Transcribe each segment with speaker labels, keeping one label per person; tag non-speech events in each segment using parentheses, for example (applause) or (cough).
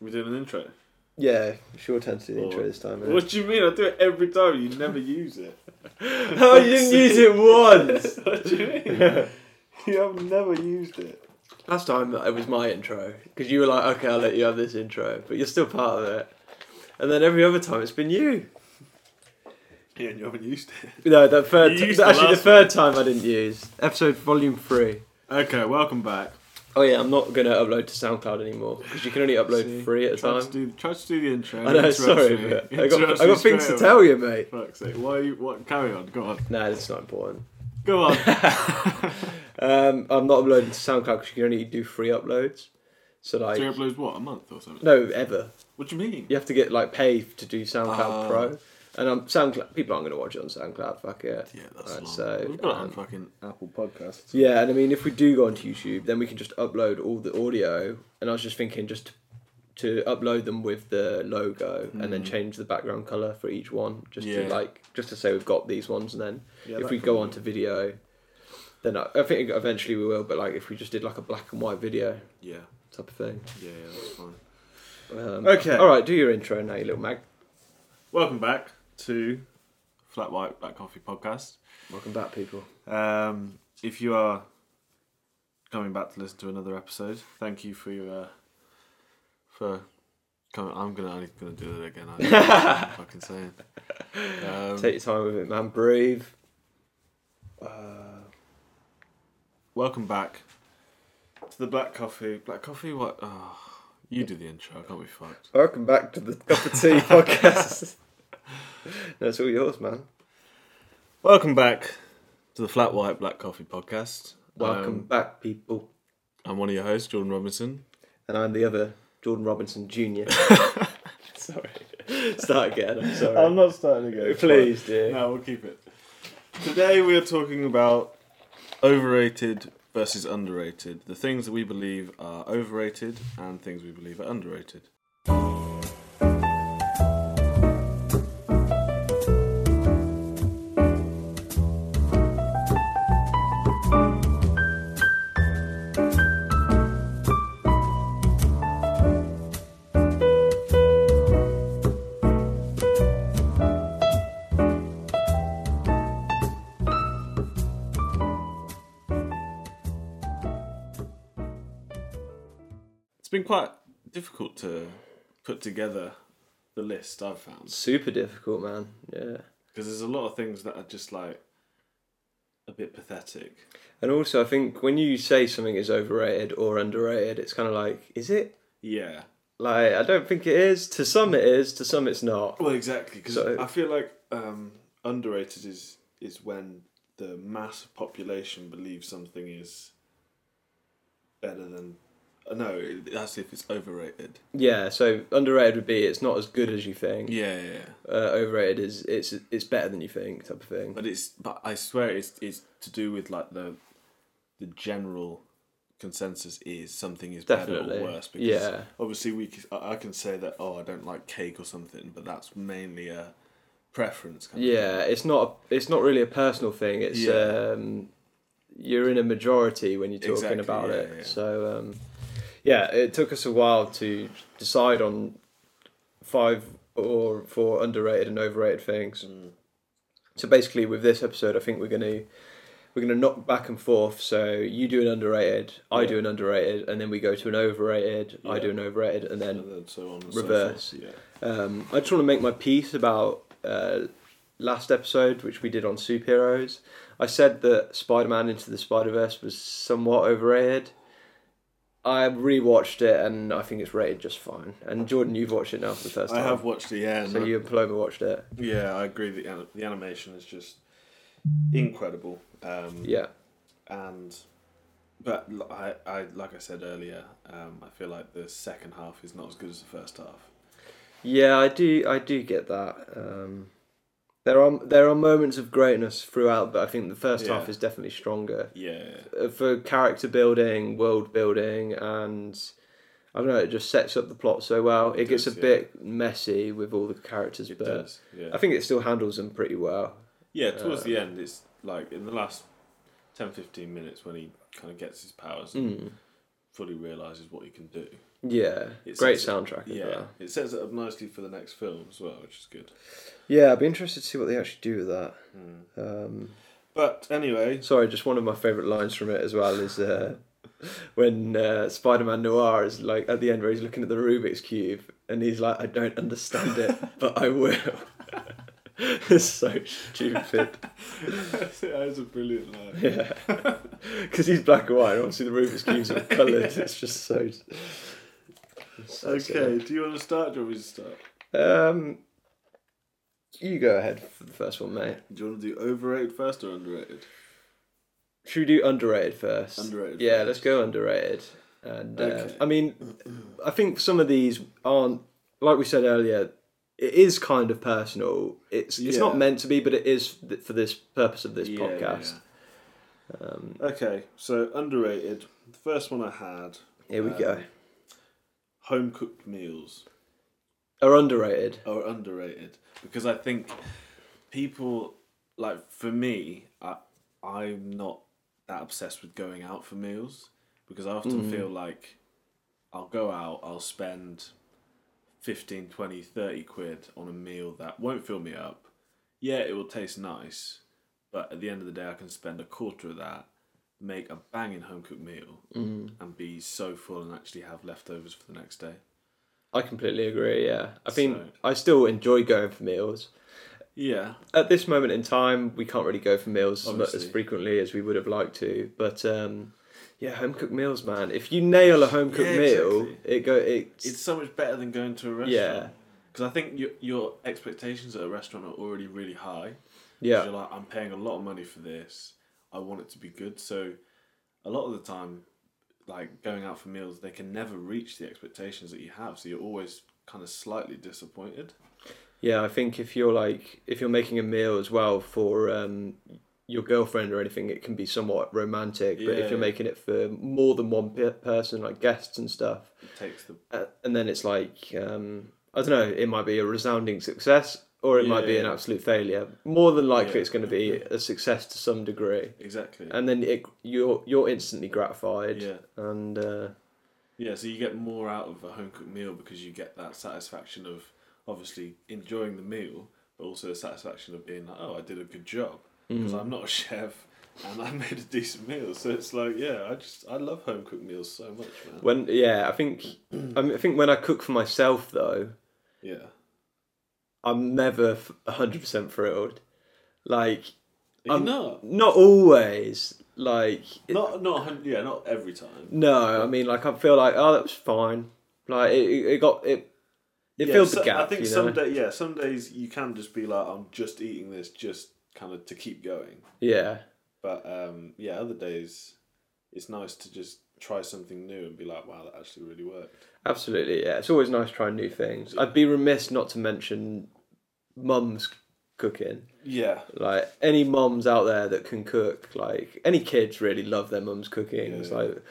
Speaker 1: We're doing an intro.
Speaker 2: Yeah, sure tends to do the
Speaker 1: Or-
Speaker 2: intro this time. innit?
Speaker 1: What do you mean? I do it every time. You never use (laughs) it.
Speaker 2: Oh, you didn't use it once.
Speaker 1: (laughs) what do you mean? (laughs) you have never used it.
Speaker 2: (laughs) Last time it was my intro because you were like, "Okay, I'll let you have this intro," but you're still part of it. And then every other time it's been you.
Speaker 1: Yeah, and you haven't used it.
Speaker 2: No, that third
Speaker 1: You
Speaker 2: ti-
Speaker 1: used the
Speaker 2: actually the
Speaker 1: last
Speaker 2: third time I didn't use episode volume three.
Speaker 1: Okay, welcome back.
Speaker 2: Oh yeah, I'm not gonna upload to SoundCloud anymore because you can only upload
Speaker 1: See,
Speaker 2: three at a
Speaker 1: Tried to
Speaker 2: time.
Speaker 1: do, tried to do the intro.
Speaker 2: (laughs) I know,
Speaker 1: interrupts
Speaker 2: sorry,
Speaker 1: me.
Speaker 2: but I got,
Speaker 1: Interrupts
Speaker 2: I
Speaker 1: me
Speaker 2: got things to
Speaker 1: straight
Speaker 2: tell
Speaker 1: away.
Speaker 2: you, mate.
Speaker 1: Fuck's sake. Why? You, what? Carry on. Go on.
Speaker 2: Nah, it's not important.
Speaker 1: Go
Speaker 2: (laughs)
Speaker 1: on.
Speaker 2: Um, I'm not uploading to SoundCloud because you can only do three uploads. So like,
Speaker 1: Three uploads. What? A month or something?
Speaker 2: no, ever.
Speaker 1: What do you mean?
Speaker 2: You have to get like pay to do SoundCloud
Speaker 1: Ah.
Speaker 2: Pro, and um, SoundCloud people aren't going to watch it on SoundCloud. Fuck it.
Speaker 1: Yeah, that's
Speaker 2: Alright,
Speaker 1: long.
Speaker 2: so,
Speaker 1: We've got it on
Speaker 2: um,
Speaker 1: fucking Apple Podcasts.
Speaker 2: Yeah, and I mean, if we do go onto YouTube, then we can just upload all the audio. And I was just thinking just to upload them with the logo and then
Speaker 1: Mm.
Speaker 2: change the background color for each one, just to
Speaker 1: Yeah.
Speaker 2: like just to say we've got these ones. And then
Speaker 1: Yeah,
Speaker 2: if
Speaker 1: that
Speaker 2: we
Speaker 1: could
Speaker 2: go
Speaker 1: be-
Speaker 2: on to video, then I, I think eventually we will. But like if we just did like a black and white video
Speaker 1: Yeah.
Speaker 2: type of thing.
Speaker 1: Yeah. Yeah. That's fine.
Speaker 2: Um,
Speaker 1: Okay.
Speaker 2: All right, do your intro now, you little mag.
Speaker 1: Welcome back to Flat White Black Coffee Podcast.
Speaker 2: Welcome back, people.
Speaker 1: Um, if you are coming back to listen to another episode, thank you for your uh, for coming. I'm gonna I'm gonna do it again. I don't know what I'm fucking saying. Um,
Speaker 2: Take your time with it, man. Breathe. Uh,
Speaker 1: welcome back to the Black Coffee. Black Coffee. What? Oh, you do the intro. I can't be fucked.
Speaker 2: welcome back to the cup of tea podcast. (laughs) That's all yours, man.
Speaker 1: Welcome back to the Flat White Black Coffee Podcast.
Speaker 2: Welcome
Speaker 1: Um,
Speaker 2: back, people.
Speaker 1: I'm one of your hosts, Jordan Robinson.
Speaker 2: And I'm the other Jordan Robinson Jr. sorry. Start again. I'm sorry.
Speaker 1: not starting again.
Speaker 2: Please, dear.
Speaker 1: No, we'll keep it. Today we are talking about overrated versus underrated. The things that we believe are overrated and things we believe are underrated. It's been quite difficult to put together the list I've found
Speaker 2: Super difficult, man. Yeah.
Speaker 1: because there's a lot of things that are just like a bit pathetic.
Speaker 2: And also, I think when you say something is overrated or underrated, it's kind of like, is it?
Speaker 1: Yeah.
Speaker 2: Like, I don't think it is. To some, it is. To some, it's not.
Speaker 1: Well, exactly because
Speaker 2: So- uh,
Speaker 1: I feel like um, underrated is is when the mass population believes something is better than. uh, No, that's if it's overrated.
Speaker 2: Yeah. So underrated would be it's not as good as you think.
Speaker 1: Yeah, yeah, yeah.
Speaker 2: Uh, overrated is it's it's better than you think type of thing.
Speaker 1: but it's but I swear it's it's to do with like the the general consensus is something is
Speaker 2: Definitely.
Speaker 1: better or worse
Speaker 2: Yeah.
Speaker 1: obviously we c- I I can say that oh I don't like cake or something, but that's mainly a preference. Kind of
Speaker 2: Yeah, it's not it's not really a personal thing. It's
Speaker 1: Yeah.
Speaker 2: um, you're in a majority when you're talking
Speaker 1: Exactly,
Speaker 2: about
Speaker 1: yeah,
Speaker 2: it.
Speaker 1: yeah.
Speaker 2: So um, yeah, it took us a while to decide on five or four underrated and overrated things.
Speaker 1: Mm.
Speaker 2: So basically, with this episode, I think we're gonna we're gonna knock back and forth. So you do an underrated, I do an underrated, and then we go to an overrated. I
Speaker 1: Yeah.
Speaker 2: do an overrated, and then
Speaker 1: And then so on and
Speaker 2: Reverse.
Speaker 1: So forth.
Speaker 2: um, I just want to make my piece about uh, last episode, which we did on superheroes. I said that Spider Man Into the Spider Verse was somewhat overrated. I rewatched it and I think it's rated just fine. And Jordan, you've watched it now for the first
Speaker 1: Yeah. I
Speaker 2: time.
Speaker 1: have watched it. Yeah, and
Speaker 2: So
Speaker 1: I-
Speaker 2: you and Paloma watched it.
Speaker 1: yeah, I agree. The an- the animation is just incredible. Um,
Speaker 2: Yeah.
Speaker 1: and but l- I, I like I said earlier, um, I feel like the second half is not as good as the first half.
Speaker 2: Yeah, I do. I do get that. Um, there are there are moments of greatness throughout, but I think the first
Speaker 1: Yeah.
Speaker 2: half is definitely stronger.
Speaker 1: Yeah,
Speaker 2: for character building, world building, and I don't know, it just sets up the plot so well. It,
Speaker 1: It
Speaker 2: gets
Speaker 1: does,
Speaker 2: a
Speaker 1: yeah.
Speaker 2: bit messy with all the characters,
Speaker 1: it
Speaker 2: but
Speaker 1: does. Yeah,
Speaker 2: I think it still handles them pretty well.
Speaker 1: yeah. Towards the end, Hmm. it's like in the last 10, 15 minutes when he kind of gets his powers.
Speaker 2: Mm.
Speaker 1: fully realizes what he can do.
Speaker 2: Yeah,
Speaker 1: It's-
Speaker 2: great
Speaker 1: it's-
Speaker 2: soundtrack. as
Speaker 1: Yeah,
Speaker 2: well.
Speaker 1: it sets it up nicely for the next film as well, which is good.
Speaker 2: yeah. I'd be interested to see what they actually do with that.
Speaker 1: Mm.
Speaker 2: Um,
Speaker 1: But anyway, (laughs)
Speaker 2: sorry, just one of my favorite lines from it as well is uh, (laughs) when uh, Spider-Man Noir is like at the end where he's looking at the Rubik's cube and he's like, "I don't understand
Speaker 1: (laughs)
Speaker 2: it, but I will." (laughs) it's so stupid.
Speaker 1: that is a brilliant
Speaker 2: (laughs)
Speaker 1: line.
Speaker 2: Yeah, because he's black and white. and Obviously, the Rubik's cubes are
Speaker 1: (laughs)
Speaker 2: coloured. It's just so. so
Speaker 1: Okay, do you want to start? Do you want me to start?
Speaker 2: silly. Um, you go ahead for the first one, mate.
Speaker 1: Do you want to do overrated first or underrated?
Speaker 2: Should we do underrated first?
Speaker 1: Underrated
Speaker 2: Yeah,
Speaker 1: first.
Speaker 2: let's go underrated. And uh,
Speaker 1: Okay.
Speaker 2: I mean, I think some of these aren't like we said earlier. It is kind of personal. It's it's not
Speaker 1: Yeah.
Speaker 2: meant to be, but it is th- for this purpose of this
Speaker 1: Yeah,
Speaker 2: podcast. Um,
Speaker 1: yeah. Okay, so underrated. The first one I had
Speaker 2: here we
Speaker 1: Um,
Speaker 2: go.
Speaker 1: home cooked meals.
Speaker 2: Are underrated.
Speaker 1: are underrated because I think people like for me, I, I'm not that obsessed with going out for meals because I often feel like I'll go out, I'll spend 15, 20, 30 quid on a meal that won't fill me up. Yeah, it will taste nice, but at the end of the day, I can spend a quarter of that, make a banging home cooked meal, and be so full and actually have leftovers for the next day.
Speaker 2: I completely agree. Yeah, I think
Speaker 1: So-
Speaker 2: I still enjoy going for meals.
Speaker 1: Yeah,
Speaker 2: At this moment in time, we can't really go for meals as mu- as
Speaker 1: Obviously.
Speaker 2: frequently as we would have liked to. But um, yeah, home cooked meals, man. If you nail a home cooked
Speaker 1: Yeah,
Speaker 2: meal,
Speaker 1: exactly.
Speaker 2: it go it's,
Speaker 1: it's so much better than going to a restaurant.
Speaker 2: yeah
Speaker 1: Because I think your your expectations at a restaurant are already really high. 'Cause
Speaker 2: yeah
Speaker 1: You're like, I'm paying a lot of money for this. I want it to be good. So, a lot of the time, like going out for meals, they can never reach the expectations that you have. So you're always kind of slightly disappointed.
Speaker 2: yeah. I think if you're like if you're making a meal as well for um, your girlfriend or anything, it can be somewhat romantic. but
Speaker 1: Yeah,
Speaker 2: if you're
Speaker 1: yeah.
Speaker 2: making it for more than one pe- person, like guests and stuff,
Speaker 1: It takes the
Speaker 2: uh, and then it's like um, I don't know. It might be a resounding success, or it might be an
Speaker 1: Yeah.
Speaker 2: absolute failure. More than likely,
Speaker 1: Yeah.
Speaker 2: it's going to be a success to some degree,
Speaker 1: exactly.
Speaker 2: and then it, you're you're instantly gratified,
Speaker 1: Yeah,
Speaker 2: and uh,
Speaker 1: yeah. So you get more out of a home cooked meal because you get that satisfaction of obviously enjoying the meal, but also the satisfaction of being like, oh, I did a good job. because
Speaker 2: Mm.
Speaker 1: I'm not a (laughs) chef and I made a decent meal. So it's like, yeah, I just I love home cooked meals so much, man.
Speaker 2: when yeah, I think I, mean, I think when I cook for myself though,
Speaker 1: yeah,
Speaker 2: I'm never hundred percent thrilled. Like
Speaker 1: you
Speaker 2: Um,
Speaker 1: know,
Speaker 2: not always. Like it-
Speaker 1: not not a hun- yeah, not every time.
Speaker 2: no, I mean like I feel like oh that was fine. Like it, it it got it. It
Speaker 1: yeah,
Speaker 2: filled
Speaker 1: so-
Speaker 2: the gap.
Speaker 1: I think
Speaker 2: you know?
Speaker 1: some day, yeah, some days you can just be like, I'm just eating this, just kind of to keep going.
Speaker 2: Yeah.
Speaker 1: But um, yeah, other days, it's nice to just try something new and be like, wow, that actually really worked.
Speaker 2: Absolutely, yeah. It's always nice trying new things. I'd be remiss not to mention mums cooking.
Speaker 1: Yeah,
Speaker 2: Like any mums out there that can cook, like any kids really love their mums cooking. It's
Speaker 1: Yeah.
Speaker 2: like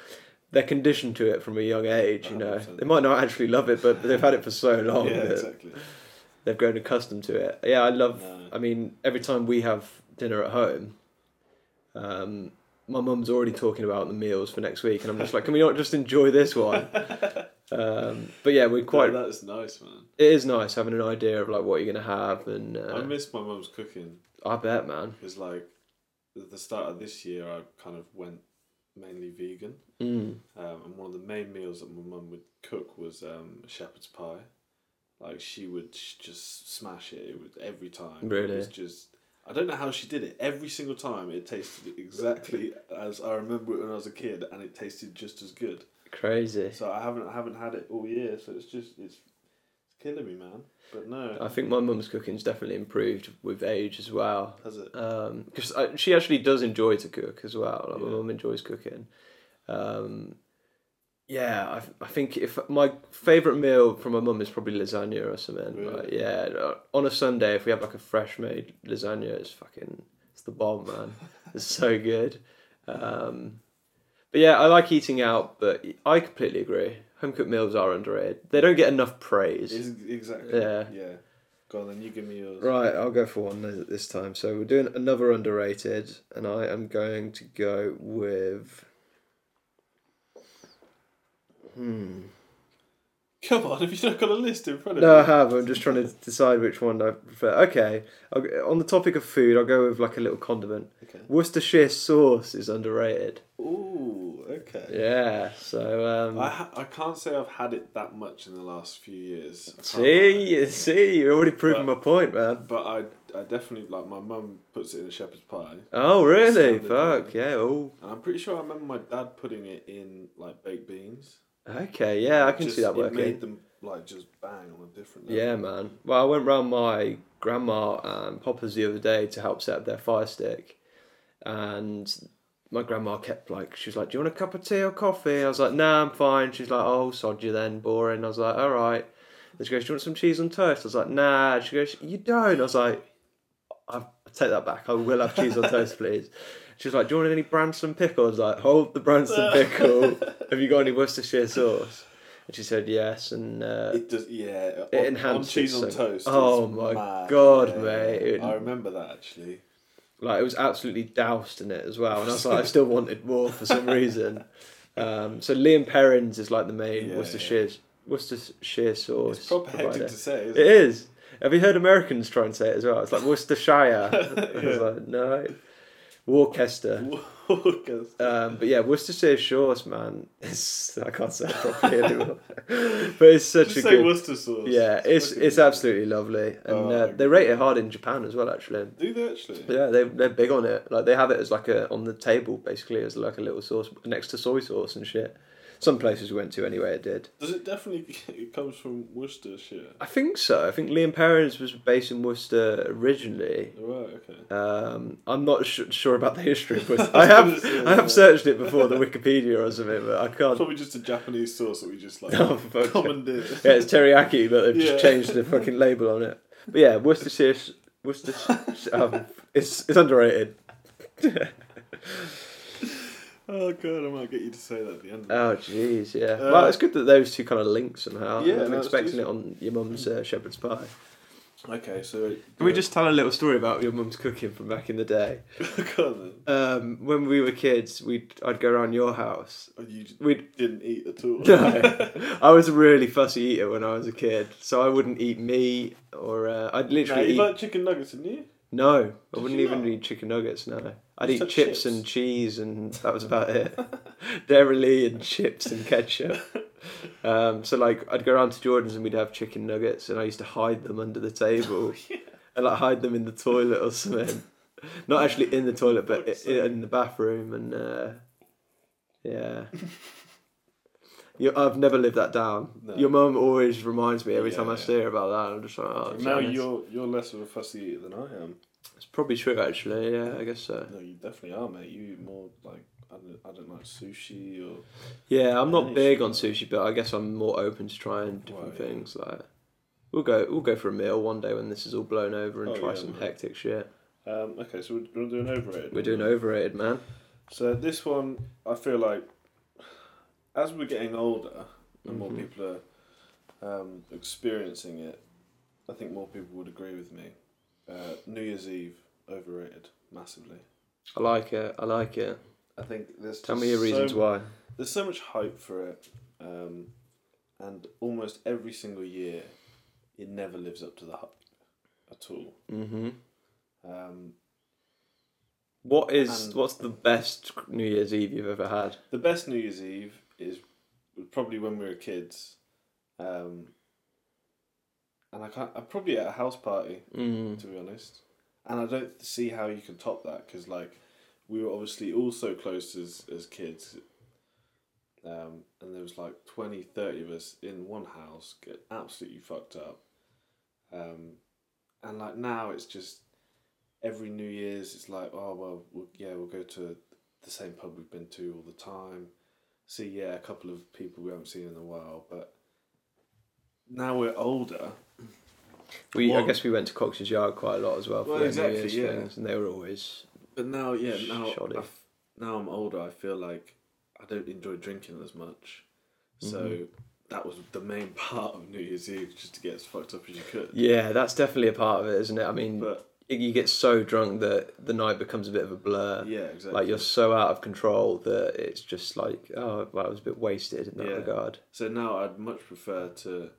Speaker 2: they're conditioned to it from a young age, you know.
Speaker 1: 100%.
Speaker 2: They might not actually love it, but they've had it for so long
Speaker 1: yeah,
Speaker 2: that
Speaker 1: exactly.
Speaker 2: they've grown accustomed to it. Yeah, I love
Speaker 1: No.
Speaker 2: I mean, every time we have dinner at home, um, my mum's already talking about the meals for next week, and I'm just like, can we not just enjoy
Speaker 1: (laughs)
Speaker 2: this one? um, but yeah, we're quite.
Speaker 1: No, that's nice, man.
Speaker 2: It is nice having an idea of like what you're gonna have, and
Speaker 1: I
Speaker 2: uh,
Speaker 1: miss my mum's cooking.
Speaker 2: I bet, man.
Speaker 1: Because like at the start of this year, I kind of went mainly vegan,
Speaker 2: Mm.
Speaker 1: um, and one of the main meals that my mum would cook was um, shepherd's pie. Like she would sh- just smash it. It was every time.
Speaker 2: Really?
Speaker 1: It was just. I don't know how she did it. Every single time, it tasted exactly as I remember it when I was a kid, and it tasted just as good.
Speaker 2: Crazy.
Speaker 1: So I haven't, I haven't had it all year. So it's just, it's, it's killing me, man. But no,
Speaker 2: I think my mum's cooking's definitely improved with age as well.
Speaker 1: has it?
Speaker 2: because um, I she actually does enjoy to cook as well. Like, My
Speaker 1: Yeah.
Speaker 2: mum enjoys cooking. Um, yeah, I, I think if my favourite meal from my mum is probably lasagna or something.
Speaker 1: Really?
Speaker 2: Like, yeah, uh, on a Sunday if we have like a fresh made lasagna, it's fucking it's the
Speaker 1: (laughs)
Speaker 2: bomb, man. it's so good. Um, but yeah, I like eating out, but I completely agree. Home cooked meals are underrated. They don't get enough praise.
Speaker 1: It's exactly.
Speaker 2: Yeah.
Speaker 1: Yeah. Go on, then you give me yours.
Speaker 2: Right, I'll go for one th- this time. So we're doing another underrated, and I am going to go with. Hmm.
Speaker 1: Come on, (laughs) have you not got a list in front of
Speaker 2: No, I
Speaker 1: you?
Speaker 2: have. I'm just trying to decide which one I prefer. Okay, I'll, g- on the topic of food, I'll go with like a little condiment.
Speaker 1: Okay.
Speaker 2: Worcestershire sauce is underrated.
Speaker 1: Ooh, okay.
Speaker 2: Yeah, so um,
Speaker 1: I, ha- I can't say I've had it that much in the last few years. I can't lie.
Speaker 2: see, you see, you're already proving my point, man.
Speaker 1: But I, I definitely, like, my mum puts it in a shepherd's pie.
Speaker 2: Oh, really?
Speaker 1: Standard,
Speaker 2: Fuck
Speaker 1: yeah.
Speaker 2: yeah. Oh,
Speaker 1: And I'm pretty sure I remember my dad putting it in, like, baked beans.
Speaker 2: okay. Yeah, I can
Speaker 1: Just-
Speaker 2: see that
Speaker 1: It made
Speaker 2: working.
Speaker 1: them, like, just bang on a different level.
Speaker 2: Yeah, man. Well, I went round my grandma and papa's the other day to help set up their fire stick, and my grandma kept like, she was like, "Do you want a cup of tea or coffee?" I was like, "Nah, I'm fine." She's like, "Oh, sod you then, boring." I was like, "All right." And she goes, "Do you want some cheese on toast?" I was like, "Nah." She goes, "You don't." I was like, "I I take that back. I will have cheese on toast, please." She was like, "Do you want any Branston pickle?" I was like, "Hold the Branston pickle. Have you got any Worcestershire sauce?" And she said yes, and uh,
Speaker 1: It does, yeah.
Speaker 2: It
Speaker 1: on,
Speaker 2: enhanced
Speaker 1: on cheese
Speaker 2: it
Speaker 1: on
Speaker 2: so-
Speaker 1: toast.
Speaker 2: Oh
Speaker 1: it's
Speaker 2: my
Speaker 1: mad.
Speaker 2: God,
Speaker 1: Yeah,
Speaker 2: mate.
Speaker 1: yeah.
Speaker 2: It-
Speaker 1: I remember that actually.
Speaker 2: like it was absolutely doused in it as well and i was
Speaker 1: (laughs)
Speaker 2: like i still wanted more for some reason um, so liam perrins is like the main
Speaker 1: Yeah,
Speaker 2: worcestershire worcestershire sauce
Speaker 1: It's proper
Speaker 2: provider.
Speaker 1: hectic to say. Isn't
Speaker 2: it
Speaker 1: (laughs)
Speaker 2: is have you heard americans try and say it as well it's like
Speaker 1: (laughs)
Speaker 2: worcestershire i was like no worcester
Speaker 1: Walkers.
Speaker 2: um, but yeah worcestershire sauce man it's, i can't say
Speaker 1: (laughs)
Speaker 2: it properly anymore but it's such
Speaker 1: Just
Speaker 2: a
Speaker 1: say
Speaker 2: good
Speaker 1: Worcester sauce.
Speaker 2: yeah it's
Speaker 1: fucking-
Speaker 2: it's absolutely lovely and
Speaker 1: Oh,
Speaker 2: uh,
Speaker 1: my
Speaker 2: they rate it hard in japan as well actually
Speaker 1: Do they actually?
Speaker 2: yeah, they they're big on it. Like they have it as like a on the table basically as like a little sauce next to soy sauce and shit. Some places we went to anyway, it did.
Speaker 1: Does it definitely? (laughs) It comes from Worcestershire.
Speaker 2: I think so. I think Liam Perrins was based in Worcester originally.
Speaker 1: Right. Okay.
Speaker 2: Um, I'm not sh- sure about the history of Worcester.
Speaker 1: I
Speaker 2: I
Speaker 1: was
Speaker 2: have
Speaker 1: gonna say,
Speaker 2: I
Speaker 1: yeah.
Speaker 2: have searched it before the Wikipedia or something, but I
Speaker 1: It's
Speaker 2: can't.
Speaker 1: probably just a Japanese sauce that we just like
Speaker 2: (laughs) Oh, fuck.
Speaker 1: commandeered.
Speaker 2: Yeah, it's teriyaki, but they've
Speaker 1: Yeah.
Speaker 2: just changed the fucking label on it. But yeah, Worcestershire, Worcestershire, um, it's it's underrated.
Speaker 1: Oh god, I might get you to say that at the end.
Speaker 2: Oh jeez, yeah.
Speaker 1: Uh,
Speaker 2: well, it's good that those two kind of link somehow.
Speaker 1: Yeah,
Speaker 2: I'm
Speaker 1: no, it's
Speaker 2: expecting it on your mum's uh, shepherd's pie.
Speaker 1: okay, so
Speaker 2: Can we just tell a little story about your mum's cooking from back in the day?
Speaker 1: (laughs) Go on then.
Speaker 2: Um, when we were kids, we'd I'd go around your house.
Speaker 1: Oh, You just (laughs)
Speaker 2: We'd
Speaker 1: didn't eat at all.
Speaker 2: (laughs)
Speaker 1: (laughs)
Speaker 2: no, I was a really fussy eater when I was a kid, so I wouldn't eat meat or uh, I'd
Speaker 1: Nah,
Speaker 2: literally
Speaker 1: you
Speaker 2: eat
Speaker 1: like chicken nuggets, didn't you?
Speaker 2: no. I
Speaker 1: Did
Speaker 2: wouldn't
Speaker 1: you
Speaker 2: even
Speaker 1: not?
Speaker 2: eat chicken nuggets. No, I'd
Speaker 1: Just
Speaker 2: eat
Speaker 1: had
Speaker 2: chips
Speaker 1: chips.
Speaker 2: and cheese, and that was
Speaker 1: (laughs)
Speaker 2: about it. Dairy Lee and chips and ketchup. Um, so like I'd go around to Jordan's and we'd have chicken nuggets and I used to hide them under
Speaker 1: (laughs)
Speaker 2: the table and like hide them in the toilet or something. Not actually in the toilet, but
Speaker 1: Fuck's
Speaker 2: i- i- in the bathroom and uh, yeah. You, I've never lived that down.
Speaker 1: No.
Speaker 2: Your mum always reminds me every
Speaker 1: Yeah,
Speaker 2: time I
Speaker 1: yeah.
Speaker 2: see her about that. I'm just like, oh,
Speaker 1: now
Speaker 2: Janice.
Speaker 1: you're you're less of a fussy eater than I am.
Speaker 2: It's probably true, actually. Yeah, I guess so.
Speaker 1: No, you definitely are, mate. You eat more like I don't, I don't like sushi or
Speaker 2: Yeah, I'm
Speaker 1: Yeah,
Speaker 2: not
Speaker 1: you
Speaker 2: big
Speaker 1: should.
Speaker 2: on sushi, but I guess I'm more open to trying different
Speaker 1: Well, yeah.
Speaker 2: things. Like, we'll go, we'll go for a meal one day when this is all blown over and
Speaker 1: Oh,
Speaker 2: try
Speaker 1: yeah,
Speaker 2: some
Speaker 1: man.
Speaker 2: hectic shit.
Speaker 1: Um, okay, so we're going to do an overrated.
Speaker 2: We're doing overrated, man.
Speaker 1: So this one, I feel like, as we're getting older and more
Speaker 2: Mhm.
Speaker 1: people are um, experiencing it, I think more people would agree with me. Uh, New Year's Eve overrated massively.
Speaker 2: I like it. I like it.
Speaker 1: I think there's
Speaker 2: Tell
Speaker 1: just
Speaker 2: me your reasons
Speaker 1: so,
Speaker 2: why.
Speaker 1: There's so much hype for it, um, and almost every single year, it never lives up to the hype at all.
Speaker 2: Mm-hmm.
Speaker 1: Um,
Speaker 2: What is
Speaker 1: And-
Speaker 2: what's the best New Year's Eve you've ever had?
Speaker 1: The best New Year's Eve is probably when we were kids, um, and I can't. I'm probably at a house party
Speaker 2: Mm.
Speaker 1: to be honest, and I don't see how you can top that because like we were obviously all so close as as kids, um, and there was like 20, 30 of us in one house get absolutely fucked up, um, and like now it's just every New Year's it's like oh well, we'll yeah we'll go to the same pub we've been to all the time. See, yeah, a couple of people we haven't seen in a while, but now we're older.
Speaker 2: We I
Speaker 1: What?
Speaker 2: guess we went to Cox's Yard quite a lot as well for
Speaker 1: Well,
Speaker 2: their
Speaker 1: exactly,
Speaker 2: New Year's
Speaker 1: yeah.
Speaker 2: things, and they were always
Speaker 1: But now, yeah,
Speaker 2: Sh-
Speaker 1: now
Speaker 2: shoddy.
Speaker 1: I f- now I'm older. I feel like I don't enjoy drinking as much. So
Speaker 2: Mm-hmm.
Speaker 1: that was the main (laughs) part of New Year's Eve, just to get as fucked up as you could.
Speaker 2: yeah. That's definitely a part of it, isn't it? I mean,
Speaker 1: But
Speaker 2: you get so drunk that the night becomes a bit of a blur.
Speaker 1: Yeah, exactly.
Speaker 2: Like you're so out of control that it's just like, oh, well, I was a bit wasted in that
Speaker 1: Yeah.
Speaker 2: regard.
Speaker 1: So now I'd much prefer to,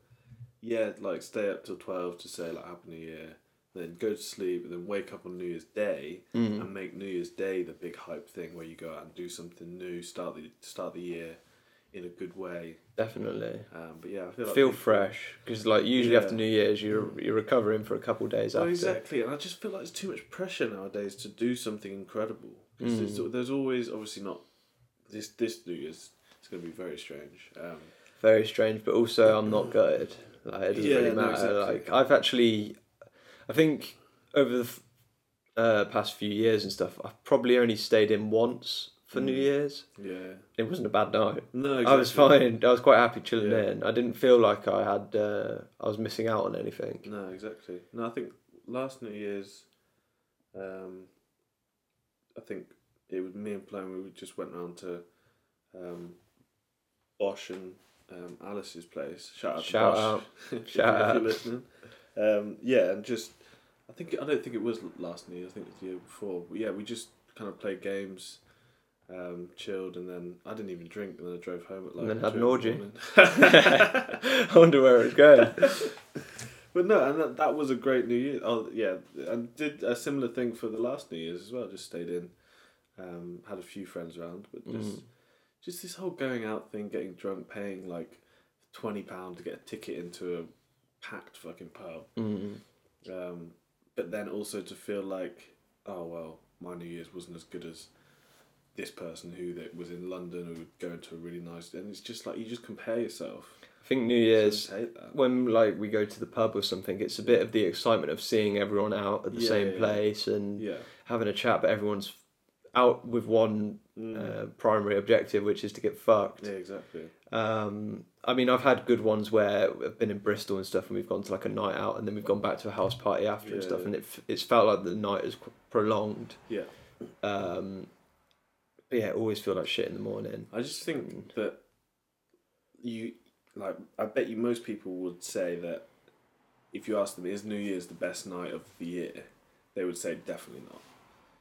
Speaker 1: yeah, like stay up till twelve to say like Happy New Year, then go to sleep, and then wake up on New Year's Day
Speaker 2: Mm-hmm.
Speaker 1: and make New Year's Day the big hype thing where you go out and do something new, start the start the year in a good way.
Speaker 2: Definitely.
Speaker 1: Um, but yeah, I feel like
Speaker 2: Feel fresh because, like, usually
Speaker 1: Yeah.
Speaker 2: after New Year's, you're you're recovering for a couple of days
Speaker 1: Oh,
Speaker 2: after.
Speaker 1: exactly, and I just feel like there's too much pressure nowadays to do something incredible. 'Cause there's, there's always obviously not this this New Year's. It's going to be very strange. Um,
Speaker 2: Very strange, but also I'm not gutted. Like, it doesn't
Speaker 1: Yeah,
Speaker 2: really
Speaker 1: no,
Speaker 2: matter.
Speaker 1: exactly.
Speaker 2: Like, I've actually, I think over the f- uh, past few years and stuff, I've probably only stayed in once for
Speaker 1: Mm.
Speaker 2: New Year's.
Speaker 1: yeah.
Speaker 2: It wasn't a bad night.
Speaker 1: No,
Speaker 2: I was fine. I was quite happy chilling
Speaker 1: Yeah.
Speaker 2: in. I didn't feel like I had. Uh, I was missing out on anything.
Speaker 1: No, exactly. No, I think last New Year's, um, I think it was me and Plum. We just went round to um, Bosch and um, Alice's place. Shout out,
Speaker 2: Shout
Speaker 1: to
Speaker 2: out.
Speaker 1: Bosch. (laughs) if
Speaker 2: Shout
Speaker 1: you- if
Speaker 2: out.
Speaker 1: you're listening. Um, yeah, and just I think I don't think it was last New Year. I think it was the year before. But yeah, we just kind of played games. Um, chilled and then I didn't even drink and then I drove home at like
Speaker 2: And then
Speaker 1: two
Speaker 2: had an
Speaker 1: in the
Speaker 2: orgy.
Speaker 1: morning. (laughs)
Speaker 2: I wonder where it was going.
Speaker 1: But no, and that, that was a great New Year. Oh yeah, and did a similar thing for the last New Year's as well. Just stayed in, um, had a few friends around, but just
Speaker 2: Mm-hmm.
Speaker 1: just this whole going out thing, getting drunk, paying like twenty pound to get a ticket into a packed fucking pub.
Speaker 2: Mm.
Speaker 1: Um, but then also to feel like, oh well, my New Year's wasn't as good as this person who that was in London who would go into a really nice. And it's just like you just compare yourself.
Speaker 2: I think New
Speaker 1: I
Speaker 2: Year's
Speaker 1: just hate that.
Speaker 2: when like we go to the pub or something, it's a bit of the excitement of seeing everyone out at the
Speaker 1: Yeah,
Speaker 2: same
Speaker 1: yeah.
Speaker 2: place and
Speaker 1: Yeah.
Speaker 2: having a chat, but everyone's out with one uh, primary objective, which is to get fucked.
Speaker 1: Mm. Yeah. Exactly.
Speaker 2: Um, I mean, I've had good ones where I've been in Bristol and stuff, and we've gone to like a night out, and then we've gone back to a house party after and
Speaker 1: Yeah.
Speaker 2: stuff, and it f- it's felt like the night is qu- prolonged.
Speaker 1: Yeah.
Speaker 2: Um, but yeah, I always feel like shit in the morning.
Speaker 1: I just think that you like. I bet you most people would say that if you asked them, "Is New Year's the best night of the year?" They would say definitely not.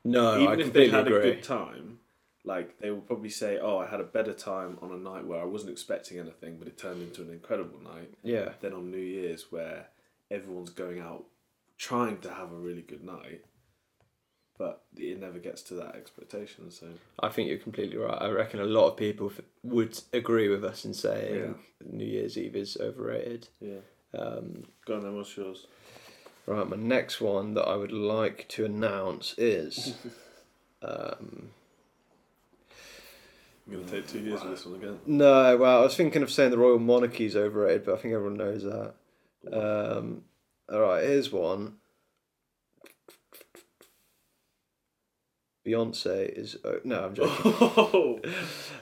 Speaker 2: No, Oh, I
Speaker 1: Even if they
Speaker 2: completely
Speaker 1: had a
Speaker 2: agree.
Speaker 1: good time, like they would probably say, "Oh, I had a better time on a night where I wasn't expecting anything, but it turned into an incredible night."
Speaker 2: yeah,
Speaker 1: Than on New Year's where everyone's going out trying to have a really good night, but it never gets to that expectation. So
Speaker 2: I think you're completely right. I reckon a lot of people f- would agree with us in saying
Speaker 1: Yeah.
Speaker 2: New Year's Eve is overrated.
Speaker 1: yeah,
Speaker 2: Um,
Speaker 1: go on then. What's yours?
Speaker 2: right, my next one that I would like to announce
Speaker 1: (laughs)
Speaker 2: is. Um,
Speaker 1: I'm gonna take two years on this one again.
Speaker 2: No, well, I was thinking of saying the royal monarchy is overrated, but I think everyone knows that. Um, all right, here's one. Beyonce is oh, no, I'm joking.
Speaker 1: Oh,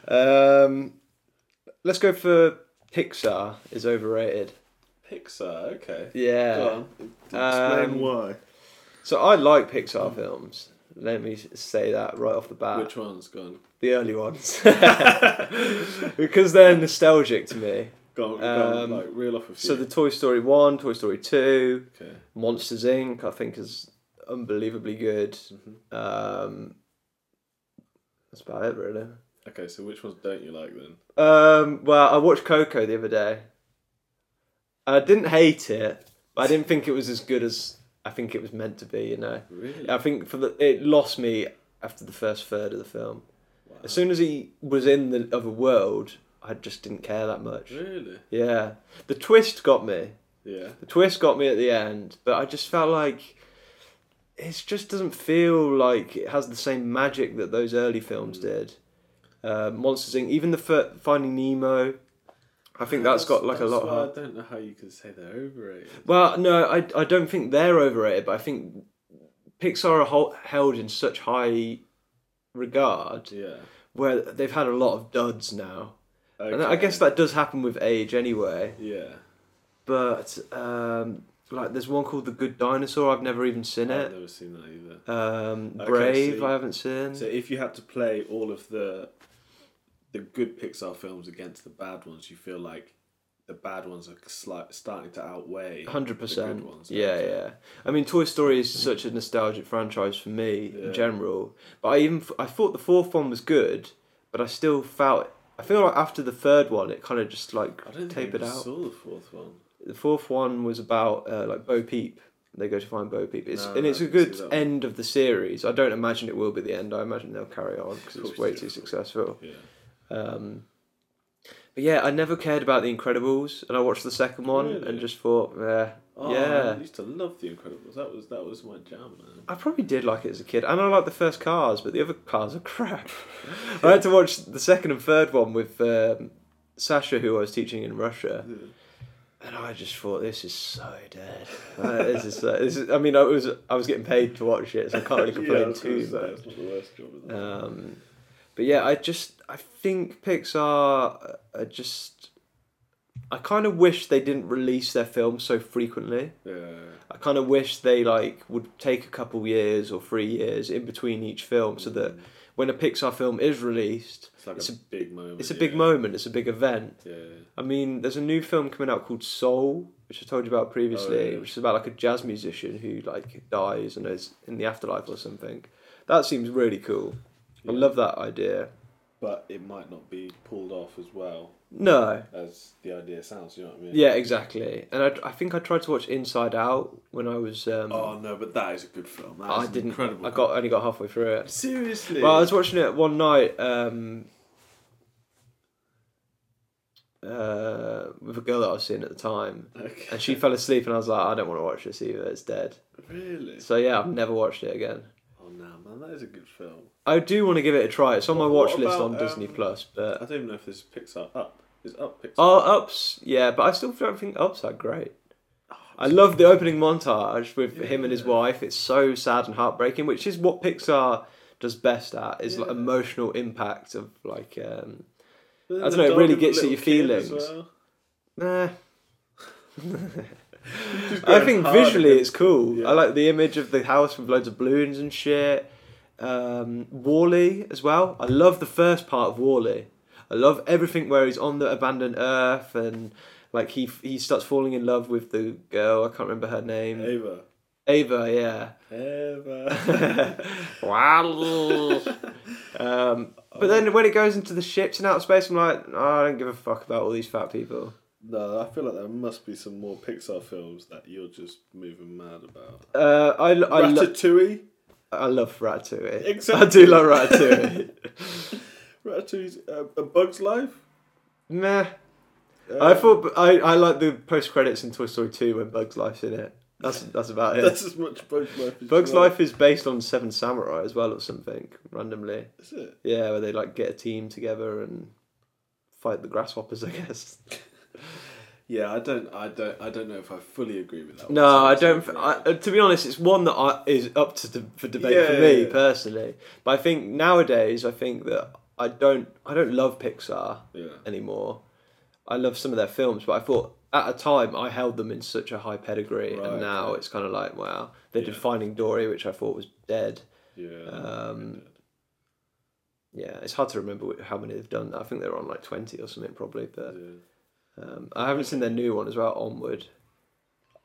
Speaker 2: um, let's go for Pixar is overrated.
Speaker 1: (laughs) Pixar. Okay. Go
Speaker 2: Yeah.
Speaker 1: on. Explain
Speaker 2: Um,
Speaker 1: why.
Speaker 2: So I like Pixar films. Let me say that right off the bat.
Speaker 1: Which one's gone?
Speaker 2: The
Speaker 1: (laughs)
Speaker 2: early ones, (laughs) because they're nostalgic to me.
Speaker 1: Go on, go on
Speaker 2: Um,
Speaker 1: like reel off a few.
Speaker 2: So the Toy Story one, Toy Story two,
Speaker 1: okay.
Speaker 2: Monsters Inc. I think is unbelievably good.
Speaker 1: Mm-hmm.
Speaker 2: Um, that's about it, really.
Speaker 1: Okay. So which ones don't you like then?
Speaker 2: Um, well, I watched Coco the other day. I didn't hate it, but I didn't think it was as good as I think it was meant to be. You know,
Speaker 1: Really?
Speaker 2: I think for the it lost me after the first third of the film.
Speaker 1: Wow.
Speaker 2: As soon as he was in the other world, I just didn't care that much.
Speaker 1: Really?
Speaker 2: Yeah, the twist got me.
Speaker 1: Yeah.
Speaker 2: The twist got me at the end, but I just felt like it just doesn't feel like it has the same magic that those early
Speaker 1: Mm.
Speaker 2: films did. Uh, Monsters Inc. Even the fir- Finding Nemo, I think that's got like a
Speaker 1: that's
Speaker 2: lot. of
Speaker 1: why
Speaker 2: hype.
Speaker 1: I don't know how you could say they're overrated.
Speaker 2: Well, no, I I don't think they're overrated, but I think Pixar are hol- held in such high regard
Speaker 1: Yeah.
Speaker 2: where they've had a lot of duds now, and I
Speaker 1: Okay.
Speaker 2: guess that does happen with age anyway.
Speaker 1: Yeah.
Speaker 2: but um, like there's one called The Good Dinosaur. I've never even seen
Speaker 1: I've
Speaker 2: it.
Speaker 1: never seen that either.
Speaker 2: Um,
Speaker 1: Okay,
Speaker 2: Brave,
Speaker 1: so-
Speaker 2: I haven't seen.
Speaker 1: So if you had to play all of the the good Pixar films against the bad ones, you feel like the bad ones are slight, starting to outweigh
Speaker 2: Hundred percent.
Speaker 1: good ones,
Speaker 2: Yeah,
Speaker 1: yeah.
Speaker 2: yeah. I mean, Toy Story is such a nostalgic franchise for me
Speaker 1: Yeah.
Speaker 2: in general. But I even f- I thought the fourth one was good, but I still felt I feel like after the third one, it kind of just like
Speaker 1: I don't think
Speaker 2: tapered
Speaker 1: I
Speaker 2: out.
Speaker 1: saw the fourth one.
Speaker 2: The fourth one was about uh, like Bo Peep. They go to find Bo Peep. It's
Speaker 1: No,
Speaker 2: and
Speaker 1: no,
Speaker 2: it's
Speaker 1: Ah, I
Speaker 2: a
Speaker 1: didn't see
Speaker 2: good
Speaker 1: that one.
Speaker 2: end of the series. I don't imagine it will be the end. I imagine they'll carry on because
Speaker 1: Of
Speaker 2: it's
Speaker 1: course
Speaker 2: way
Speaker 1: they
Speaker 2: too
Speaker 1: will.
Speaker 2: successful.
Speaker 1: Yeah.
Speaker 2: Um, but yeah, I never cared about the Incredibles, and I watched the second one
Speaker 1: Really?
Speaker 2: and just thought, eh,
Speaker 1: Oh,
Speaker 2: yeah.
Speaker 1: I used to love The Incredibles. That was that was my jam, man.
Speaker 2: I probably did like it as a kid, and I like the first Cars, but the other Cars are (laughs) crap. I had to watch the second and third one with um, Sasha, who I was teaching in Russia,
Speaker 1: (laughs)
Speaker 2: and I just thought this is so dead. Uh, this is, so, this is. I mean, I was I was getting paid to watch it, so
Speaker 1: (laughs)
Speaker 2: I can't really complain too much.
Speaker 1: That's not the worst job in the world.
Speaker 2: Um, but yeah, I just I think Pixar uh, are just. I kind of wish they didn't release their films so frequently.
Speaker 1: yeah.
Speaker 2: I kind of wish they like would take a couple years or three years in between each film, so that when a Pixar film is released,
Speaker 1: mm, It's like
Speaker 2: it's
Speaker 1: a,
Speaker 2: a-
Speaker 1: big moment.
Speaker 2: it's a
Speaker 1: Oh, yeah.
Speaker 2: big moment, it's a big event.
Speaker 1: Yeah.
Speaker 2: I mean, there's a new film coming out called Soul, which I told you about previously,
Speaker 1: Oh, yeah.
Speaker 2: which is about like a jazz musician who like dies and is in the afterlife or something. That seems really cool. I
Speaker 1: Yeah.
Speaker 2: love that idea.
Speaker 1: But it might not be pulled off as well
Speaker 2: No,
Speaker 1: as the idea sounds. You know what I mean?
Speaker 2: yeah, exactly. And I, I think I tried to watch Inside Out when I was. Um,
Speaker 1: Oh no, but that is a good film. That
Speaker 2: I
Speaker 1: is an
Speaker 2: didn't.
Speaker 1: Incredible.
Speaker 2: I got only got halfway through it.
Speaker 1: seriously.
Speaker 2: Well, I was watching it one night um, uh, with a girl that I was seeing at the time,
Speaker 1: Okay.
Speaker 2: and
Speaker 1: (laughs)
Speaker 2: she fell asleep, and I was like, I don't want to watch this either. It's dead.
Speaker 1: Really?
Speaker 2: So yeah, I've never watched it again.
Speaker 1: Oh no, man, that is a good film.
Speaker 2: I do want to give it a try. It's on my
Speaker 1: What-
Speaker 2: watch
Speaker 1: what
Speaker 2: list
Speaker 1: about,
Speaker 2: on Disney
Speaker 1: um,
Speaker 2: Plus,
Speaker 1: I
Speaker 2: but
Speaker 1: don't even know if this picks up. Up is up Pixar.
Speaker 2: Uh, oh, Ups, yeah, but I still don't think Ups that great. I love the opening montage with him and his
Speaker 1: Yeah.
Speaker 2: wife. It's so sad and heartbreaking, which is what Pixar does best at is like
Speaker 1: Yeah.
Speaker 2: emotional impact of like um,
Speaker 1: But then
Speaker 2: I don't
Speaker 1: the
Speaker 2: know, it
Speaker 1: dog
Speaker 2: really
Speaker 1: with the
Speaker 2: gets at
Speaker 1: little
Speaker 2: your
Speaker 1: kid as
Speaker 2: feelings.
Speaker 1: well.
Speaker 2: nah,
Speaker 1: (laughs) Just
Speaker 2: I
Speaker 1: going
Speaker 2: think
Speaker 1: hard
Speaker 2: visually
Speaker 1: against-
Speaker 2: it's cool.
Speaker 1: Yeah.
Speaker 2: I like the image of the house with loads of balloons and shit. Um, Wally as well. I love the first part of Wally. I love everything where he's on the abandoned Earth and like he he starts falling in love with the girl. I can't remember her name.
Speaker 1: Ava.
Speaker 2: Ava, yeah. (laughs)
Speaker 1: Ava.
Speaker 2: Wow.
Speaker 1: (laughs)
Speaker 2: um,
Speaker 1: Uh,
Speaker 2: but then when it goes into the ships in outer space, I'm like, oh, I don't give a fuck about all these fat people.
Speaker 1: no, I feel like there must be some more Pixar films that you're just moving mad about.
Speaker 2: Uh, I, lo- I, lo-
Speaker 1: Ratatouille.
Speaker 2: I love Ratatouille.
Speaker 1: Exactly.
Speaker 2: I do
Speaker 1: (laughs)
Speaker 2: love Ratatouille.
Speaker 1: Ratatouille's uh, A Bug's Life.
Speaker 2: Meh.
Speaker 1: Uh,
Speaker 2: I thought I, I like the post credits in Toy Story 2 when Bugs Life's in it. That's that's about it.
Speaker 1: that's as much Bug's Life. As
Speaker 2: Bugs
Speaker 1: you want.
Speaker 2: Life is based on Seven Samurai as well or something randomly.
Speaker 1: Is it?
Speaker 2: Yeah, where they like get a team together and fight the grasshoppers, I guess.
Speaker 1: Yeah, I don't, I don't, I don't know if I fully agree with that.
Speaker 2: No, I don't.
Speaker 1: whatsoever.
Speaker 2: I, uh, to be honest, it's one that I, is up to de- for debate
Speaker 1: Yeah,
Speaker 2: for me
Speaker 1: yeah.
Speaker 2: personally. But I think nowadays, I think that I don't. I don't love Pixar
Speaker 1: yeah.
Speaker 2: anymore. I love some of their films, but I thought at a time I held them in such a high pedigree,
Speaker 1: Right,
Speaker 2: and now
Speaker 1: okay.
Speaker 2: it's kind of like wow. They did
Speaker 1: Yeah.
Speaker 2: Finding Dory, which I thought was dead.
Speaker 1: Yeah.
Speaker 2: Um, Yeah, it's hard to remember wh- how many they've done. I think they're on like twenty or something probably,
Speaker 1: yeah.
Speaker 2: but um, I haven't seen their new one as well, Onward.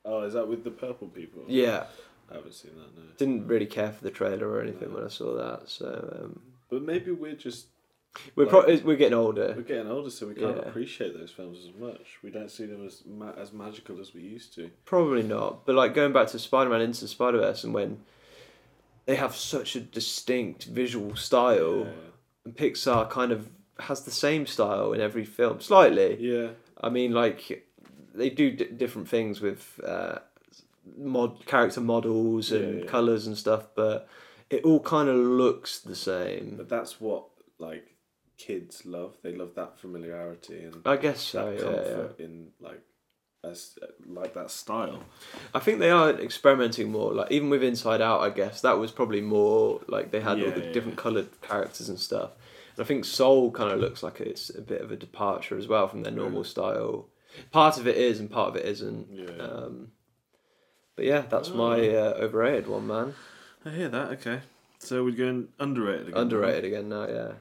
Speaker 1: Oh, is that with the purple people?
Speaker 2: Yeah,
Speaker 1: I haven't seen that, no.
Speaker 2: didn't really care for the trailer or anything when I saw that. So um,
Speaker 1: But maybe we're just
Speaker 2: we're
Speaker 1: Like-
Speaker 2: pro- we're getting
Speaker 1: we're
Speaker 2: older.
Speaker 1: getting older, so we can't
Speaker 2: Yeah.
Speaker 1: appreciate those films as much. We don't see them as ma- as magical as we used to.
Speaker 2: Probably not, but like going back to Spider Man into Spider Verse and when they have such a distinct visual style, and Pixar kind of has the same style in every film,
Speaker 1: Yeah.
Speaker 2: slightly.
Speaker 1: yeah.
Speaker 2: I mean, like they do d- different things with uh, mod character models and
Speaker 1: Yeah, yeah.
Speaker 2: colors and stuff, but it all kind of looks the same.
Speaker 1: But that's what like kids love. They love that familiarity and
Speaker 2: I guess so.
Speaker 1: that
Speaker 2: yeah, yeah.
Speaker 1: comfort in like as like that style.
Speaker 2: I think they are experimenting more. Like even with Inside Out, I guess that was probably more like they had all
Speaker 1: Yeah,
Speaker 2: the
Speaker 1: yeah,
Speaker 2: different coloured characters and stuff. And I think Soul kind of looks like it's a bit of a departure as well from their normal style. Part of it is, and part of it isn't.
Speaker 1: Yeah.
Speaker 2: Um, but yeah, that's my uh, overrated one, man.
Speaker 1: I hear that. Okay. So we're going underrated again.
Speaker 2: Underrated again now. Yeah.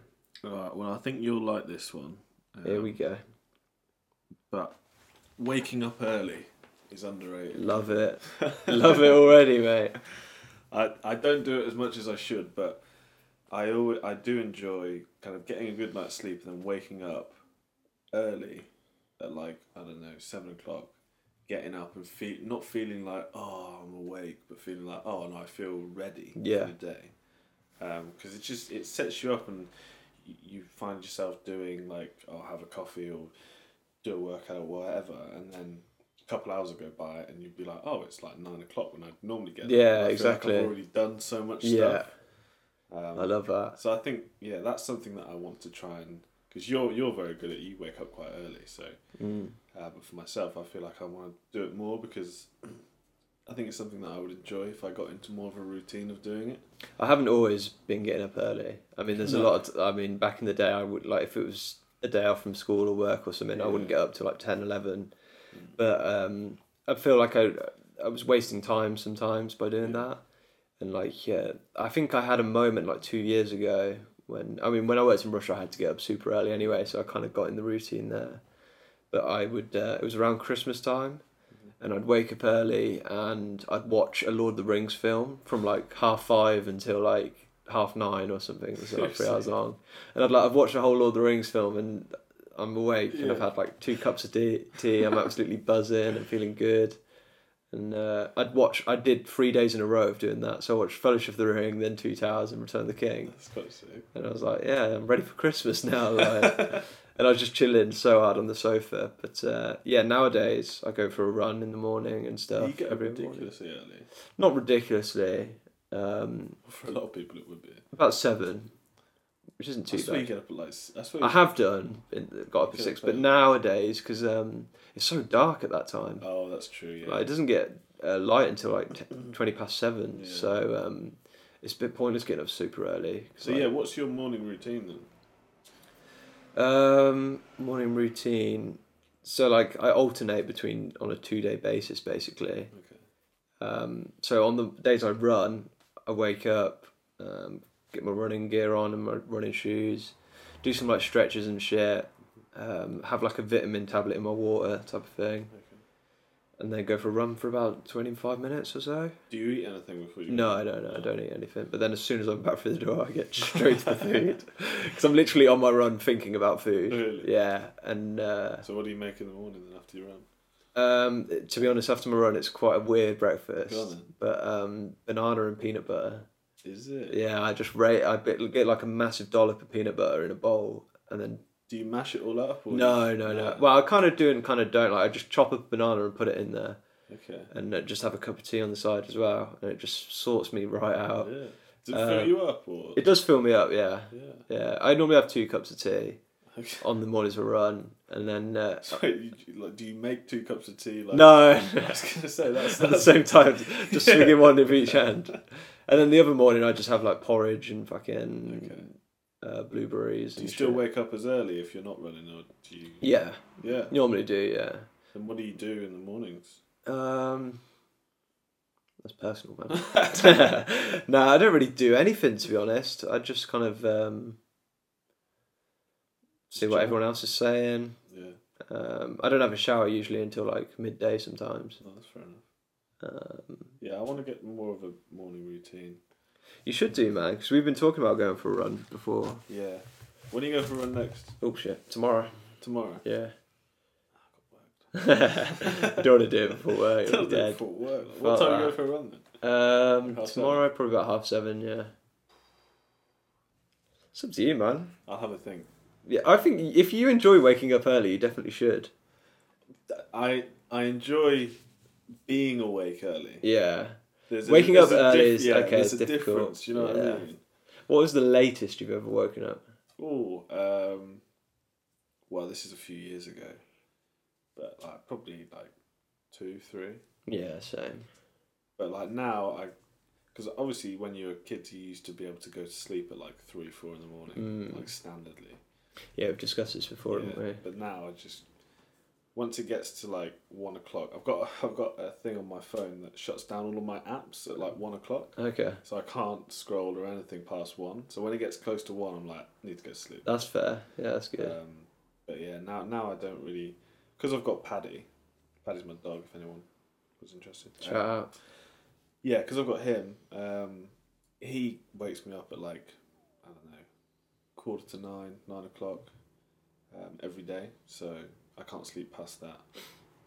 Speaker 1: All right. Well, I think you'll like this one. Um,
Speaker 2: Here we go.
Speaker 1: But waking up early is underrated. (laughs)
Speaker 2: Love it. Love it already, mate.
Speaker 1: I, I don't do it as much as I should, but I always, I do enjoy kind of getting a good night's sleep and then waking up early at like I don't know seven o'clock, getting up and feel not feeling like oh I'm awake, but feeling like oh no I feel ready
Speaker 2: Yeah.
Speaker 1: for the day, because it just it sets you up and y- you find yourself doing like oh have a coffee or do a workout or whatever, and then. A couple hours go by and you'd be like, oh, it's like nine o'clock when I normally get. up."
Speaker 2: Yeah,
Speaker 1: I feel like
Speaker 2: exactly.
Speaker 1: I've already done so much
Speaker 2: Yeah.
Speaker 1: stuff. Um,
Speaker 2: I love that.
Speaker 1: so I think yeah, that's something that I want to try and because you're you're very good at you wake up quite early. So,
Speaker 2: Mm.
Speaker 1: uh, but for myself, I feel like I want to do it more because I think it's something that I would enjoy if I got into more of a routine of doing it.
Speaker 2: I haven't always been getting up early. I mean, there's a
Speaker 1: No.
Speaker 2: lot. Of t- I mean, back in the day, I would like if it was a day off from school or work or something, I wouldn't get up till like 10, 11. But um, I feel like I, I was wasting time sometimes by doing that. And like, yeah, I think I had a moment like two years ago when I mean, when I worked in Russia, I had to get up super early anyway, so I kind of got in the routine there. But I would. Uh, it was around Christmas time. And I'd wake up early and I'd watch a Lord of the Rings film from like half five until like half nine or something. It was like three hours long. And I'd like I've watched a whole Lord of the Rings film and I'm awake and I've
Speaker 1: Yeah.
Speaker 2: had like two cups of tea. tea. I'm absolutely buzzing and feeling good. And uh, I'd watch. I did three days in a row of doing that. So I watched Fellowship of the Ring, then Two Towers, and Return of the King.
Speaker 1: That's quite sick.
Speaker 2: And I was like, yeah, I'm ready for
Speaker 1: (laughs)
Speaker 2: Christmas now. Like, and I was just chilling so hard on the sofa. But uh, yeah, nowadays I go for a run in the morning and stuff.
Speaker 1: you get up
Speaker 2: every morning.
Speaker 1: ridiculously early.
Speaker 2: Not ridiculously. Um,
Speaker 1: For a lot of people, it would be.
Speaker 2: about seven, which isn't too
Speaker 1: I swear you
Speaker 2: bad.
Speaker 1: get up at like s- I swear.
Speaker 2: I
Speaker 1: you-
Speaker 2: have done, been- got up at
Speaker 1: Okay,
Speaker 2: six,
Speaker 1: fair.
Speaker 2: but nowadays, because um, it's so dark at that time,
Speaker 1: Oh, that's true. Yeah.
Speaker 2: like, it doesn't get uh, light until like t- 20 past seven.
Speaker 1: Mm. Yeah.
Speaker 2: So um, it's a bit pointless getting up super early. 'cause,
Speaker 1: so
Speaker 2: like,
Speaker 1: yeah, what's your morning routine then?
Speaker 2: Um, morning routine. So like I alternate between on a two day basis basically.
Speaker 1: Okay.
Speaker 2: Um, so on the days I run, I wake up, um, get my running gear on and my running shoes, do some like stretches and shit. Um, have like a vitamin tablet in my water type of thing,
Speaker 1: Okay.
Speaker 2: and then go for a run for about twenty five minutes or so.
Speaker 1: Do you eat anything before you?
Speaker 2: No, I don't know. I don't eat anything. But then as soon as I'm back through the door, I get straight to
Speaker 1: (laughs)
Speaker 2: the food because I'm literally on my run thinking about food.
Speaker 1: Really?
Speaker 2: Yeah, and uh,
Speaker 1: So what do you make in the morning then after you run?
Speaker 2: um, to be honest, after my run, it's quite a weird breakfast.
Speaker 1: Go on then.
Speaker 2: But um, banana and peanut butter.
Speaker 1: Is it?
Speaker 2: Yeah, I just rate. I bit, get like a massive dollop of peanut butter in a bowl, and then
Speaker 1: Do you mash it all up? Or
Speaker 2: no, no, no. Well, I kind of do and kind of don't. Like, I just chop a banana and put it in there,
Speaker 1: Okay.
Speaker 2: and uh, just have a cup of tea on the side as well, and it just sorts me right out.
Speaker 1: Yeah. Does it fill you up or?
Speaker 2: uh, It does fill me up. Yeah,
Speaker 1: yeah.
Speaker 2: yeah. I normally have two cups of tea
Speaker 1: Okay. (laughs)
Speaker 2: on the mornings of a run, and then uh,
Speaker 1: So you, you- like, do you make two cups of tea? Like, (laughs)
Speaker 2: no. (laughs)
Speaker 1: I was gonna say that's
Speaker 2: at the
Speaker 1: that's
Speaker 2: same time, just swinging one of each hand. And then the other morning, I just have like porridge and
Speaker 1: okay.
Speaker 2: fucking uh, blueberries.
Speaker 1: Do
Speaker 2: And
Speaker 1: you still
Speaker 2: shit.
Speaker 1: wake up as early if you're not running, or do you?
Speaker 2: Yeah,
Speaker 1: Yeah.
Speaker 2: normally do.
Speaker 1: Then what do you do in the mornings?
Speaker 2: Yeah, um, that's personal, man.
Speaker 1: (laughs)
Speaker 2: (laughs) no, I don't really do anything to be honest. I just kind of um, see what
Speaker 1: Chill.
Speaker 2: everyone else is saying.
Speaker 1: Yeah.
Speaker 2: Um, I don't have a shower usually until like midday sometimes.
Speaker 1: No, Oh, that's fair enough.
Speaker 2: Um,
Speaker 1: Yeah, I want to get more of a morning routine.
Speaker 2: you should do, man, because we've been talking about going for a run before.
Speaker 1: Yeah. When do you go for a run next?
Speaker 2: Oh shit, tomorrow.
Speaker 1: Tomorrow.
Speaker 2: Yeah.
Speaker 1: I
Speaker 2: (laughs) don't want to do it before work.
Speaker 1: got
Speaker 2: It'll
Speaker 1: work.
Speaker 2: be dead.
Speaker 1: For work. Like,
Speaker 2: Fuck
Speaker 1: What time do you
Speaker 2: that.
Speaker 1: go for a run then?
Speaker 2: Um,
Speaker 1: Half
Speaker 2: tomorrow probably about half seven. Yeah. It's up to you, man.
Speaker 1: I'll have a think.
Speaker 2: Yeah, I think if you enjoy waking up early, you definitely should.
Speaker 1: I I enjoy being awake early.
Speaker 2: Yeah.
Speaker 1: There's
Speaker 2: Waking
Speaker 1: there's
Speaker 2: up early is-
Speaker 1: yeah,
Speaker 2: okay,
Speaker 1: There's a
Speaker 2: it's difficult.
Speaker 1: difference. You know what
Speaker 2: Yeah.
Speaker 1: I mean?
Speaker 2: What was the latest you've ever woken up?
Speaker 1: Oh, um, well, this is a few years ago, but like probably like two, three.
Speaker 2: Yeah, same.
Speaker 1: But like now, I because obviously when you're a kid, you used to be able to go to sleep at like three, four in the morning,
Speaker 2: Mm.
Speaker 1: like standardly.
Speaker 2: Yeah, we've discussed this before, haven't
Speaker 1: Yeah,
Speaker 2: we?
Speaker 1: But now I just once it gets to like one o'clock, I've got (laughs) I've got a thing on my phone that shuts down all of my apps at like one o'clock,
Speaker 2: Okay,
Speaker 1: so I can't scroll or anything past one. So when it gets close to one, I'm like, need to go to sleep.
Speaker 2: Uh, that's fair. Yeah, that's good.
Speaker 1: Um, but yeah, now now I don't really because I've got Paddy. Paddy's my dog. If anyone was interested.
Speaker 2: Shout out.
Speaker 1: Yeah, because I've got him. Um, he wakes me up at like I don't know, quarter to nine, nine o'clock um, every day. So I can't sleep past that.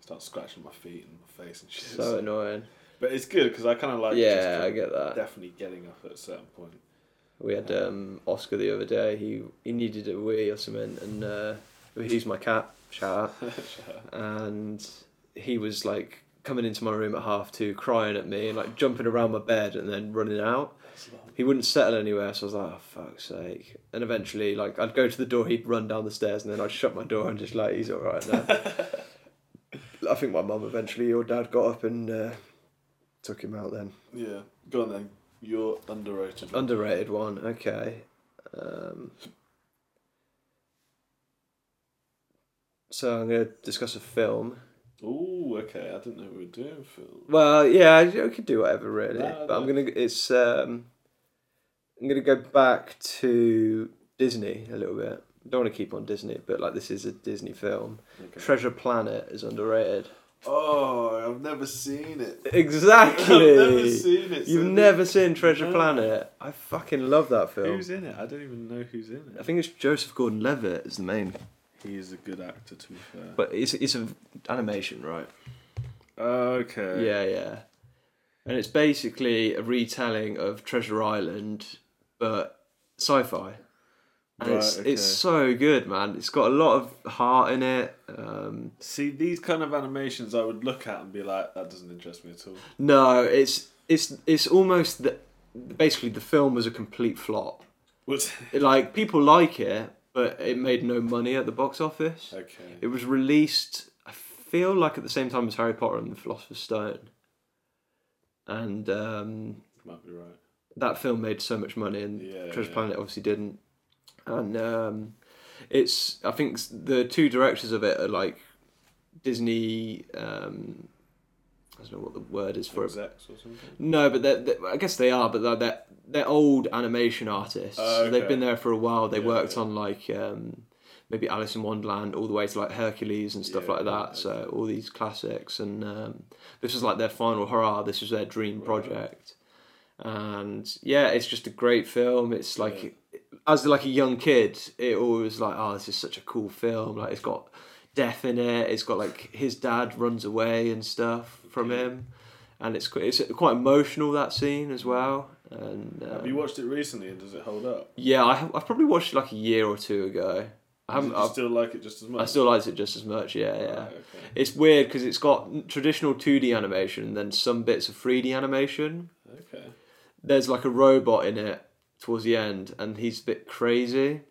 Speaker 1: Start scratching my feet and my face and shit.
Speaker 2: So annoying.
Speaker 1: but it's good because I kind of like
Speaker 2: yeah, I
Speaker 1: just
Speaker 2: get that.
Speaker 1: definitely getting up at a certain point.
Speaker 2: We had um, Oscar the other day. He he needed a wee or something, and uh, he's my cat. (laughs) Shout out. and he was like coming into my room at half two, crying at me, and like jumping around my bed, and then running out. He wouldn't settle anywhere, so I was like, "Oh fuck's sake!" And eventually, like I'd go to the door, he'd run down the stairs, and then I'd shut my door and just like, "He's all right (laughs) now." I think my mum eventually or dad got up and uh, took him out. Then
Speaker 1: Yeah, go on then. You're underrated. one.
Speaker 2: Underrated one, okay. Um, so I'm going to discuss a film.
Speaker 1: Ooh, okay. I didn't know we were doing film.
Speaker 2: Well, yeah, I I could do whatever really,
Speaker 1: No,
Speaker 2: but I'm
Speaker 1: no.
Speaker 2: gonna. It's um, I'm gonna go back to Disney a little bit. I don't want to keep on Disney, but like this is a Disney film.
Speaker 1: Okay.
Speaker 2: Treasure Planet is
Speaker 1: (laughs)
Speaker 2: underrated.
Speaker 1: Oh, I've never seen it.
Speaker 2: Exactly.
Speaker 1: I've never seen it.
Speaker 2: You've
Speaker 1: so-
Speaker 2: never seen Treasure
Speaker 1: No.
Speaker 2: Planet. I fucking love that film.
Speaker 1: Who's in it? I don't even know who's in
Speaker 2: I
Speaker 1: it.
Speaker 2: think it's Joseph Gordon-Levitt is the main
Speaker 1: He is a good actor, to be fair.
Speaker 2: But it's it's an animation, right?
Speaker 1: Okay.
Speaker 2: Yeah, yeah. And it's basically a retelling of Treasure Island, but sci-fi. And it's
Speaker 1: Right,
Speaker 2: it's
Speaker 1: okay.
Speaker 2: so good, man. It's got a lot of heart in it. Um,
Speaker 1: See, these kind of animations I would look at and be like, that doesn't interest me at all.
Speaker 2: no, it's it's it's almost the, basically the film was a complete flop.
Speaker 1: What?
Speaker 2: It, like people like it, but it made no money at the box office.
Speaker 1: (laughs) Okay.
Speaker 2: It was released, I feel like at the same time as Harry Potter and the Philosopher's Stone. And um,
Speaker 1: Might be right.
Speaker 2: that film made so much money, and
Speaker 1: Yeah,
Speaker 2: Treasure
Speaker 1: yeah.
Speaker 2: Planet obviously didn't. And um, it's I think s- the two directors of it are like Disney. Um, I don't know what the word is for it.
Speaker 1: Execs or something.
Speaker 2: No, but they're, they I guess they are, but they're, they're, they're old animation artists.
Speaker 1: Oh,
Speaker 2: They've
Speaker 1: okay.
Speaker 2: been there for a while. They
Speaker 1: Yeah,
Speaker 2: worked
Speaker 1: yeah.
Speaker 2: on like um, maybe Alice in Wonderland all the way to like Hercules and stuff
Speaker 1: Yeah,
Speaker 2: like that.
Speaker 1: okay.
Speaker 2: So all these classics, and um, this was like their final hurrah. This was their dream
Speaker 1: Right.
Speaker 2: project, and yeah, it's just a great film. It's like
Speaker 1: Yeah.
Speaker 2: as like a young kid, it always like oh, this is such a cool film. Like it's got death in it. It's got like his dad runs away and stuff from
Speaker 1: Okay.
Speaker 2: him, and it's qu- it's quite emotional that scene as well. And
Speaker 1: Have
Speaker 2: um,
Speaker 1: you watched it recently and does it hold up?
Speaker 2: yeah, I have, I've probably watched it like a year or two ago. I
Speaker 1: Does it
Speaker 2: haven't.
Speaker 1: you
Speaker 2: I've,
Speaker 1: still like it just as much?
Speaker 2: I still liked it just as much. Yeah, yeah.
Speaker 1: Right, okay.
Speaker 2: It's weird because it's got traditional 2D animation and then some bits of 3D animation.
Speaker 1: Okay.
Speaker 2: There's like a robot in it towards the end, and he's a bit crazy,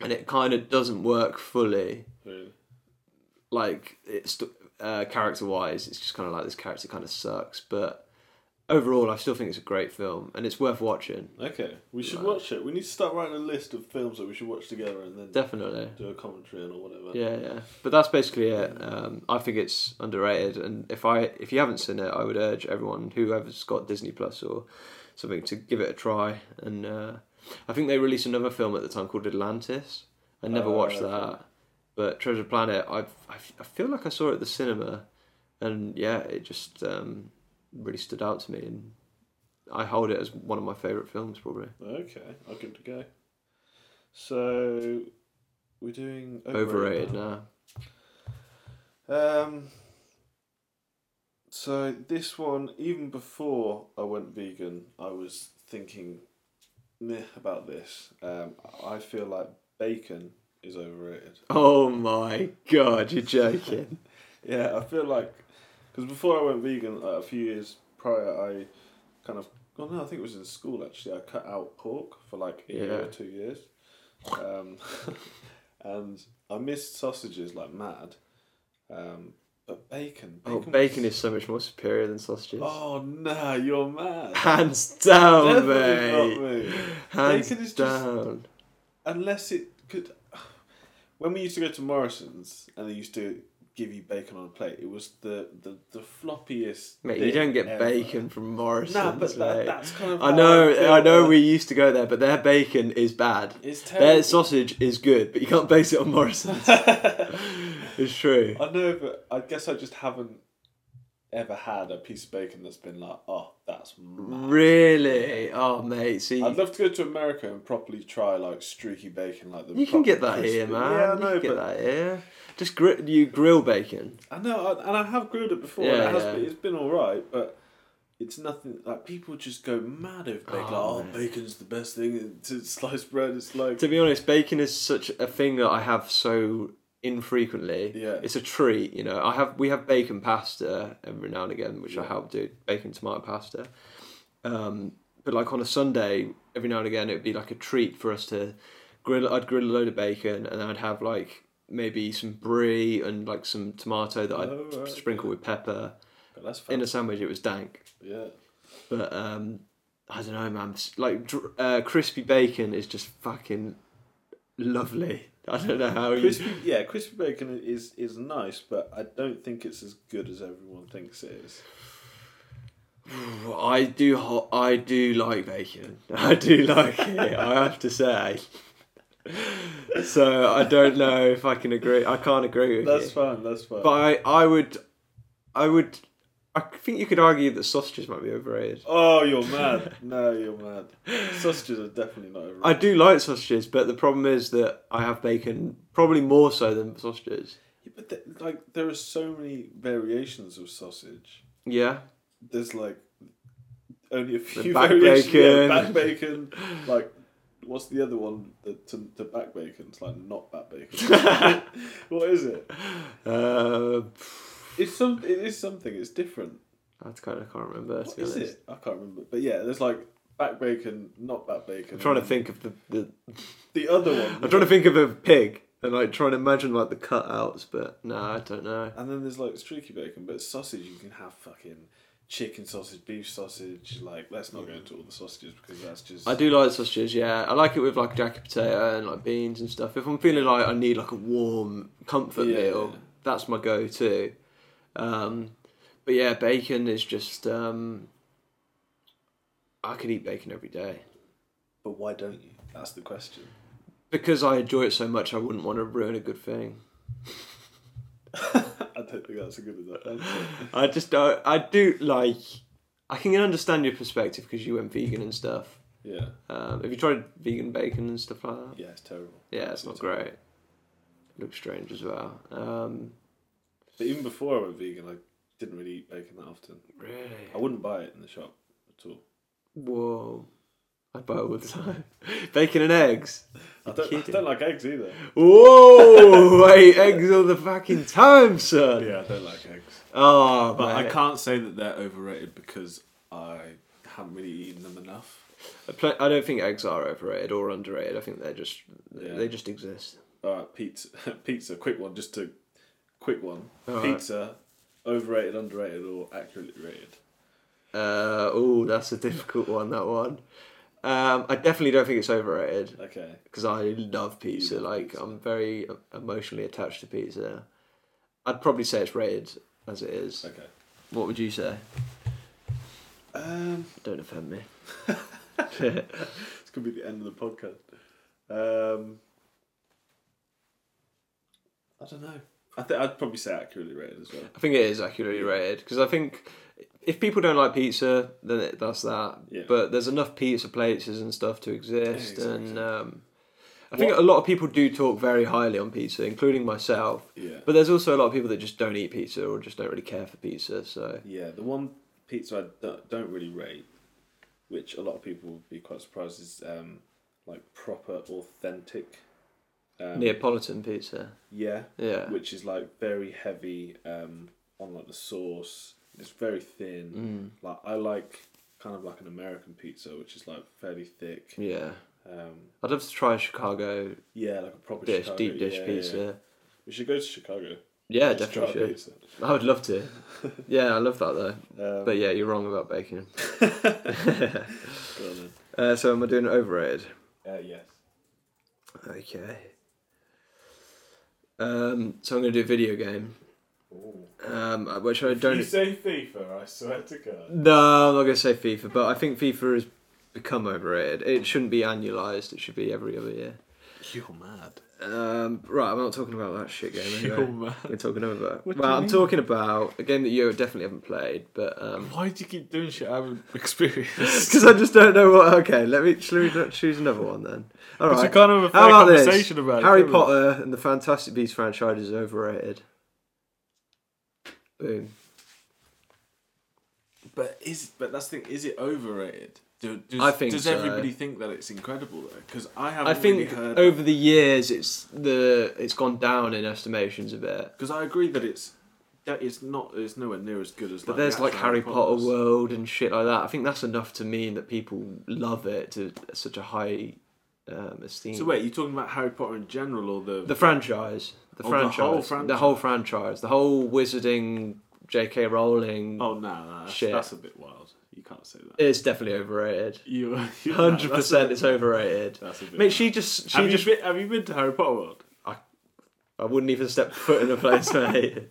Speaker 2: and it kind of doesn't work fully.
Speaker 1: Really?
Speaker 2: Like it's uh, character wise, it's just kind of like this character kind of sucks. But overall, I still think it's a great film, and it's worth watching.
Speaker 1: Okay. We should
Speaker 2: Right.
Speaker 1: watch it. We need to start writing a list of films that we should watch together and then
Speaker 2: Definitely.
Speaker 1: do a commentary on or whatever.
Speaker 2: Yeah, yeah. But that's basically it. Um, I think it's underrated, and if I if you haven't seen it, I would urge everyone whoever's got Disney Plus or something to give it a try. And uh, I think they released another film at the time called Atlantis. I never
Speaker 1: Oh,
Speaker 2: watched
Speaker 1: okay.
Speaker 2: that, but Treasure Planet. I I feel like I saw it at the cinema, and yeah, it just um, really stood out to me, and I hold it as one of my favorite films probably.
Speaker 1: Okay, I'll give it a go. So we're doing
Speaker 2: Overrated now.
Speaker 1: Um. So this one, even before I went vegan, I was thinking meh about this. Um, I feel like bacon is overrated.
Speaker 2: Oh my god, you're joking.
Speaker 1: Yeah, I feel like because before I went vegan, like, a few years prior, I kind of well, no, I think it was in school actually. I cut out pork for like a year
Speaker 2: Yeah.
Speaker 1: or two years, um, (laughs) and I missed sausages like mad. Um, but bacon,
Speaker 2: Oh, bacon is so much more superior than sausages.
Speaker 1: Oh no, you're mad. (laughs)
Speaker 2: (laughs) Hands down,
Speaker 1: Definitely
Speaker 2: Oh, mate.
Speaker 1: not me.
Speaker 2: Hands
Speaker 1: Bacon is just-
Speaker 2: down.
Speaker 1: Unless it could. When we used to go to Morrison's and they used to give you bacon on a plate. It was the the, the floppiest.
Speaker 2: Mate, you
Speaker 1: bit
Speaker 2: don't get
Speaker 1: ever.
Speaker 2: bacon from Morrison's.
Speaker 1: No, but that,
Speaker 2: mate.
Speaker 1: that's kind of.
Speaker 2: I
Speaker 1: how
Speaker 2: know,
Speaker 1: feel
Speaker 2: I know.
Speaker 1: about-
Speaker 2: We used to go there, but their bacon is bad.
Speaker 1: It's
Speaker 2: (laughs) Their
Speaker 1: terrible.
Speaker 2: sausage is good, but you can't base it
Speaker 1: (laughs)
Speaker 2: on Morrison's. it's true.
Speaker 1: I know, but I guess I just haven't ever had a piece of bacon that's been like, oh, that's. mad."
Speaker 2: Really? Oh, mate. See,
Speaker 1: I'd love to go to America and properly try like streaky bacon, like the.
Speaker 2: you can get
Speaker 1: proper
Speaker 2: that here,
Speaker 1: crispy-
Speaker 2: man.
Speaker 1: Yeah, I
Speaker 2: you
Speaker 1: know,
Speaker 2: can get
Speaker 1: but
Speaker 2: that here. Just gri- you grill bacon.
Speaker 1: I know, I, and I have grilled it before. and
Speaker 2: Yeah,
Speaker 1: it has
Speaker 2: yeah.
Speaker 1: been, it's been all right, but it's nothing. Like people just go mad if bacon. like,
Speaker 2: Oh,
Speaker 1: oh, bacon's the best thing to (laughs) slice bread. It's like
Speaker 2: To be honest, bacon is such a thing that I have so infrequently.
Speaker 1: (laughs) Yeah.
Speaker 2: It's a treat, you know. I have we have bacon pasta every now and again, which I help do bacon tomato pasta. Um, but like on a Sunday, every now and again, it would be like a treat for us to grill. I'd grill a load of bacon, and then I'd have like maybe some brie and like some tomato that I'd
Speaker 1: Oh, right.
Speaker 2: sprinkle with pepper
Speaker 1: God, that's
Speaker 2: in
Speaker 1: fun.
Speaker 2: a sandwich. It was dank, (laughs)
Speaker 1: yeah,
Speaker 2: but um, I don't know, man. It's Like dr- uh, crispy bacon is just fucking lovely. I don't know how you.
Speaker 1: crispy. Yeah, crispy bacon is is nice, but I don't think it's as good as everyone thinks it is.
Speaker 2: I do. Ho- I do like bacon. (laughs) I do like it. I have to say. So I don't know if I can agree. I can't agree with
Speaker 1: That's
Speaker 2: you.
Speaker 1: fine. That's fine.
Speaker 2: But I, I would, I would, I think you could argue that sausages might be overrated.
Speaker 1: oh, you're mad. No, you're mad. Sausages are definitely not. Overrated.
Speaker 2: I do like sausages, but the problem is that I have bacon probably more so than sausages.
Speaker 1: Yeah, but th- like, there are so many variations of sausage.
Speaker 2: Yeah.
Speaker 1: there's like only a few
Speaker 2: back
Speaker 1: variations. Yeah,
Speaker 2: bacon. (laughs)
Speaker 1: back bacon. Like, what's the other one? The, to, the back bacon. It's like not back
Speaker 2: (laughs)
Speaker 1: bacon. (laughs) what is it?
Speaker 2: Uh,
Speaker 1: It's some. It is something. It's different.
Speaker 2: I kind of can't remember. To
Speaker 1: What
Speaker 2: be
Speaker 1: is
Speaker 2: honest.
Speaker 1: it? I can't remember. But yeah, there's like back bacon, not back bacon.
Speaker 2: I'm trying to think of the, the.
Speaker 1: The other one.
Speaker 2: I'm trying to think of a pig and like trying to imagine like the cutouts, but no, I don't know.
Speaker 1: And then there's like streaky bacon, but sausage you can have fucking chicken sausage, beef sausage. Like, let's not go into all the sausages because that's just.
Speaker 2: I do like sausages, yeah. I like it with like jacket potato and like beans and stuff. If I'm feeling like I need like a warm comfort
Speaker 1: Yeah.
Speaker 2: meal, that's my go-to. Um, but yeah, bacon is just. Um, I could eat bacon every day
Speaker 1: But why don't you? That's the question. (laughs)
Speaker 2: because I enjoy it so much. I wouldn't want to ruin a good thing.
Speaker 1: I don't think that's a good enough answer.
Speaker 2: I just don't. I do like. I can understand your perspective because you went vegan and stuff.
Speaker 1: Yeah.
Speaker 2: Um, have you tried vegan bacon and stuff like that?
Speaker 1: Yeah, it's terrible.
Speaker 2: Yeah, it's not great. It looks strange as well. Um,
Speaker 1: But even before I went vegan, I didn't really eat bacon that often. I
Speaker 2: really?
Speaker 1: wouldn't buy it in the shop at all.
Speaker 2: Whoa. I buy it all the time. (laughs) bacon and eggs.
Speaker 1: I don't, I
Speaker 2: kidding.
Speaker 1: don't like eggs either.
Speaker 2: Whoa! I eat eggs all the fucking time, son.
Speaker 1: Yeah, I don't like eggs.
Speaker 2: Oh,
Speaker 1: But I
Speaker 2: mate.
Speaker 1: can't say that they're overrated because I haven't really eaten them enough.
Speaker 2: I, pl- I don't think eggs are overrated or underrated. I think they're just
Speaker 1: Yeah.
Speaker 2: they just exist.
Speaker 1: All right, Uh, pizza, (laughs) pizza, quick one, just a quick one.
Speaker 2: All right.
Speaker 1: pizza, overrated, underrated, or accurately rated?
Speaker 2: Uh, oh, that's a difficult one. That one. Um, I definitely don't think it's overrated.
Speaker 1: Okay.
Speaker 2: because I love pizza.
Speaker 1: love
Speaker 2: like
Speaker 1: pizza.
Speaker 2: I'm very e-, emotionally attached to pizza. I'd probably say it's rated as it is.
Speaker 1: Okay.
Speaker 2: What would you say?
Speaker 1: Um,
Speaker 2: Don't offend me.
Speaker 1: It's gonna be the end of the podcast. Um, I don't know. I think I'd probably say accurately rated as well.
Speaker 2: I think it is accurately rated because I think if people don't like pizza, then it, that's that.
Speaker 1: Yeah.
Speaker 2: But there's enough pizza places and stuff to exist,
Speaker 1: exactly.
Speaker 2: and um, I think a lot of people do talk very highly on pizza, including myself.
Speaker 1: Yeah.
Speaker 2: But there's also a lot of people that just don't eat pizza or just don't really care for pizza. So
Speaker 1: yeah, the one pizza I don't, don't really rate, which a lot of people would be quite surprised, is um, like proper authentic. Um,
Speaker 2: Neapolitan pizza,
Speaker 1: Yeah.
Speaker 2: yeah,
Speaker 1: Which is like very heavy um, on like the sauce. It's very
Speaker 2: Mm.
Speaker 1: thin. Like I like kind of like an American pizza, which is like fairly thick.
Speaker 2: yeah.
Speaker 1: Um,
Speaker 2: I'd love to try a Chicago
Speaker 1: yeah, like a proper
Speaker 2: dish,
Speaker 1: Chicago-
Speaker 2: deep dish
Speaker 1: yeah, yeah.
Speaker 2: pizza. Yeah,
Speaker 1: We should go to Chicago. Just try
Speaker 2: definitely.
Speaker 1: pizza.
Speaker 2: Should. I would
Speaker 1: (laughs)
Speaker 2: love to. Yeah, I love that though.
Speaker 1: Um,
Speaker 2: But yeah, you're wrong about bacon.
Speaker 1: go on then.
Speaker 2: Uh, so am I doing it overrated?
Speaker 1: Uh, yes.
Speaker 2: Okay. Um, so I'm gonna do a video game. um, which I
Speaker 1: you
Speaker 2: don't.
Speaker 1: say FIFA, I swear to God.
Speaker 2: No, I'm not going to say FIFA, but I think FIFA has become overrated. It shouldn't be annualised. It should be every other year.
Speaker 1: You're mad.
Speaker 2: Um, right, I'm not talking about that shit
Speaker 1: (laughs)
Speaker 2: game.
Speaker 1: You're
Speaker 2: Anyway.
Speaker 1: mad.
Speaker 2: We're talking about.
Speaker 1: What do
Speaker 2: well,
Speaker 1: you
Speaker 2: I'm
Speaker 1: mean?
Speaker 2: talking about a game that you definitely haven't played, but um
Speaker 1: Why do you keep doing shit I haven't (laughs) experienced?
Speaker 2: because I just don't know what. Okay, let me, shall we not choose another one then.
Speaker 1: (laughs)
Speaker 2: All
Speaker 1: It's a
Speaker 2: right.
Speaker 1: kind of a fair
Speaker 2: How about this?
Speaker 1: conversation about it,
Speaker 2: Harry
Speaker 1: isn't it?
Speaker 2: Potter and the Fantastic Beasts franchise is overrated. Boom.
Speaker 1: But is but that's the thing. Is it overrated? Do, does,
Speaker 2: I think
Speaker 1: does
Speaker 2: so.
Speaker 1: everybody think that it's incredible though? Because I haven't
Speaker 2: I think
Speaker 1: really heard.
Speaker 2: over the years, it's the it's gone down in estimations a bit.
Speaker 1: Because I agree that it's that it's not it's nowhere near as good as.
Speaker 2: But
Speaker 1: the
Speaker 2: there's like
Speaker 1: actual
Speaker 2: Harry Potter
Speaker 1: Potters.
Speaker 2: World and shit like that. I think that's enough to mean that people love it to such a high um, esteem.
Speaker 1: So wait, you talking about Harry Potter in general or the?
Speaker 2: the franchise,
Speaker 1: Oh,
Speaker 2: the
Speaker 1: the
Speaker 2: franchise,
Speaker 1: whole
Speaker 2: the whole franchise, the whole wizarding J.K. Rowling
Speaker 1: oh no, no that's,
Speaker 2: Shit.
Speaker 1: that's a bit wild. You can't say that.
Speaker 2: is definitely overrated.
Speaker 1: You (laughs)
Speaker 2: Hundred percent, it's overrated.
Speaker 1: That's a bit.
Speaker 2: Mate, she just she
Speaker 1: have
Speaker 2: just.
Speaker 1: you been, have you been to Harry Potter
Speaker 2: (laughs)
Speaker 1: World?
Speaker 2: I wouldn't even step foot in
Speaker 1: (laughs)
Speaker 2: a place, mate.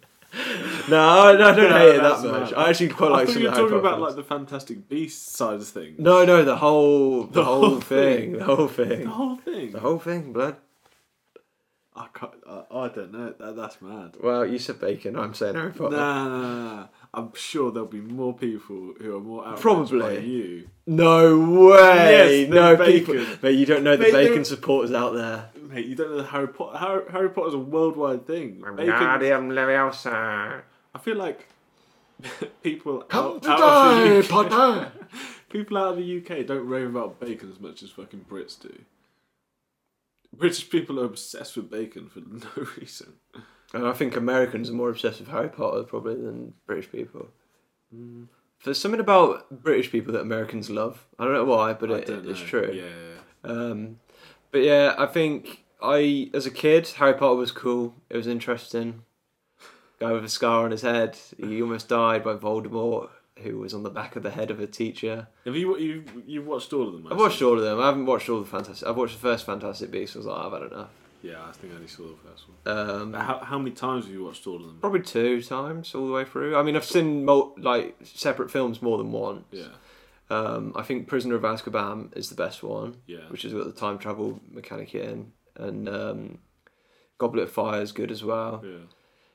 Speaker 2: No, I, no, I don't
Speaker 1: No,
Speaker 2: hate it that
Speaker 1: that's
Speaker 2: much.
Speaker 1: mad.
Speaker 2: I actually quite
Speaker 1: I
Speaker 2: like
Speaker 1: thought
Speaker 2: some
Speaker 1: you
Speaker 2: of
Speaker 1: were
Speaker 2: the Harry
Speaker 1: talking
Speaker 2: Potter
Speaker 1: about
Speaker 2: films.
Speaker 1: like the Fantastic Beast side of things.
Speaker 2: No, no,
Speaker 1: (laughs)
Speaker 2: the whole, the, whole,
Speaker 1: whole
Speaker 2: thing,
Speaker 1: thing.
Speaker 2: the whole thing,
Speaker 1: the whole thing.
Speaker 2: the whole thing, blood.
Speaker 1: I can't. I, I don't know. That, that's mad.
Speaker 2: Well, you said bacon. I'm saying Harry
Speaker 1: Nah,
Speaker 2: Potter.
Speaker 1: nah, nah, nah. I'm sure there'll be more people who are more outraged
Speaker 2: Probably.
Speaker 1: by you.
Speaker 2: No way.
Speaker 1: Yes, the
Speaker 2: no
Speaker 1: bacon.
Speaker 2: people. But you don't know the
Speaker 1: Mate,
Speaker 2: bacon
Speaker 1: they're-
Speaker 2: supporters out there.
Speaker 1: Mate, you don't know the Harry Potter. Harry, Harry Potter's a worldwide thing. Bacon-
Speaker 2: Leviosa.
Speaker 1: I feel like (laughs) people
Speaker 2: Come
Speaker 1: out,
Speaker 2: to
Speaker 1: out of the (laughs)
Speaker 2: die,
Speaker 1: UK,
Speaker 2: (laughs) Potter.
Speaker 1: people out of the UK don't rave about bacon as much as fucking Brits do. British people are obsessed with bacon for (laughs) no reason.
Speaker 2: And I think Americans are more obsessed with Harry Potter probably than British people.
Speaker 1: Mm.
Speaker 2: There's something about British people that Americans love. I don't know why, but
Speaker 1: I
Speaker 2: it,
Speaker 1: don't
Speaker 2: it's
Speaker 1: know.
Speaker 2: true.
Speaker 1: Yeah.
Speaker 2: Um, but yeah, I think I, as a kid, Harry Potter was cool. It was interesting. Guy with a scar on his head. He almost died by Voldemort, who was on the back of the head of a teacher.
Speaker 1: Have you you you've watched all of them? I
Speaker 2: I've watched
Speaker 1: assume?
Speaker 2: all of them. I haven't watched all the Fantastic. I've watched the first Fantastic Beasts. I was like, "Oh, I've had enough.
Speaker 1: Yeah, I think I only saw the first one.
Speaker 2: Um,
Speaker 1: But How, how many times have you watched all of them?
Speaker 2: probably two times all the way through. I mean, I've seen mul- like separate films more than once.
Speaker 1: Yeah,
Speaker 2: Um, I think Prisoner of Azkaban is the best one.
Speaker 1: yeah.
Speaker 2: which has got the time travel mechanic in, and um, Goblet of Fire is good as well.
Speaker 1: Yeah,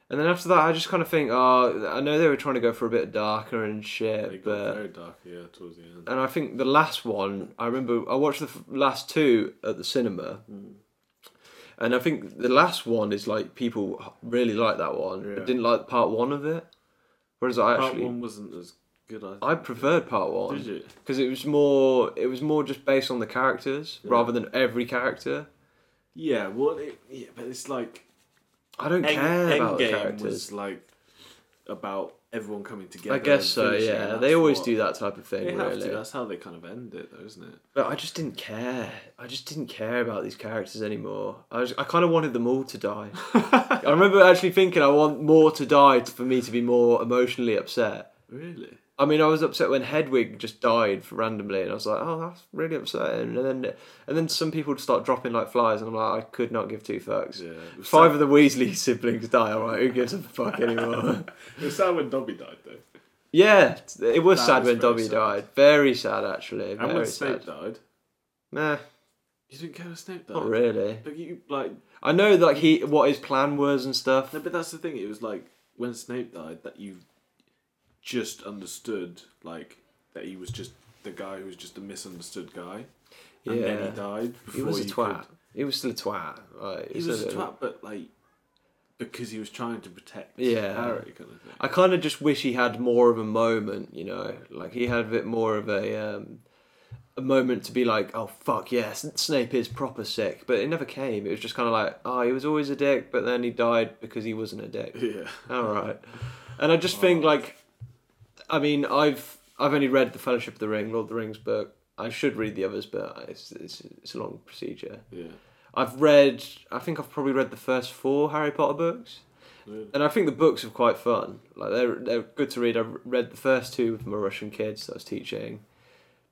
Speaker 2: And then after that, I just kind of think, oh, I know they were trying to go for a bit darker and
Speaker 1: they got
Speaker 2: shit, but
Speaker 1: very dark. Yeah, towards the end.
Speaker 2: and I think the last one, I remember I watched the f- last two at the cinema,
Speaker 1: Hmm.
Speaker 2: and I think the last one is like people h- really like that one,
Speaker 1: Yeah.
Speaker 2: but didn't like part one of it. Whereas I
Speaker 1: Part
Speaker 2: actually,
Speaker 1: one wasn't as good. I,
Speaker 2: I preferred part one
Speaker 1: did you?
Speaker 2: because it was more, it was more just based on the characters
Speaker 1: Yeah.
Speaker 2: rather than every character.
Speaker 1: Yeah. Well, it, yeah, but it's like
Speaker 2: I don't
Speaker 1: End,
Speaker 2: care about the
Speaker 1: Endgame
Speaker 2: characters.
Speaker 1: was like about everyone coming together.
Speaker 2: I guess
Speaker 1: and
Speaker 2: so.
Speaker 1: finishing,
Speaker 2: Yeah,
Speaker 1: and
Speaker 2: they
Speaker 1: that's
Speaker 2: always
Speaker 1: what-
Speaker 2: do that type of
Speaker 1: They
Speaker 2: thing,
Speaker 1: have
Speaker 2: really.
Speaker 1: to. That's how they kind of end it, though, isn't it?
Speaker 2: But I just didn't care. I just didn't care about these characters anymore. I was, I kind of wanted them all to
Speaker 1: (laughs)
Speaker 2: die. I remember actually thinking I want more to die t- for me to be more emotionally upset.
Speaker 1: Really?
Speaker 2: I mean, I was upset when Hedwig just died randomly, and I was like, "Oh, that's really upsetting." And then, and then some people start dropping like flies, and I'm like, "I could not give two fucks."
Speaker 1: Yeah. It was
Speaker 2: Five of the Weasley (laughs) siblings die. All right, who gives a fuck
Speaker 1: (laughs)
Speaker 2: anymore?
Speaker 1: sad- It was sad when Dobby died, though.
Speaker 2: Yeah, it was
Speaker 1: That
Speaker 2: sad
Speaker 1: was
Speaker 2: when
Speaker 1: very
Speaker 2: Dobby
Speaker 1: sad.
Speaker 2: died. Very sad, actually.
Speaker 1: And when
Speaker 2: Very
Speaker 1: Snape
Speaker 2: sad.
Speaker 1: died,
Speaker 2: Nah,
Speaker 1: you didn't care when Snape died.
Speaker 2: not really.
Speaker 1: But you like
Speaker 2: I know, like he, what his plan was and stuff.
Speaker 1: No, but that's the thing. It was like when Snape died that you just understood, like that he was just the guy who was just a misunderstood guy, and then
Speaker 2: Yeah.
Speaker 1: he died. Before
Speaker 2: He was a
Speaker 1: you
Speaker 2: twat.
Speaker 1: could-
Speaker 2: He was still a twat. Like,
Speaker 1: he
Speaker 2: it's
Speaker 1: was a
Speaker 2: little-
Speaker 1: twat, but like because he was trying to protect
Speaker 2: Yeah.
Speaker 1: Harry, kind of thing.
Speaker 2: I kind of just wish he had more of a moment. You know, like he had a bit more of a. Um, a moment to be like, oh fuck yes, Snape is proper sick, but it never came. It was just kind of like, oh, he was always a dick, but then he died because he wasn't a
Speaker 1: (laughs)
Speaker 2: dick.
Speaker 1: Yeah,
Speaker 2: All right. And I just think like, I mean, I've I've only read the Fellowship of the Ring, Lord of the Rings book. I should read the others, but it's it's, it's a long procedure.
Speaker 1: yeah.
Speaker 2: I've read, I think I've probably read the first four Harry Potter books,
Speaker 1: Really.
Speaker 2: and I think the books are quite fun. Like they're they're good to read. I read the first two with my Russian kids that I was teaching,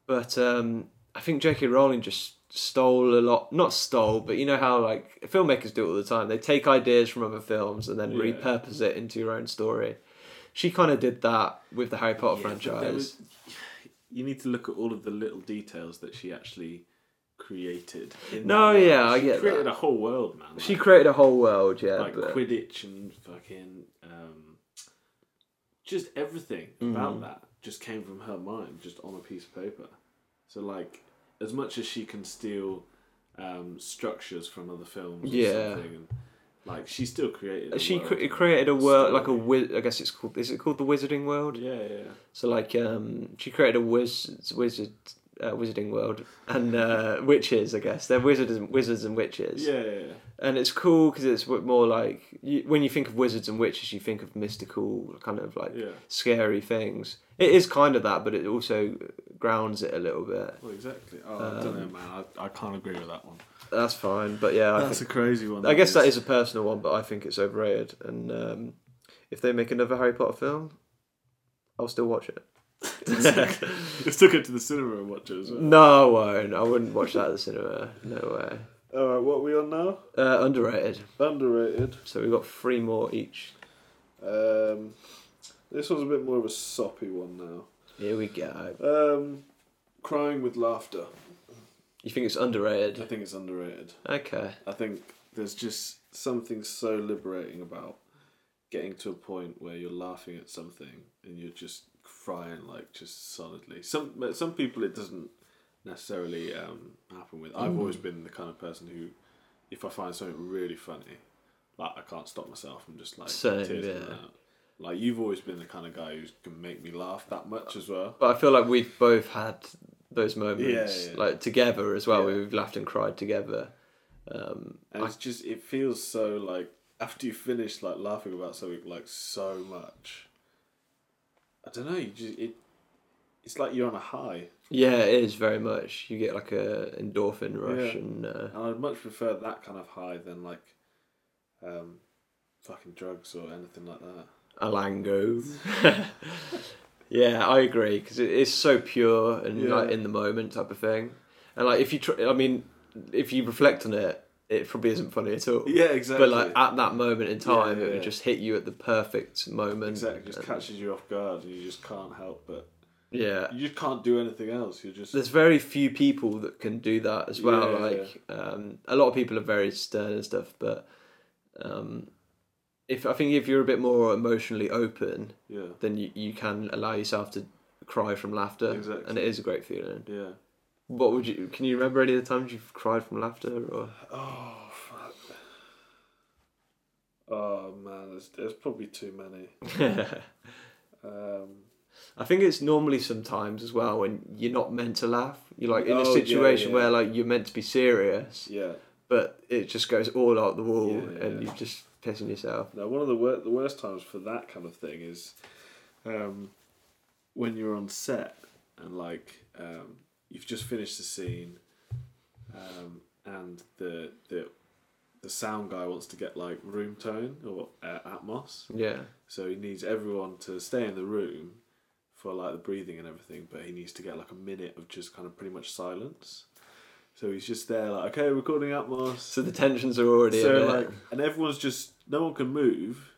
Speaker 2: but um, I think J.K. Rowling just stole a lot. Not stole, but you know how like filmmakers do it all the time. They take ideas from other films and then
Speaker 1: Yeah.
Speaker 2: repurpose it into your own story. she kind of did that with the Harry Potter
Speaker 1: Yeah, but there
Speaker 2: franchise.
Speaker 1: was- you need to look at all of the little details that she actually created. in
Speaker 2: No,
Speaker 1: that world.
Speaker 2: yeah, I
Speaker 1: she
Speaker 2: get
Speaker 1: created
Speaker 2: that.
Speaker 1: a whole world, man.
Speaker 2: She
Speaker 1: like-
Speaker 2: created a whole world, yeah.
Speaker 1: like
Speaker 2: but-
Speaker 1: Quidditch and fucking um, just everything
Speaker 2: Mm-hmm.
Speaker 1: about that just came from her mind, just on a piece of paper. So like, as much as she can steal um, structures from other films, or
Speaker 2: Yeah.
Speaker 1: something, and, like she still created. a
Speaker 2: she
Speaker 1: world.
Speaker 2: cre- created a world like a
Speaker 1: Story.
Speaker 2: wiz- I guess it's called. Is it called the Wizarding World?
Speaker 1: yeah, yeah, yeah.
Speaker 2: So like, um, she created a wiz- wizard uh, Wizarding World
Speaker 1: (laughs)
Speaker 2: and uh, witches. I guess they're wizards and wizards and witches.
Speaker 1: yeah, yeah, yeah.
Speaker 2: And it's cool because it's w- more like you, when you think of wizards and witches, you think of mystical kind of like
Speaker 1: Yeah.
Speaker 2: scary things. It is kind of that, but it also grounds it a little bit.
Speaker 1: Well, exactly. Oh, I
Speaker 2: Um,
Speaker 1: don't know, man. I, I can't agree with that one.
Speaker 2: That's fine, but yeah, I think-
Speaker 1: That's a crazy one.
Speaker 2: I guess that is a personal one, but I think it's overrated. And um, if they make another Harry Potter film, I'll still watch it.
Speaker 1: (laughs) Let's took it to the cinema and watch it as well.
Speaker 2: No, I won't. I wouldn't watch that at the cinema. No way.
Speaker 1: All right, what are we on now?
Speaker 2: Uh, underrated.
Speaker 1: Underrated.
Speaker 2: So we've got three more each.
Speaker 1: Um, this one's a bit more of a soppy one now.
Speaker 2: Here we go.
Speaker 1: Um, crying with laughter.
Speaker 2: You think it's
Speaker 1: I
Speaker 2: underrated?
Speaker 1: think it's underrated.
Speaker 2: Okay.
Speaker 1: I think there's just something so liberating about getting to a point where you're laughing at something and you're just crying like just solidly. Some but some people it doesn't necessarily um, happen with. I've always
Speaker 2: Mm.
Speaker 1: been the kind of person who, if I find something really funny, like I can't stop myself. I'm just like
Speaker 2: Same,
Speaker 1: tears coming
Speaker 2: yeah.
Speaker 1: out. Like you've always been the kind of guy who's can make me laugh that much as well.
Speaker 2: But I feel like we've both had those moments,
Speaker 1: yeah.
Speaker 2: like together as well.
Speaker 1: Yeah.
Speaker 2: We've laughed and cried together. Um,
Speaker 1: And it's just it feels so like after you finish like laughing about something like so much. I don't know. You just it. It's like you're on a high,
Speaker 2: yeah, it is very much. You get like a endorphin rush,
Speaker 1: Yeah.
Speaker 2: and uh,
Speaker 1: and I'd much prefer that kind of high than like, um, fucking drugs or anything like
Speaker 2: (laughs)
Speaker 1: that.
Speaker 2: Alango. (laughs) yeah, I agree because it is so pure and
Speaker 1: Yeah.
Speaker 2: like in the moment type of thing. And like if you, tr- I mean, if you reflect on it, it probably isn't funny at all.
Speaker 1: Yeah, exactly.
Speaker 2: But like at that moment in time,
Speaker 1: Yeah,
Speaker 2: it
Speaker 1: yeah.
Speaker 2: would just hit you at the perfect moment.
Speaker 1: exactly, just
Speaker 2: And-
Speaker 1: catches you off guard, and you just can't help but
Speaker 2: Yeah.
Speaker 1: you just can't do anything else. You're just
Speaker 2: There's very few people that can do that as well.
Speaker 1: Yeah.
Speaker 2: like um, a lot of people are very stern and stuff, but um, if I think if you're a bit more emotionally open,
Speaker 1: yeah,
Speaker 2: then you, you can allow yourself to cry from laughter
Speaker 1: Exactly.
Speaker 2: and it is a great feeling
Speaker 1: yeah.
Speaker 2: what would you can you remember any of the times you've cried from laughter
Speaker 1: (laughs)
Speaker 2: or
Speaker 1: Oh fuck. Oh man, there's, there's probably too many. Um,
Speaker 2: i think it's normally sometimes as well when you're not meant to laugh you're like in
Speaker 1: Oh,
Speaker 2: a
Speaker 1: yeah,
Speaker 2: situation
Speaker 1: yeah.
Speaker 2: where like you're meant to be serious
Speaker 1: yeah.
Speaker 2: but it just goes all out the wall
Speaker 1: Yeah, yeah.
Speaker 2: and you're just pissing yourself
Speaker 1: Now, one of the, wor- the worst times for that kind of thing is um, when you're on set and like um, you've just finished the scene, um, and the the the sound guy wants to get like room tone or uh, atmos,
Speaker 2: yeah
Speaker 1: so he needs everyone to stay in the room for like the breathing and everything, but he needs to get like a minute of just kind of pretty much silence. So he's just there, like okay, recording atmos.
Speaker 2: so the tensions are already
Speaker 1: So
Speaker 2: a bit-
Speaker 1: like, and everyone's just no one can move,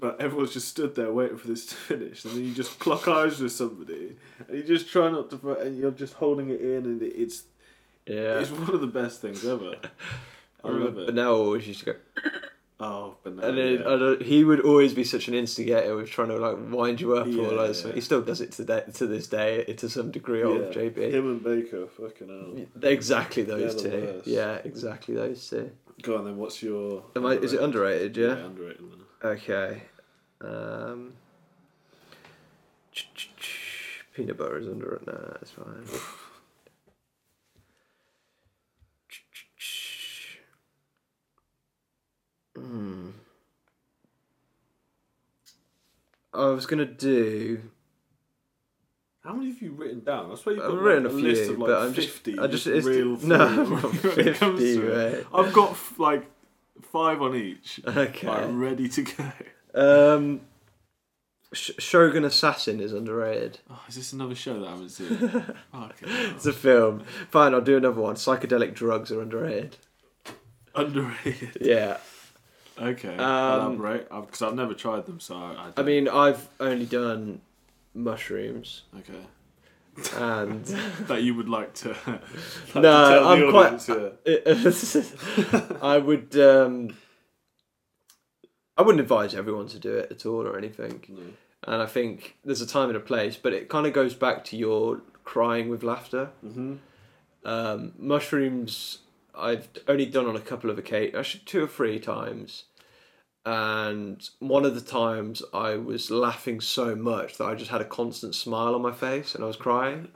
Speaker 1: but everyone's just stood there waiting for this to (laughs) finish, and then you just clock eyes with somebody, and you just try not to, fu- and you're just holding it in, and it- it's
Speaker 2: yeah
Speaker 1: it's one of the best things
Speaker 2: (laughs)
Speaker 1: ever. I
Speaker 2: I
Speaker 1: love
Speaker 2: remember
Speaker 1: it.
Speaker 2: Benel always used to go,
Speaker 1: Oh, but
Speaker 2: and then I don't, he would always be such an instigator with trying to like wind you up
Speaker 1: Yeah,
Speaker 2: or like
Speaker 1: yeah.
Speaker 2: he still does it today to this day to some degree. Old JB,
Speaker 1: him and Baker, fucking hell.
Speaker 2: Exactly those
Speaker 1: They're the
Speaker 2: two.
Speaker 1: worst.
Speaker 2: Yeah, exactly those two.
Speaker 1: Go on then. What's your?
Speaker 2: Am I, is it underrated? Yeah.
Speaker 1: underrated. Man.
Speaker 2: Okay. Um, ch- ch- ch- peanut butter is under it. Nah, it's fine. Ch- ch- ch- Hmm. I was gonna do.
Speaker 1: How many have you written down? I swear you've
Speaker 2: I've
Speaker 1: got like,
Speaker 2: written
Speaker 1: a,
Speaker 2: a
Speaker 1: list
Speaker 2: few,
Speaker 1: of like
Speaker 2: but I'm just-
Speaker 1: 50.
Speaker 2: I just-
Speaker 1: just
Speaker 2: it's-
Speaker 1: real
Speaker 2: (laughs) no,
Speaker 1: food
Speaker 2: not
Speaker 1: when (laughs) it comes
Speaker 2: 50,
Speaker 1: to it.
Speaker 2: right.
Speaker 1: I've got f- like five on each. Like
Speaker 2: Okay.
Speaker 1: ready to go.
Speaker 2: Um, Sh- Shogun Assassin is underrated.
Speaker 1: (laughs) Oh, is this another show that I haven't (laughs) seen? Fucking hell.
Speaker 2: (laughs) It's a film. Fine, I'll do another one. Psychedelic drugs are underrated.
Speaker 1: Underrated.
Speaker 2: Yeah.
Speaker 1: Okay.
Speaker 2: Um,
Speaker 1: Elaborate, because I've never tried them, so I. I,
Speaker 2: I
Speaker 1: don't-
Speaker 2: mean, I've only done mushrooms
Speaker 1: Okay.
Speaker 2: and (laughs)
Speaker 1: That you would like to. (laughs) like to
Speaker 2: No,
Speaker 1: tell
Speaker 2: I'm
Speaker 1: the
Speaker 2: quite-
Speaker 1: audience, yeah.
Speaker 2: I would. Um, I wouldn't advise everyone to do it at all or anything.
Speaker 1: No.
Speaker 2: And I think there's a time and a place, but it kind of goes back to your crying with laughter.
Speaker 1: Mhm.
Speaker 2: Um, mushrooms, I've only done on a couple of occasions, actually two or three times. And one of the times I was laughing so much that I just had a constant smile on my face and I was crying.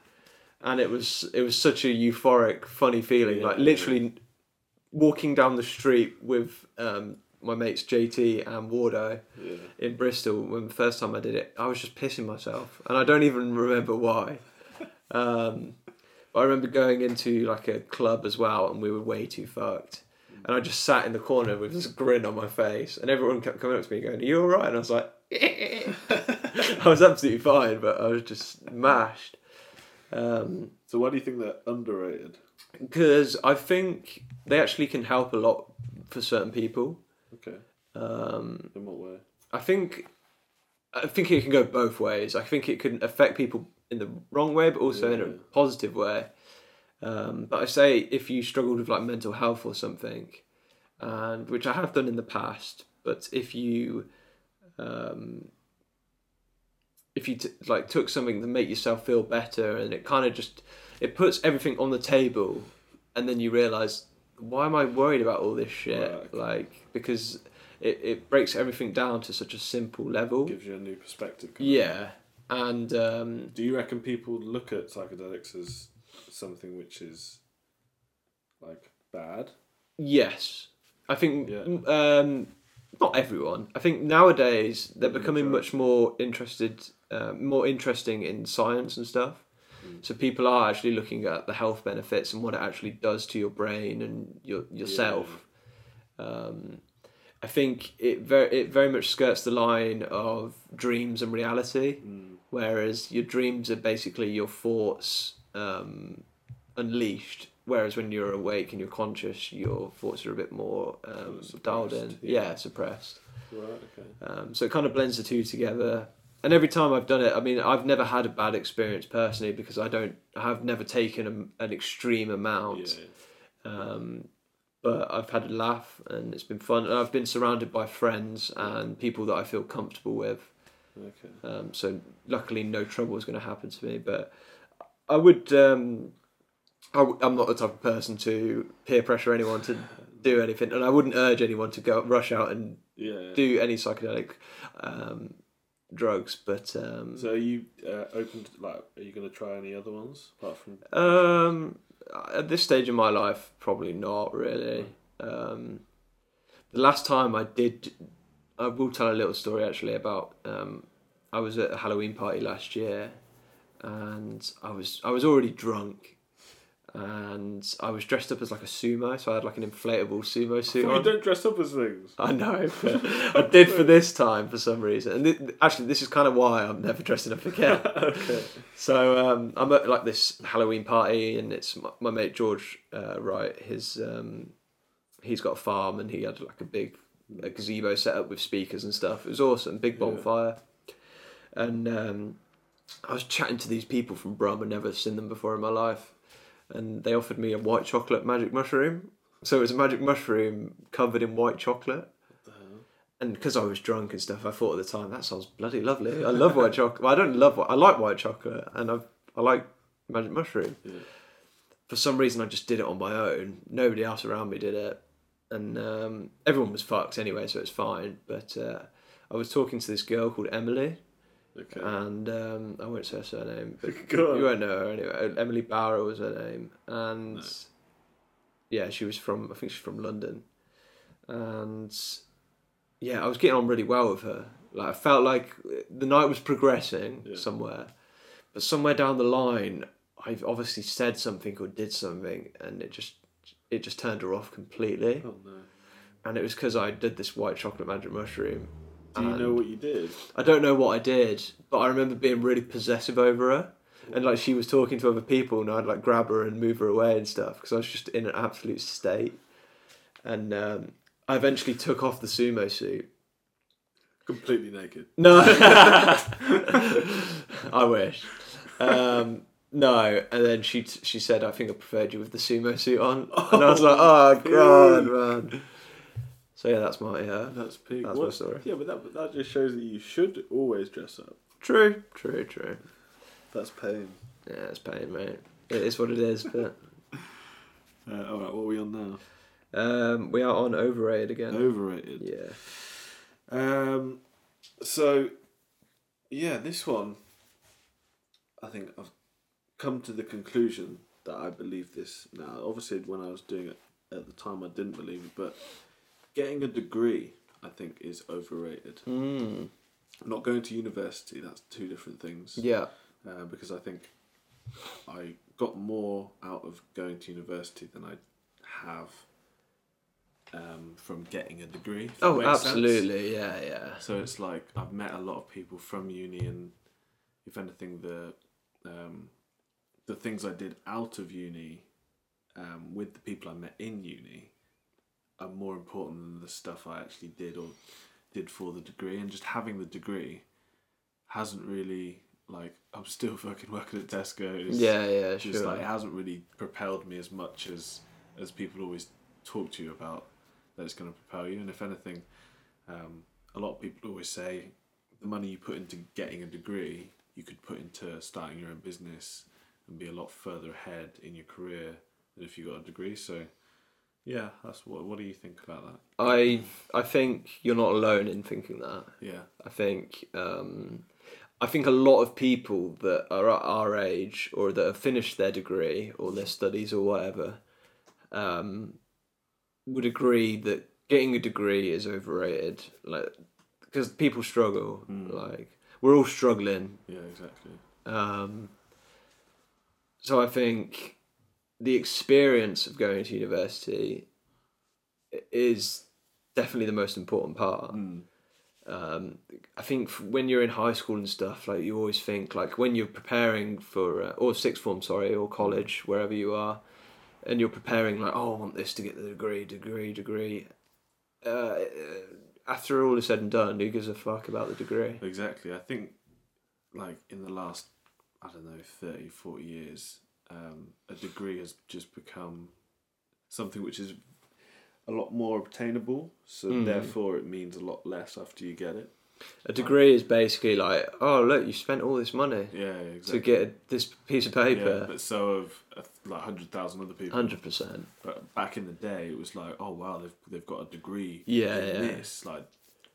Speaker 2: And it was it was such a euphoric, funny feeling.
Speaker 1: Yeah,
Speaker 2: like
Speaker 1: yeah.
Speaker 2: literally walking down the street with um, my mates JT and Wardo
Speaker 1: Yeah.
Speaker 2: in Bristol when the first time I did it, I was just pissing myself, and I don't even remember why. Um, but I remember going into like a club as well, and we were way too fucked. And I just sat in the corner with this grin on my face, and everyone kept coming up to me going, "Are you all right?" And I was like, (laughs) "I was absolutely fine, but I was just mashed." Um,
Speaker 1: So why do you think they're underrated?
Speaker 2: because I think they actually can help a lot for certain people.
Speaker 1: Okay.
Speaker 2: Um,
Speaker 1: In what way?
Speaker 2: I think I think it can go both ways. I think it can affect people in the wrong way, but also in a
Speaker 1: Yeah.
Speaker 2: positive way. Um, but I say if you struggled with like mental health or something, and which I have done in the past, but if you um, if you t- like took something to make yourself feel better, and it kind of just it puts everything on the table, and then you realize why am I worried about all this shit?
Speaker 1: Right.
Speaker 2: Like because it, it breaks everything down to such a simple level.
Speaker 1: Gives you a new perspective. kind of
Speaker 2: yeah, and um,
Speaker 1: Do you reckon people look at psychedelics as something which is like bad?
Speaker 2: yes, I think
Speaker 1: Yeah.
Speaker 2: um, not everyone. I think nowadays they're
Speaker 1: The
Speaker 2: becoming much more interested, uh, more interesting in science and stuff. So people are actually looking at the health benefits and what it actually does to your brain and your yourself. Um, I think it very it very much skirts the line of dreams and reality.
Speaker 1: Mm.
Speaker 2: whereas your dreams are basically your thoughts um, unleashed. Whereas when you're awake and you're conscious, your thoughts are a bit more um,
Speaker 1: Kinda suppressed,
Speaker 2: dialed in.
Speaker 1: yeah.
Speaker 2: Yeah, suppressed.
Speaker 1: Right. Okay.
Speaker 2: Um, so it kind of blends the two together. And every time I've done it, I mean, I've never had a bad experience personally because I don't, I have never taken a, an extreme amount.
Speaker 1: Yeah.
Speaker 2: Um, but I've had a laugh and it's been fun. And I've been surrounded by friends and people that I feel comfortable with.
Speaker 1: Okay.
Speaker 2: Um, so luckily, no trouble is going to happen to me. But I would. Um, I w- I'm not the type of person to peer pressure anyone to do anything, and I wouldn't urge anyone to go rush out and
Speaker 1: Yeah.
Speaker 2: do any psychedelic um, drugs. But um,
Speaker 1: so are you uh, open to like? Are you gonna try any other ones apart from?
Speaker 2: Um, at this stage in my life, probably not really. Um, the last time I did, I will tell a little story actually about. Um, I was at a Halloween party last year, and I was I was already drunk, and I was dressed up as like a sumo, so I had like an inflatable sumo suit.
Speaker 1: Oh, you
Speaker 2: on.
Speaker 1: don't dress up as things.
Speaker 2: I know, (laughs) but I did for this time for some reason. And thi- actually, this is kind of why I'm never dressing up again. So um, I'm at like this Halloween party, and it's my, my mate George uh, Wright. His um, he's got a farm, and he had like a big a gazebo set up with speakers and stuff. It was awesome, big
Speaker 1: Yeah.
Speaker 2: bonfire. And um, I was chatting to these people from Brum. I'd never seen them before in my life, and they offered me a white chocolate magic mushroom. So it was a magic mushroom covered in white chocolate
Speaker 1: What the hell?
Speaker 2: and because I was drunk and stuff, I thought at the time that sounds bloody lovely. I love
Speaker 1: (laughs)
Speaker 2: white chocolate. Well, I don't love white. I like white chocolate, and I I like magic mushroom.
Speaker 1: Yeah.
Speaker 2: For some reason, I just did it on my own. Nobody else around me did it, and um, everyone was fucked anyway, so it's fine. But uh, I was talking to this girl called Emily,
Speaker 1: Okay.
Speaker 2: and um, I won't say her surname,
Speaker 1: (laughs)
Speaker 2: but
Speaker 1: Go on.
Speaker 2: you won't know her anyway. Emily Bauer was her name, and
Speaker 1: No.
Speaker 2: yeah, she was from I think she's from London, and yeah, I was getting on really well with her. Like I felt like the night was progressing
Speaker 1: Yeah.
Speaker 2: somewhere, but somewhere down the line, I've obviously said something or did something, and it just it just turned her off completely.
Speaker 1: oh no.
Speaker 2: And it was because I did this white chocolate magic mushroom.
Speaker 1: Do you
Speaker 2: and-
Speaker 1: know what you did?
Speaker 2: I don't know what I did, but I remember being really possessive over her. And like she was talking to other people, and I'd like grab her and move her away and stuff because I was just in an absolute state. And um, I eventually took off the sumo suit.
Speaker 1: Completely naked.
Speaker 2: No, (laughs) I wish. Um, no, and then she t- she said, "I think I preferred you with the sumo suit on," and I was like, "Oh god, man." So yeah, that's my uh,
Speaker 1: That's big.
Speaker 2: That's
Speaker 1: What-
Speaker 2: my story.
Speaker 1: Yeah, but that, that just shows that you should always dress up.
Speaker 2: true, true, true.
Speaker 1: That's pain.
Speaker 2: Yeah, it's pain, mate. It is what it is, (laughs) but
Speaker 1: Uh, all right, what are we on now?
Speaker 2: um, we are on overrated again.
Speaker 1: Overrated.
Speaker 2: Yeah.
Speaker 1: Um, so, yeah, this one, I think I've come to the conclusion that I believe this now. Obviously, when I was doing it at the time, I didn't believe it, but getting a degree, I think, is overrated. Hmm.
Speaker 2: Mm.
Speaker 1: Not going to university, that's two different things.
Speaker 2: Yeah.
Speaker 1: Uh, because I think I got more out of going to university than I have um, from getting a degree. if that
Speaker 2: Oh,
Speaker 1: makes sense.
Speaker 2: absolutely. Yeah, yeah.
Speaker 1: So it's like I've met a lot of people from uni, and if anything, the um, the things I did out of uni um, with the people I met in uni are more important than the stuff I actually did or did for the degree. And just having the degree hasn't really like I'm still (laughs) fucking working at Tesco. It's
Speaker 2: Yeah, yeah,
Speaker 1: just
Speaker 2: sure.
Speaker 1: like it hasn't really propelled me as much as as people always talk to you about that it's going to propel you. And if anything, um, a lot of people always say the money you put into getting a degree, you could put into starting your own business and be a lot further ahead in your career than if you got a degree. So, yeah, that's what. What do you think about that?
Speaker 2: I I think you're not alone in thinking that.
Speaker 1: Yeah,
Speaker 2: I think um, I think a lot of people that are at our age or that have finished their degree or their studies or whatever um, would agree that getting a degree is overrated. Like because people struggle. Like we're all struggling.
Speaker 1: yeah, exactly.
Speaker 2: Um, so I think the experience of going to university i- is definitely the most important part. Um, I think f- when you're in high school and stuff, like you always think, like when you're preparing for uh, or sixth form, sorry, or college, wherever you are, and you're preparing, like, oh, I want this to get the degree, degree, degree. Uh, after all is said and done, who gives a fuck about the degree?
Speaker 1: Exactly. I think, like, in the last, I don't know, 30, 40 years, um, a degree has just become something which is a lot more obtainable. So,
Speaker 2: Mm-hmm.
Speaker 1: therefore, it means a lot less after you get it.
Speaker 2: A degree is basically like, oh, look, you spent all this money.
Speaker 1: Yeah,
Speaker 2: to
Speaker 1: exactly.
Speaker 2: get this piece of
Speaker 1: yeah,
Speaker 2: paper.
Speaker 1: but so have uh, like 100,000 other people.
Speaker 2: Hundred percent.
Speaker 1: But back in the day, it was like, oh, wow, they've, they've got a degree
Speaker 2: Yeah,
Speaker 1: in
Speaker 2: yeah.
Speaker 1: this. Like,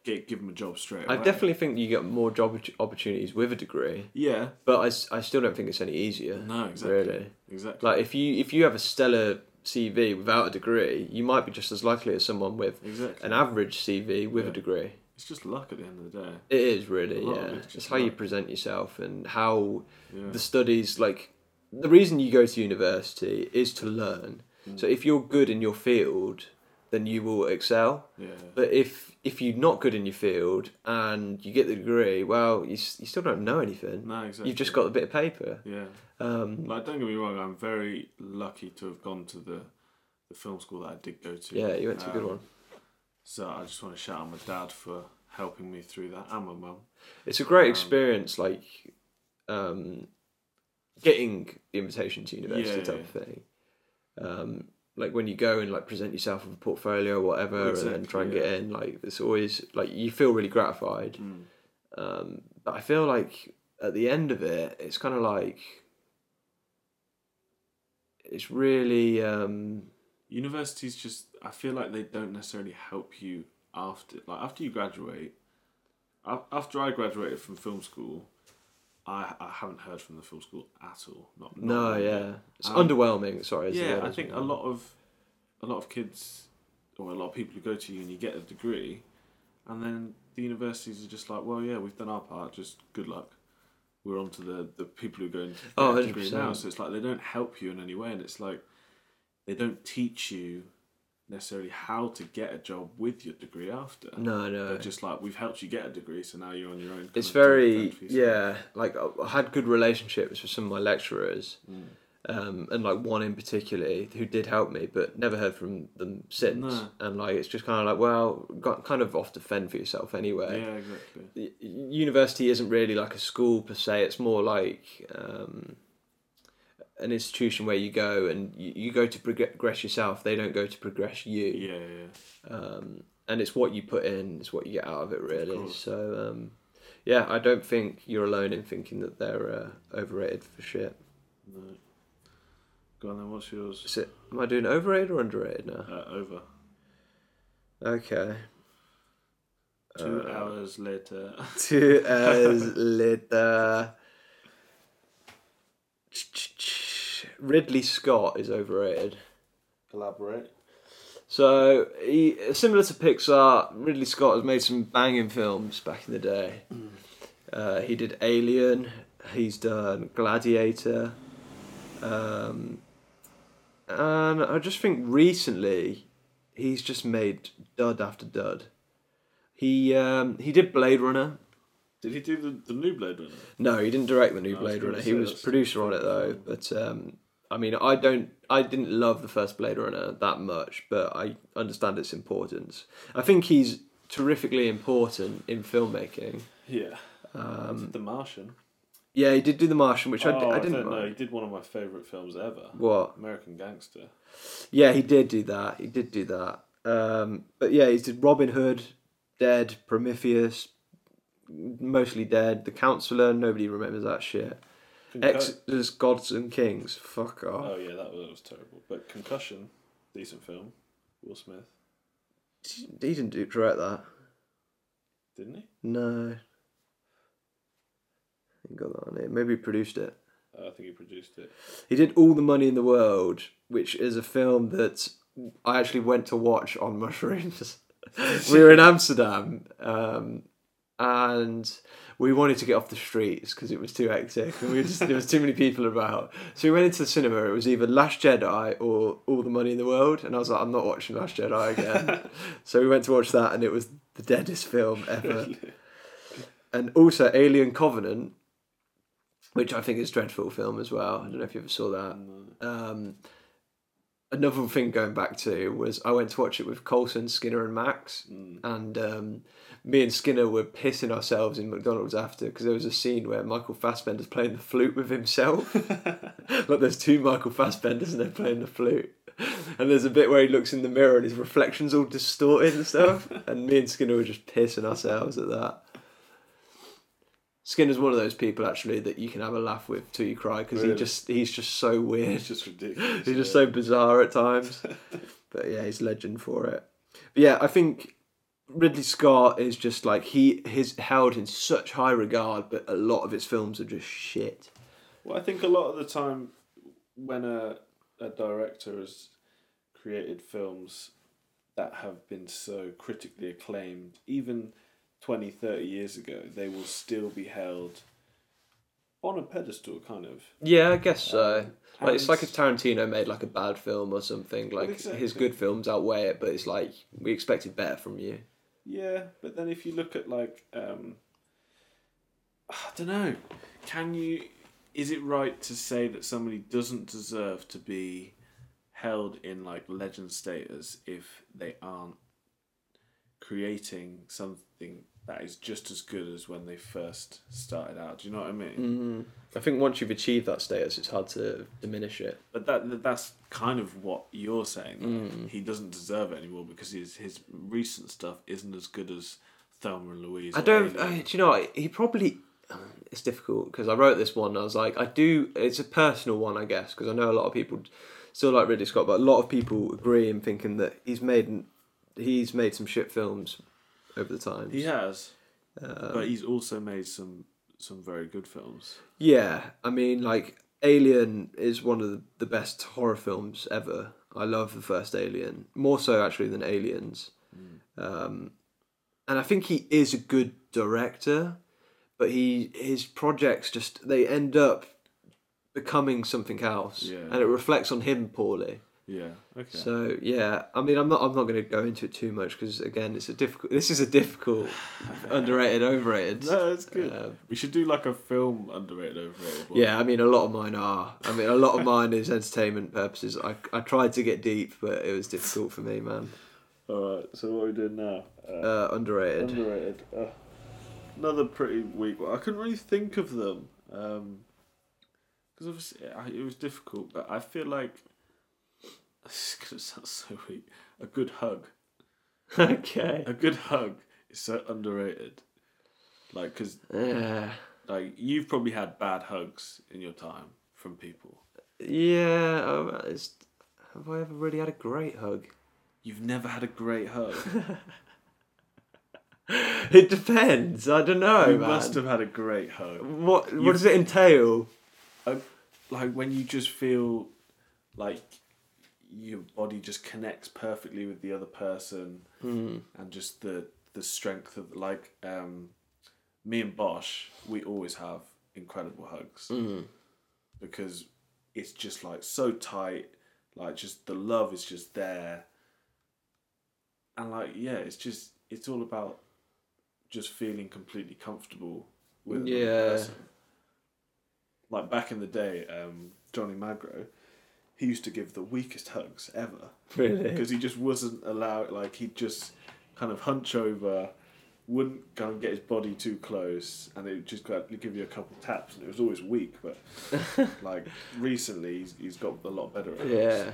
Speaker 1: get, give them a job straight
Speaker 2: I
Speaker 1: away.
Speaker 2: definitely think you get more job oppor- opportunities with a degree,
Speaker 1: Yeah.
Speaker 2: but I s- I, still don't think it's any easier.
Speaker 1: No, exactly.
Speaker 2: Really,
Speaker 1: Exactly.
Speaker 2: like if you if you have a stellar CV without a degree, you might be just as likely as someone with
Speaker 1: exactly.
Speaker 2: an average CV with
Speaker 1: Yeah.
Speaker 2: a degree.
Speaker 1: It's just luck at the end of the day.
Speaker 2: It is really,
Speaker 1: A lot of
Speaker 2: yeah.
Speaker 1: it's
Speaker 2: It's
Speaker 1: just
Speaker 2: how you
Speaker 1: luck.
Speaker 2: present yourself and how
Speaker 1: Yeah.
Speaker 2: the studies like the reason you go to university is to learn.
Speaker 1: Mm.
Speaker 2: So if you're good in your field, then you will excel.
Speaker 1: yeah.
Speaker 2: But if if you're not good in your field and you get the degree, well, you, s- you still don't know anything.
Speaker 1: No, exactly.
Speaker 2: You've just got a bit of paper.
Speaker 1: Yeah,
Speaker 2: Um,
Speaker 1: like don't get me wrong. I'm very lucky to have gone to the the film school that I did go to.
Speaker 2: yeah, you went to a good
Speaker 1: Um,
Speaker 2: one.
Speaker 1: So I just want to shout out my dad for helping me through that, and my mum.
Speaker 2: It's a great
Speaker 1: um,
Speaker 2: experience, like um, getting the invitation to university
Speaker 1: Yeah,
Speaker 2: type of thing. Um, like when you go and like present yourself with a portfolio or whatever, and
Speaker 1: Exactly,
Speaker 2: then try and
Speaker 1: yeah.
Speaker 2: get in. Like it's always like you feel really gratified.
Speaker 1: Mm.
Speaker 2: Um, but I feel like at the end of it, it's kind of like it's really um,
Speaker 1: Universities just, I feel like they don't necessarily help you after, like after you graduate. a- After I graduated from film school, I I haven't heard from the film school at all. Not, not
Speaker 2: no,
Speaker 1: one bit.
Speaker 2: yeah, it's
Speaker 1: Um,
Speaker 2: underwhelming. Sorry, is the
Speaker 1: yeah,
Speaker 2: word
Speaker 1: I
Speaker 2: was
Speaker 1: think a
Speaker 2: wrong.
Speaker 1: lot of a lot of kids or a lot of people who go to uni get a degree, and then the universities are just like, well, yeah, we've done our part. Just good luck. We're on to the the people who go and get
Speaker 2: Oh,
Speaker 1: a degree
Speaker 2: 100%.
Speaker 1: now. So it's like they don't help you in any way, and it's like they don't teach you necessarily how to get a job with your degree after.
Speaker 2: No, no,
Speaker 1: They're just like we've helped you get a degree, so now you're on your own. kind
Speaker 2: it's
Speaker 1: of doing
Speaker 2: very
Speaker 1: that for yourself. Mm.
Speaker 2: yeah like i I had good relationships with some of my lecturers um, and like one in particular who did help me, but never heard from them since.
Speaker 1: No.
Speaker 2: And like it's just kind of like, well, got kind of off to fend for yourself anyway
Speaker 1: Yeah, exactly.
Speaker 2: y- university isn't really like a school per se. It's more like um, an institution where you go and you, you go to prog- progress yourself. They don't go to progress you.
Speaker 1: Yeah, yeah.
Speaker 2: Um, and it's what you put in, it's what you get out of it, really.
Speaker 1: course.
Speaker 2: So, um, yeah, I don't think you're alone in thinking that they're uh, overrated for shit.
Speaker 1: No. Go on then, what's yours?
Speaker 2: Is it, am I doing overrated or underrated now?
Speaker 1: Uh, over.
Speaker 2: Okay. (laughs)
Speaker 1: Two
Speaker 2: Uh,
Speaker 1: hours
Speaker 2: (laughs)
Speaker 1: later.
Speaker 2: Two hours later. Ridley Scott is overrated.
Speaker 1: Collaborate.
Speaker 2: So, he, similar to Pixar, Ridley Scott has made some banging films back in the day. Uh, he did Alien, he's done Gladiator, um, and I just think recently he's just made dud after dud. He um, he did Blade Runner,
Speaker 1: Did he do the, the new Blade Runner?
Speaker 2: No, he didn't direct the new
Speaker 1: I was
Speaker 2: Blade
Speaker 1: gonna
Speaker 2: Runner.
Speaker 1: say
Speaker 2: He was
Speaker 1: that's-
Speaker 2: producer on it though. But um, I mean, I don't, I didn't love the first Blade Runner that much, but I understand its importance. I think he's terrifically important in filmmaking.
Speaker 1: Yeah.
Speaker 2: Um,
Speaker 1: the Martian.
Speaker 2: yeah, he did do The Martian, which I, d-
Speaker 1: oh,
Speaker 2: I didn't
Speaker 1: don't know. He
Speaker 2: mind.
Speaker 1: did one of my favourite films ever.
Speaker 2: What?
Speaker 1: American Gangster.
Speaker 2: Yeah, he did do that. He did do that. Um, but yeah, he did Robin Hood, Dead, Prometheus, mostly Dead, The Counselor. Nobody remembers that shit.
Speaker 1: Concussion.
Speaker 2: Exodus, Gods and Kings. Fuck off.
Speaker 1: oh, yeah, that was, that was terrible. But Concussion, decent film. Will Smith,
Speaker 2: He didn't do, direct that.
Speaker 1: didn't he?
Speaker 2: No. I ain't got that on it. Maybe he produced it.
Speaker 1: Uh, I think he produced it.
Speaker 2: He did All the Money in the World, which is a film that I actually went to watch on mushrooms. (laughs) we were in Amsterdam, um, and we wanted to get off the streets because it was too hectic and we were just, there was too many people about. So we went into the cinema. It was either Last Jedi or All the Money in the World, and I was like, I'm not watching Last Jedi again. so we went to watch that, and it was the deadest film ever. and also Alien Covenant, which I think is a dreadful film as well. I don't know if you ever saw that. Um, another thing going back to was I went to watch it with Colson, Skinner, and Max,
Speaker 1: Mm.
Speaker 2: and um, me and Skinner were pissing ourselves in McDonald's after because there was a scene where Michael Fassbender's playing the flute with himself. like there's two Michael Fassbenders and they're playing the flute. And there's a bit where he looks in the mirror and his reflection's all distorted and stuff. and me and Skinner were just pissing ourselves at that. Skinner's one of those people actually that you can have a laugh with till you cry because he
Speaker 1: Really?
Speaker 2: just he's just so weird.
Speaker 1: It's just
Speaker 2: (laughs)
Speaker 1: ridiculous.
Speaker 2: He's just
Speaker 1: yeah.
Speaker 2: so bizarre at times. (laughs) but yeah, he's legend for it. But yeah, I think Ridley Scott is just like he is held in such high regard, but a lot of his films are just shit.
Speaker 1: Well, I think a lot of the time when a, a director has created films that have been so critically acclaimed, even 20, 30 years ago, they will still be held on a pedestal, kind of.
Speaker 2: Yeah, I guess so.
Speaker 1: Um,
Speaker 2: like, it's
Speaker 1: and-
Speaker 2: like if Tarantino made like a bad film or something. Like his
Speaker 1: exactly.
Speaker 2: good films outweigh it, but it's like we expected better from you.
Speaker 1: Yeah, but then if you look at like, um, I don't know, can you? Is it right to say that somebody doesn't deserve to be held in like legend status if they aren't creating something that is just as good as when they first started out? Do you know what I mean?
Speaker 2: Mm. I think once you've achieved that status, it's hard to diminish it.
Speaker 1: But that, that that's kind of what you're saying. like,
Speaker 2: Mm.
Speaker 1: He doesn't deserve it anymore because his his recent stuff isn't as good as Thelma and Louise.
Speaker 2: I
Speaker 1: or
Speaker 2: don't.
Speaker 1: Alien.
Speaker 2: I, do you know? what? He probably. It's difficult because I wrote this one. And I was like, I do. It's a personal one, I guess, because I know a lot of people still like Ridley Scott, but a lot of people agree in thinking that he's made he's made some shit films over the time.
Speaker 1: He has,
Speaker 2: Um,
Speaker 1: but he's also made some some very good films.
Speaker 2: Yeah, I mean, like Alien is one of the, the best horror films ever. I love the first Alien more so actually than Aliens,
Speaker 1: Hmm.
Speaker 2: um, and I think he is a good director, but he his projects just they end up becoming something else,
Speaker 1: Yeah.
Speaker 2: and it reflects on him poorly.
Speaker 1: Yeah. Okay.
Speaker 2: So yeah, I mean, I'm not I'm not going to go into it too much because again, it's a difficult. This is a
Speaker 1: (laughs)
Speaker 2: difficult, underrated, overrated.
Speaker 1: no, it's good.
Speaker 2: uh,
Speaker 1: we should do like a film underrated overrated. one.
Speaker 2: yeah, I mean, a lot of mine are. I mean, a lot of mine is entertainment purposes. I, I tried to get deep, but it was difficult for me, man.
Speaker 1: All right. So what are we doing now? Uh,
Speaker 2: Uh,
Speaker 1: (laughs)
Speaker 2: underrated. (laughs)
Speaker 1: underrated. Uh, another pretty weak one. I couldn't really think of them because obviously I- it was difficult. But I feel like (laughs) this is gonna sound so weak. A good hug.
Speaker 2: okay.
Speaker 1: A good hug is so underrated. Like, cause
Speaker 2: Yeah.
Speaker 1: like you've probably had bad hugs in your time from people.
Speaker 2: Yeah. Um, it's, have I ever really had a great hug? (laughs)
Speaker 1: You've never had a great hug.
Speaker 2: It depends. I don't know,
Speaker 1: you
Speaker 2: man.
Speaker 1: must have had a great hug.
Speaker 2: What What
Speaker 1: You've-
Speaker 2: does it entail?
Speaker 1: Uh, like when you just feel like your body just connects perfectly with the other person and just the the strength of like um me and Bosch we always have incredible hugs because it's just like so tight like just the love is just there and like yeah it's just it's all about just feeling completely comfortable with another
Speaker 2: Yeah.
Speaker 1: person like back in the day um Johnny Magro he used to give the weakest hugs ever
Speaker 2: Really?
Speaker 1: because he just wasn't allowed like he'd just kind of hunch over wouldn't kind of get his body too close and it would just go he'd give you a couple taps and it was always weak
Speaker 2: (laughs)
Speaker 1: but like recently he's, he's got a lot better at it
Speaker 2: Yeah.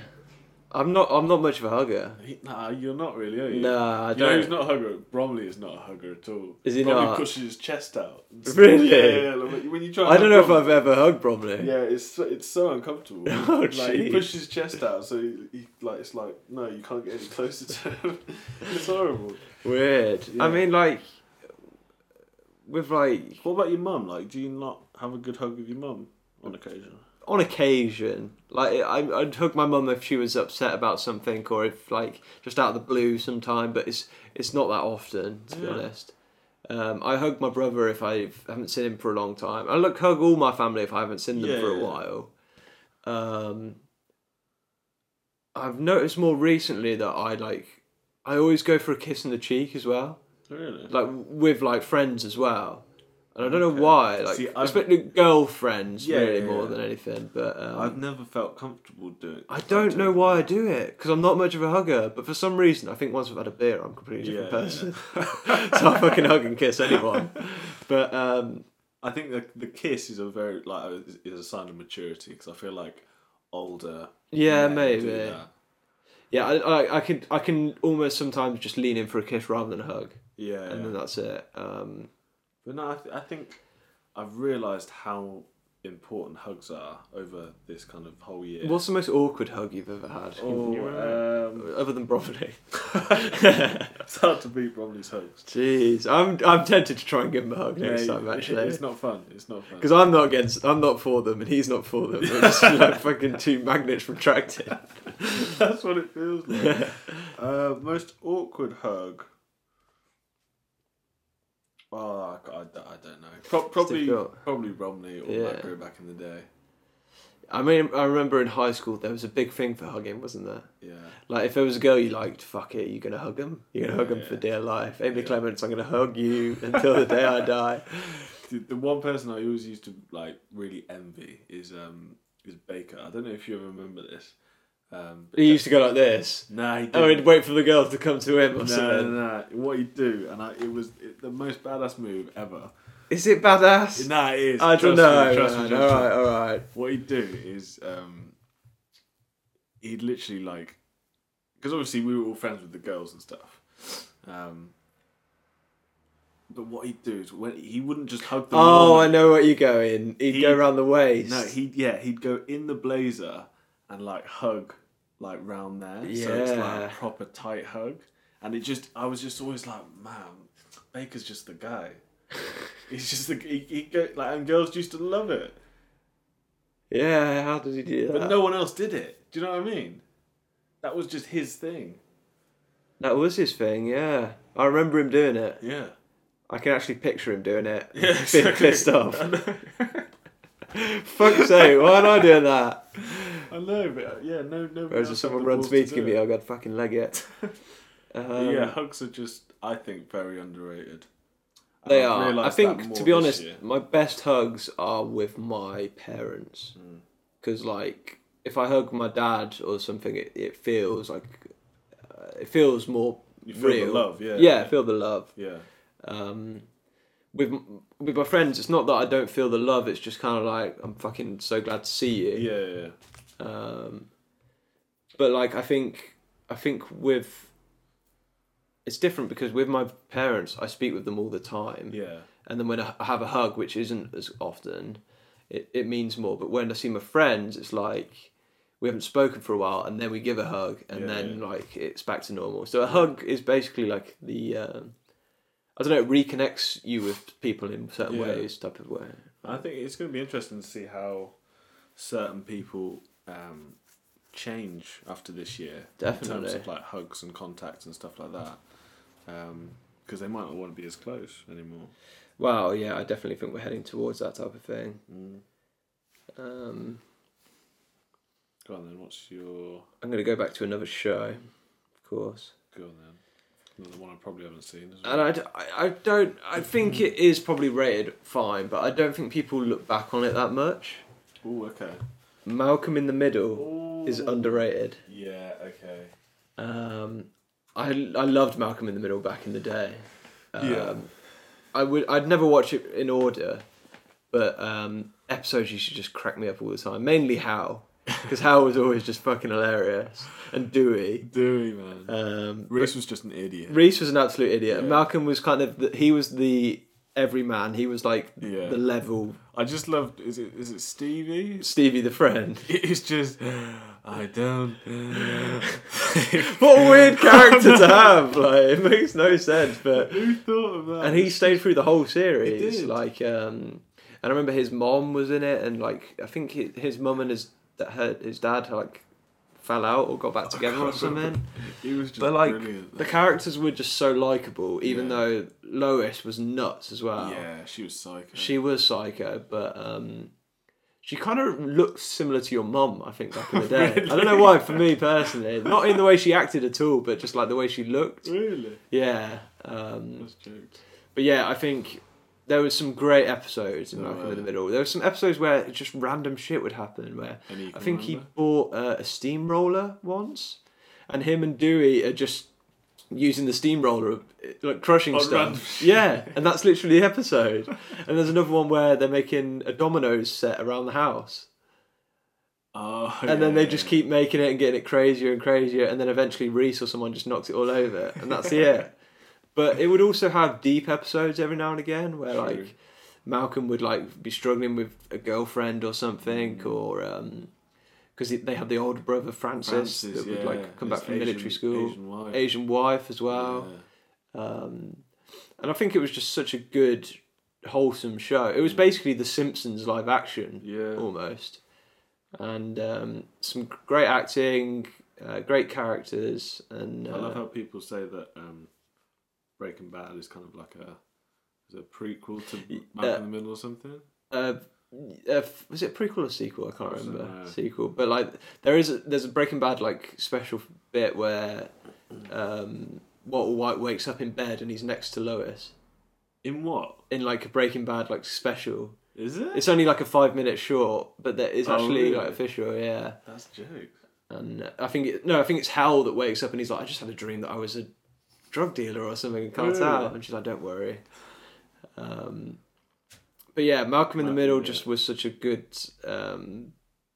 Speaker 2: I'm not. I'm not much of a hugger.
Speaker 1: he, nah you're not really are you
Speaker 2: Nah, I
Speaker 1: you know
Speaker 2: don't.
Speaker 1: who's not a hugger Bromley is not a hugger at all
Speaker 2: Is he
Speaker 1: Bromley
Speaker 2: not?
Speaker 1: pushes his chest out
Speaker 2: Really?
Speaker 1: yeah, yeah, like, when you try
Speaker 2: I
Speaker 1: and
Speaker 2: don't know if
Speaker 1: Bromley-
Speaker 2: I've ever hugged Bromley.
Speaker 1: yeah, it's so- it's so
Speaker 2: (laughs)
Speaker 1: uncomfortable.
Speaker 2: Oh,
Speaker 1: like he
Speaker 2: jeez.
Speaker 1: pushes his chest out, so he, he like it's like no, you can't get any closer to him. (laughs) it's horrible.
Speaker 2: Weird. I
Speaker 1: Yeah.
Speaker 2: mean, like, with like
Speaker 1: What about your mum? Like, do you not have a good hug with your mum on occasion?
Speaker 2: on occasion, like I, I'd hug my mum if she was upset about something or if like just out of the blue sometime. But it's it's not that often, to be
Speaker 1: Yeah.
Speaker 2: honest. Um, I hug my brother if I haven't seen him for a long time. I look hug all my family if I haven't seen them
Speaker 1: Yeah,
Speaker 2: for a
Speaker 1: yeah.
Speaker 2: while. Um, I've noticed more recently that I like I always go for a kiss on the cheek as well.
Speaker 1: Really?
Speaker 2: like with like friends as well. And I don't know
Speaker 1: Okay.
Speaker 2: why, like
Speaker 1: See, I've-
Speaker 2: especially girlfriends,
Speaker 1: Yeah,
Speaker 2: really
Speaker 1: yeah,
Speaker 2: more
Speaker 1: yeah.
Speaker 2: than anything. But
Speaker 1: I've
Speaker 2: um,
Speaker 1: never felt comfortable doing.
Speaker 2: I don't know why I do it because I'm not much of a hugger. But for some reason, I think once I've had a beer, I'm a completely different
Speaker 1: Yeah, yeah.
Speaker 2: person. (laughs) so I fucking hug and kiss anyone. But um,
Speaker 1: I think the the kiss is a very like uh, is- is a sign of maturity because I feel like older.
Speaker 2: yeah,
Speaker 1: men do
Speaker 2: maybe.
Speaker 1: that.
Speaker 2: Yeah, I, I, I can I can almost sometimes just lean in for a kiss rather than a hug,
Speaker 1: Yeah.
Speaker 2: and then that's it. Um,
Speaker 1: But no, I, th- I think I've realised how important hugs are over this kind of whole year.
Speaker 2: What's the most awkward hug you've ever had? Can you remember?
Speaker 1: Oh, um,
Speaker 2: other than Bromley.
Speaker 1: (laughs) it's hard to beat Bromley's hugs.
Speaker 2: Jeez, I'm I'm tempted to try and give him a hug next
Speaker 1: Yeah,
Speaker 2: time
Speaker 1: it's
Speaker 2: actually,
Speaker 1: not fun. It's not
Speaker 2: (laughs)
Speaker 1: fun.
Speaker 2: because I'm not against, I'm not for them, and he's not for them. We're
Speaker 1: (laughs)
Speaker 2: just like fucking two magnets retracted.
Speaker 1: That's what it feels
Speaker 2: (laughs)
Speaker 1: like. uh, most awkward hug. Oh, I, ca- I d- I don't know. Pro- probably,
Speaker 2: difficult.
Speaker 1: probably Romney or
Speaker 2: Yeah.
Speaker 1: Macro back in the day.
Speaker 2: I mean, I remember in high school there was a big thing for hugging, wasn't there?
Speaker 1: Yeah,
Speaker 2: Like if there was a girl you liked, fuck it, you're gonna hug him. You're gonna hug him for
Speaker 1: Yeah.
Speaker 2: dear life. Amy
Speaker 1: Yeah.
Speaker 2: Clements, I'm gonna
Speaker 1: (laughs)
Speaker 2: hug you until the day I die.
Speaker 1: the, the one person I always used to like really envy is um is Baker. I don't know if you ever remember this. Um, but
Speaker 2: He used to go like this.
Speaker 1: nah, he didn't.
Speaker 2: Oh, he'd wait for the girl to come to him
Speaker 1: no,
Speaker 2: or
Speaker 1: no,
Speaker 2: something.
Speaker 1: no. What he do, and I, it was it, the most badass move ever.
Speaker 2: Is it badass?
Speaker 1: Nah, it is.
Speaker 2: I
Speaker 1: Trust
Speaker 2: don't know.
Speaker 1: Me, trust me,
Speaker 2: man.
Speaker 1: trust me.
Speaker 2: all right, all right.
Speaker 1: what he'd do is um, he'd literally like because obviously we were all friends with the girls and stuff um, but what he'd do is when he wouldn't just hug them
Speaker 2: Oh,
Speaker 1: all.
Speaker 2: I know where you're going. He'd
Speaker 1: He-
Speaker 2: go round the waist.
Speaker 1: no he yeah he'd go in the blazer and like hug like round there so it's like a
Speaker 2: Yeah.
Speaker 1: proper tight hug and it just I was just always like man Baker's just the
Speaker 2: (laughs)
Speaker 1: guy he's just the he, he go, like and girls used to love it
Speaker 2: Yeah, how does he do that?
Speaker 1: But no one else did it. Do you know what I mean? That was just his thing.
Speaker 2: that was his thing. Yeah, I remember him doing it.
Speaker 1: Yeah.
Speaker 2: I can actually picture him doing it. (laughs)
Speaker 1: Yeah. (laughs)
Speaker 2: Being pissed off. Fuck's sake, why am I doing that?
Speaker 1: I know, but uh, yeah, no, no.
Speaker 2: Whereas if someone runs me to give me, I'll get fucking leg
Speaker 1: (laughs)
Speaker 2: it. Um,
Speaker 1: yeah, hugs are just, I think, very underrated. And
Speaker 2: They
Speaker 1: I've
Speaker 2: are. I
Speaker 1: realised that
Speaker 2: think,
Speaker 1: more
Speaker 2: to be
Speaker 1: this
Speaker 2: honest,
Speaker 1: year.
Speaker 2: my best hugs are with my parents.
Speaker 1: Hmm.
Speaker 2: Because, like, if I hug my dad or something, it, it feels like uh, it feels more
Speaker 1: you feel
Speaker 2: real.
Speaker 1: the love, yeah,
Speaker 2: Yeah, I feel the love.
Speaker 1: yeah.
Speaker 2: Um, with m- with my friends, it's not that I don't feel the love. It's just kind of like I'm fucking so glad to see you.
Speaker 1: Yeah, yeah, yeah.
Speaker 2: Um, but like I think I think with it's different because with my parents I speak with them all the time,
Speaker 1: yeah.
Speaker 2: and then when I I have a hug, which isn't as often, it, it means more. But when I see my friends, it's like we haven't spoken for a while, and then we give a hug, and
Speaker 1: Yeah,
Speaker 2: then
Speaker 1: yeah.
Speaker 2: like it's back to normal. So a hug is basically like the um, I don't know, it reconnects you with people in certain
Speaker 1: Yeah.
Speaker 2: ways, type of way.
Speaker 1: I think it's going to be interesting to see how certain people um, change after this year in terms
Speaker 2: Definitely.
Speaker 1: of like hugs and contacts and stuff like that, because they might not want to be as close anymore.
Speaker 2: Wow, yeah, I definitely think we're heading towards that type of thing.
Speaker 1: Mm.
Speaker 2: Um,
Speaker 1: Go on then. What's your
Speaker 2: I'm going to go back to another show, of course.
Speaker 1: go on then? Another one I probably haven't seen. As well.
Speaker 2: And I, d- I- I don't, I think it is probably rated fine, but I don't think people look back on it that much.
Speaker 1: Oh, okay.
Speaker 2: Malcolm in the Middle is
Speaker 1: Ooh.
Speaker 2: underrated.
Speaker 1: Yeah. Okay.
Speaker 2: Um, I, I loved Malcolm in the Middle back in the day. Um,
Speaker 1: Yeah.
Speaker 2: I would, I'd never watch it in order, but um, episodes used to just crack me up all the time. Mainly Hal, because Hal was always just fucking hilarious, and Dewey.
Speaker 1: Dewey, man.
Speaker 2: Um,
Speaker 1: Reese was just an idiot.
Speaker 2: Reese was an absolute idiot.
Speaker 1: Yeah.
Speaker 2: Malcolm was kind of the, he was the everyman. He was like
Speaker 1: Yeah.
Speaker 2: the level
Speaker 1: I just loved. Is it is it Stevie?
Speaker 2: Stevie the friend.
Speaker 1: (laughs)
Speaker 2: (laughs)
Speaker 1: It's just I don't.
Speaker 2: What
Speaker 1: (laughs)
Speaker 2: a weird character to have! Like it makes no sense, but
Speaker 1: Who thought of that?
Speaker 2: and he stayed through the whole series.
Speaker 1: did.
Speaker 2: Like, um, and I remember his mom was in it, and like I think hi- his mum and his that her his dad like fell out or got back together or
Speaker 1: can't
Speaker 2: something.
Speaker 1: He was just
Speaker 2: But like
Speaker 1: brilliant.
Speaker 2: the characters were just so likable, even
Speaker 1: Yeah.
Speaker 2: though Lois was nuts as well.
Speaker 1: yeah, she was psycho.
Speaker 2: She was psycho, but um, she kind of looked similar to your mum, I think, back in the day. I don't know why, for me personally. Not in the way she acted at all, but just like the way she looked.
Speaker 1: really.
Speaker 2: Yeah. Um,
Speaker 1: That's jokes.
Speaker 2: but yeah, I think there was some great episodes in
Speaker 1: There
Speaker 2: Malcolm
Speaker 1: were.
Speaker 2: in the Middle. There were some episodes where just random shit would happen, where
Speaker 1: Any you
Speaker 2: I
Speaker 1: can
Speaker 2: think he
Speaker 1: remember?
Speaker 2: bought uh, a steamroller once, and him and Dewey are just using the steamroller, uh, like crushing
Speaker 1: Oh, random
Speaker 2: stuff. (laughs) Yeah, and that's literally the episode. and there's another one where they're making a dominoes set around the house,
Speaker 1: Oh,
Speaker 2: (laughs) and then they just keep making it and getting it crazier and crazier, and then eventually Reese or someone just knocks it all over, and (laughs) that's it. But it would also have deep episodes every now and again where
Speaker 1: True.
Speaker 2: like Malcolm would like be struggling with a girlfriend or something, or um 'cause because they had the older brother Francis, that would like come back from military school, Asian,
Speaker 1: Asian wife.
Speaker 2: wife as well, um, and I think it was just such a good, wholesome show. It was basically The Simpsons live action
Speaker 1: Yeah. yeah.
Speaker 2: almost, and um, some great acting, uh, great characters, and uh,
Speaker 1: I love how people say that um, Breaking Bad is kind of like a is it a prequel to
Speaker 2: Y-
Speaker 1: Malcolm
Speaker 2: uh,
Speaker 1: in the Middle or something.
Speaker 2: uh, uh, was it a prequel or sequel? I can't
Speaker 1: I don't
Speaker 2: remember
Speaker 1: know.
Speaker 2: sequel, but like there is a, there's a Breaking Bad like special bit where um, Walter White wakes up in bed and he's next to Lois
Speaker 1: In what
Speaker 2: in like a Breaking Bad like special.
Speaker 1: is it?
Speaker 2: It's only like a five minute short, but that is
Speaker 1: Oh,
Speaker 2: actually like
Speaker 1: really?
Speaker 2: official, yeah.
Speaker 1: That's jokes.
Speaker 2: And I think it, no, I think it's Hal that wakes up and he's like, I just had a dream that I was a drug dealer or something and can't
Speaker 1: Really?
Speaker 2: tell. And she's like, Don't worry. Um, but yeah, Malcolm in the
Speaker 1: Malcolm,
Speaker 2: Middle
Speaker 1: yeah.
Speaker 2: just was such a good um,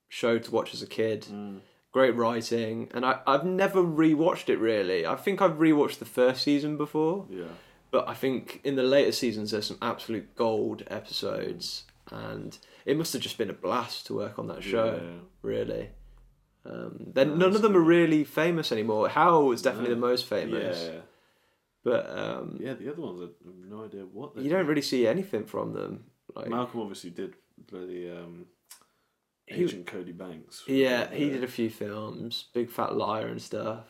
Speaker 2: show to watch as a kid.
Speaker 1: Mm.
Speaker 2: Great writing, and I, I've never rewatched it really. I think I've rewatched the first season before,
Speaker 1: Yeah.
Speaker 2: but I think in the later seasons there's some absolute gold episodes, and it must have just been a blast to work on that show
Speaker 1: Yeah.
Speaker 2: really. Um, then
Speaker 1: No,
Speaker 2: none
Speaker 1: that's
Speaker 2: of them are
Speaker 1: good.
Speaker 2: really famous anymore. Hal is definitely
Speaker 1: No.
Speaker 2: the most famous,
Speaker 1: Yeah.
Speaker 2: but um,
Speaker 1: Yeah, the other ones, I have no idea what they
Speaker 2: you don't really see anything from them. Like,
Speaker 1: Malcolm obviously did bloody um,
Speaker 2: He-
Speaker 1: Agent Cody Banks.
Speaker 2: yeah, he did a few films, Big Fat Liar and stuff.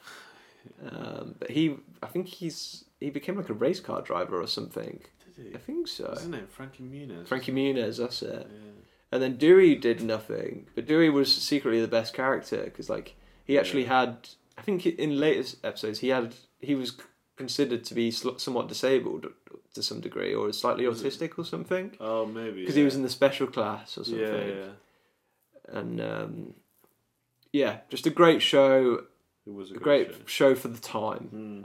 Speaker 2: Um, but he, I think he's he became like a race car driver or something.
Speaker 1: Did he?
Speaker 2: I think so.
Speaker 1: What's his name? Frankie Muniz.
Speaker 2: Frankie Muniz, that's
Speaker 1: Yeah.
Speaker 2: it. And then Dewey did nothing, but Dewey was secretly the best character because like he actually had. I think in later episodes he had he was considered to be sl- somewhat disabled to some degree or slightly
Speaker 1: Was it-
Speaker 2: autistic or something
Speaker 1: Oh, maybe.
Speaker 2: because he was in the special class or something
Speaker 1: Yeah, yeah.
Speaker 2: and um, yeah, just a great show,
Speaker 1: It was a
Speaker 2: a
Speaker 1: great.
Speaker 2: great
Speaker 1: show.
Speaker 2: show for the time.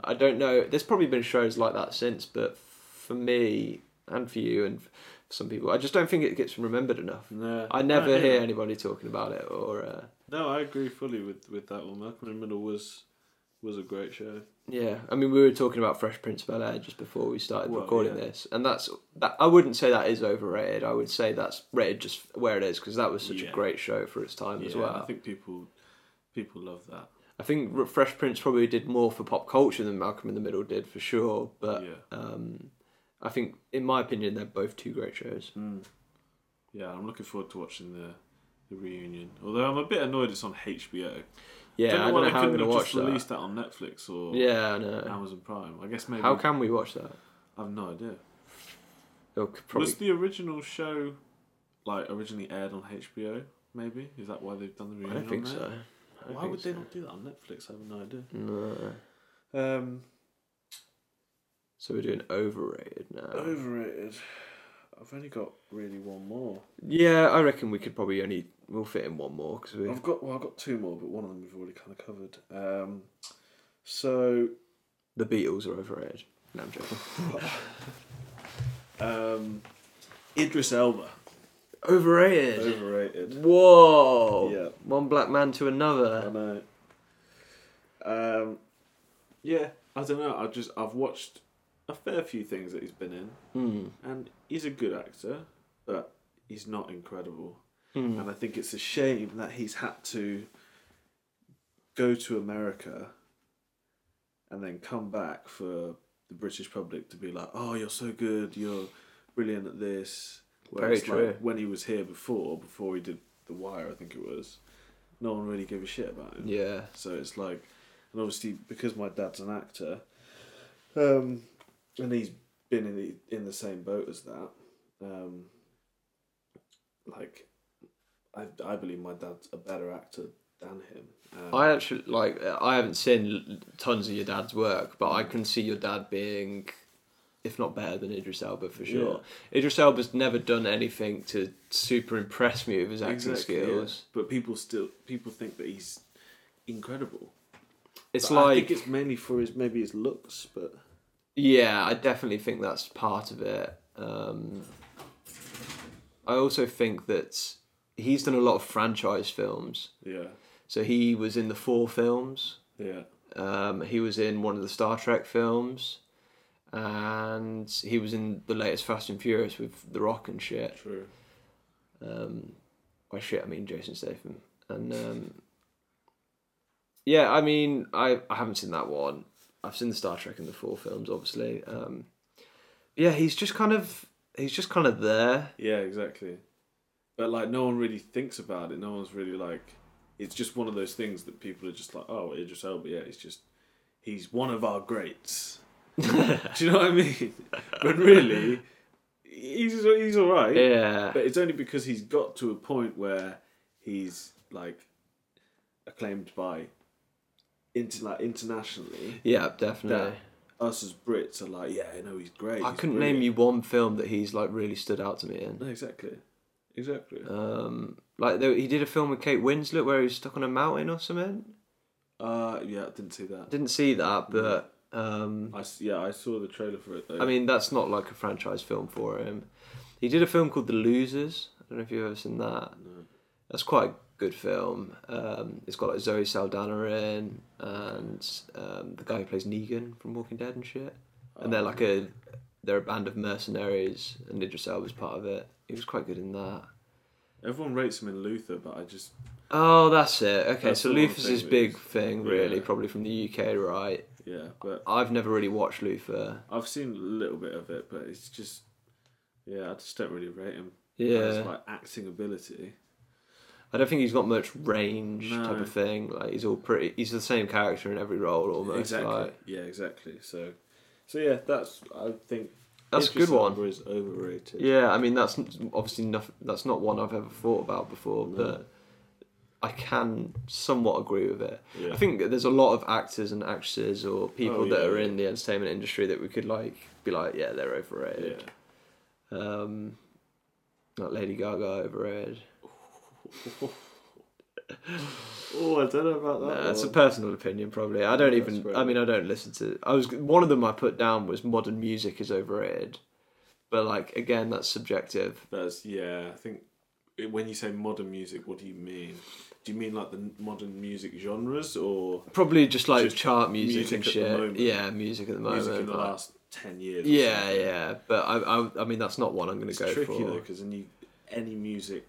Speaker 1: Mm.
Speaker 2: I don't know. There's probably been shows like that since, but for me and for you and for some people, I just don't think it gets remembered enough.
Speaker 1: Nah.
Speaker 2: I never
Speaker 1: Nah, Oh, yeah.
Speaker 2: hear anybody talking about it, or uh,
Speaker 1: No, I agree fully with with that one. Malcolm in the Middle was was a great show.
Speaker 2: yeah, I mean, we were talking about Fresh Prince of Bel Air just before we started
Speaker 1: Well,
Speaker 2: recording
Speaker 1: yeah.
Speaker 2: this, and that's that. I wouldn't say that is overrated. I would say that's rated just where it is because that was such
Speaker 1: Yeah.
Speaker 2: a great show for its time as
Speaker 1: Yeah,
Speaker 2: well.
Speaker 1: I think people people love that.
Speaker 2: I think R- Fresh Prince probably did more for pop culture than Malcolm in the Middle did for sure. But
Speaker 1: Yeah.
Speaker 2: um, I think, in my opinion, they're both two great shows.
Speaker 1: Mm. Yeah, I'm looking forward to watching the the reunion. Although I'm a bit annoyed it's on HBO.
Speaker 2: Yeah, I don't
Speaker 1: why
Speaker 2: know
Speaker 1: they
Speaker 2: how I'm
Speaker 1: couldn't
Speaker 2: going to
Speaker 1: have
Speaker 2: watch
Speaker 1: just
Speaker 2: that.
Speaker 1: released that on Netflix or
Speaker 2: Yeah, I know.
Speaker 1: Amazon Prime. I guess maybe
Speaker 2: How can we watch that?
Speaker 1: I have no idea.
Speaker 2: It'll c- probably
Speaker 1: Was the original show like originally aired on HBO? Maybe is that why they've done the
Speaker 2: I
Speaker 1: reunion?
Speaker 2: don't think
Speaker 1: on
Speaker 2: so.
Speaker 1: there?
Speaker 2: I don't
Speaker 1: Why
Speaker 2: think
Speaker 1: would they
Speaker 2: so.
Speaker 1: not do that on Netflix? I have no idea.
Speaker 2: No.
Speaker 1: Um,
Speaker 2: So we're doing overrated now.
Speaker 1: overrated. I've only got really one more.
Speaker 2: yeah, I reckon we could probably only we'll fit in one more because we.
Speaker 1: I've got well, I've got two more, but one of them we've already kind of covered. Um, so
Speaker 2: The Beatles are overrated. No,
Speaker 1: (laughs)
Speaker 2: I'm joking.
Speaker 1: um, Idris Elba
Speaker 2: Overrated.
Speaker 1: overrated.
Speaker 2: Whoa.
Speaker 1: Yeah.
Speaker 2: One black man to
Speaker 1: I
Speaker 2: another.
Speaker 1: know. Um, yeah, I don't know. I just I've watched a fair few things that he's been in,
Speaker 2: Hmm.
Speaker 1: and he's a good actor, but he's not incredible.
Speaker 2: Hmm.
Speaker 1: And I think it's a shame that he's had to go to America and then come back for the British public to be like, "Oh, you're so good. You're brilliant at this." Whereas,
Speaker 2: Very
Speaker 1: Like,
Speaker 2: true.
Speaker 1: when he was here before, before he did The Wire, I think it was, no one really gave a shit about him.
Speaker 2: Yeah.
Speaker 1: So it's like, and obviously because my dad's an actor, um, and he's been in the in the same boat as that, um, like, I I believe my dad's a better actor than him. Um,
Speaker 2: I actually like. I haven't seen l- tons of your dad's work, but I can see your dad being, if not better than Idris Elba for sure. Idris Elba's never done anything to super impress me with his acting
Speaker 1: Exactly, yeah.
Speaker 2: skills.
Speaker 1: but people still people think that he's incredible.
Speaker 2: It's
Speaker 1: But I
Speaker 2: like,
Speaker 1: think it's mainly for his maybe his looks, but
Speaker 2: yeah, I definitely think that's part of it. Um, I also think that he's done a lot of franchise films.
Speaker 1: yeah,
Speaker 2: So he was in the four films.
Speaker 1: yeah,
Speaker 2: Um, he was in one of the Star Trek films, and he was in the latest Fast and Furious with The Rock and shit.
Speaker 1: true.
Speaker 2: Um, by shit, I mean Jason Statham. And um, yeah, I mean, I, I haven't seen that one. I've seen the Star Trek and the four films, obviously. Um, yeah, he's just kind of he's just kind of there.
Speaker 1: Yeah, exactly. But like, no one really thinks about it. No one's really like. It's just one of those things that people are just like, oh, Idris Elba. Yeah, he's just he's one of our
Speaker 2: (laughs)
Speaker 1: greats. Do you know what I mean? But really, he's he's all right.
Speaker 2: Yeah,
Speaker 1: But it's only because he's got to a point where he's like acclaimed by interna- internationally.
Speaker 2: yeah, definitely.
Speaker 1: Us as Brits are like, yeah, I know he's great.
Speaker 2: I
Speaker 1: he's
Speaker 2: couldn't
Speaker 1: brilliant."
Speaker 2: name you one film that he's like really stood out to me in.
Speaker 1: No, exactly, exactly.
Speaker 2: Um, like there, he did a film with Kate Winslet where he was stuck on a mountain or something.
Speaker 1: Uh, yeah, I didn't see that.
Speaker 2: Didn't see that, but um,
Speaker 1: I s- yeah, I saw the trailer for it though.
Speaker 2: I mean that's not like a franchise film for him. He did a film called The Losers. I don't know if you've ever seen that.
Speaker 1: No.
Speaker 2: That's quite a good film. Um, it's got like Zoe Saldana in and um, the guy who plays Negan from Walking Dead and shit. And
Speaker 1: Oh, Um,
Speaker 2: they're like a they're a band of mercenaries, and Idris Elba's part of it. He was quite good in that.
Speaker 1: everyone rates him in Luther, but I just
Speaker 2: Oh, that's it. Okay,
Speaker 1: That's
Speaker 2: so
Speaker 1: the one
Speaker 2: Luther's
Speaker 1: thing
Speaker 2: his
Speaker 1: that
Speaker 2: big
Speaker 1: is-
Speaker 2: thing, really,
Speaker 1: yeah.
Speaker 2: probably from the UK, right?
Speaker 1: yeah. But
Speaker 2: I've never really watched Luther.
Speaker 1: I've seen a little bit of it, but it's just yeah, I just don't really rate him.
Speaker 2: Yeah,
Speaker 1: As, like acting ability.
Speaker 2: I don't think he's got much range
Speaker 1: No.
Speaker 2: type of thing. Like he's all pretty. He's the same character in every role almost.
Speaker 1: exactly.
Speaker 2: Like,
Speaker 1: Yeah, exactly. So, so yeah, that's I think
Speaker 2: that's a good
Speaker 1: Idris
Speaker 2: one.
Speaker 1: Elba is overrated.
Speaker 2: Yeah, I mean that's n- obviously noth- that's not one I've ever thought about before, but I can somewhat agree with it.
Speaker 1: Yeah.
Speaker 2: I think that there's a lot of actors and actresses or people
Speaker 1: Oh,
Speaker 2: that
Speaker 1: yeah.
Speaker 2: are in the entertainment industry that we could like be like, yeah, they're
Speaker 1: Yeah.
Speaker 2: overrated. Um, like Lady Gaga overrated.
Speaker 1: Oh, I don't know about that.
Speaker 2: Nah, it's a
Speaker 1: one.
Speaker 2: personal opinion, probably. I don't
Speaker 1: uh, Yeah, that's
Speaker 2: even.
Speaker 1: fair
Speaker 2: I mean, I don't listen to. I was one of them I put down was modern music is overrated, but like again, that's subjective.
Speaker 1: That's yeah. I think it- when you say modern music, what do you mean? Do you mean like the n- modern music genres or
Speaker 2: Probably just like
Speaker 1: Just
Speaker 2: chart music,
Speaker 1: music
Speaker 2: and
Speaker 1: at the
Speaker 2: shit.
Speaker 1: moment.
Speaker 2: yeah, music at the moment.
Speaker 1: music in the
Speaker 2: like-
Speaker 1: last ten years? or
Speaker 2: yeah,
Speaker 1: something?
Speaker 2: yeah. But I, I, I mean, that's not one I'm going
Speaker 1: It's
Speaker 2: to go
Speaker 1: tricky
Speaker 2: for.
Speaker 1: though because any any music,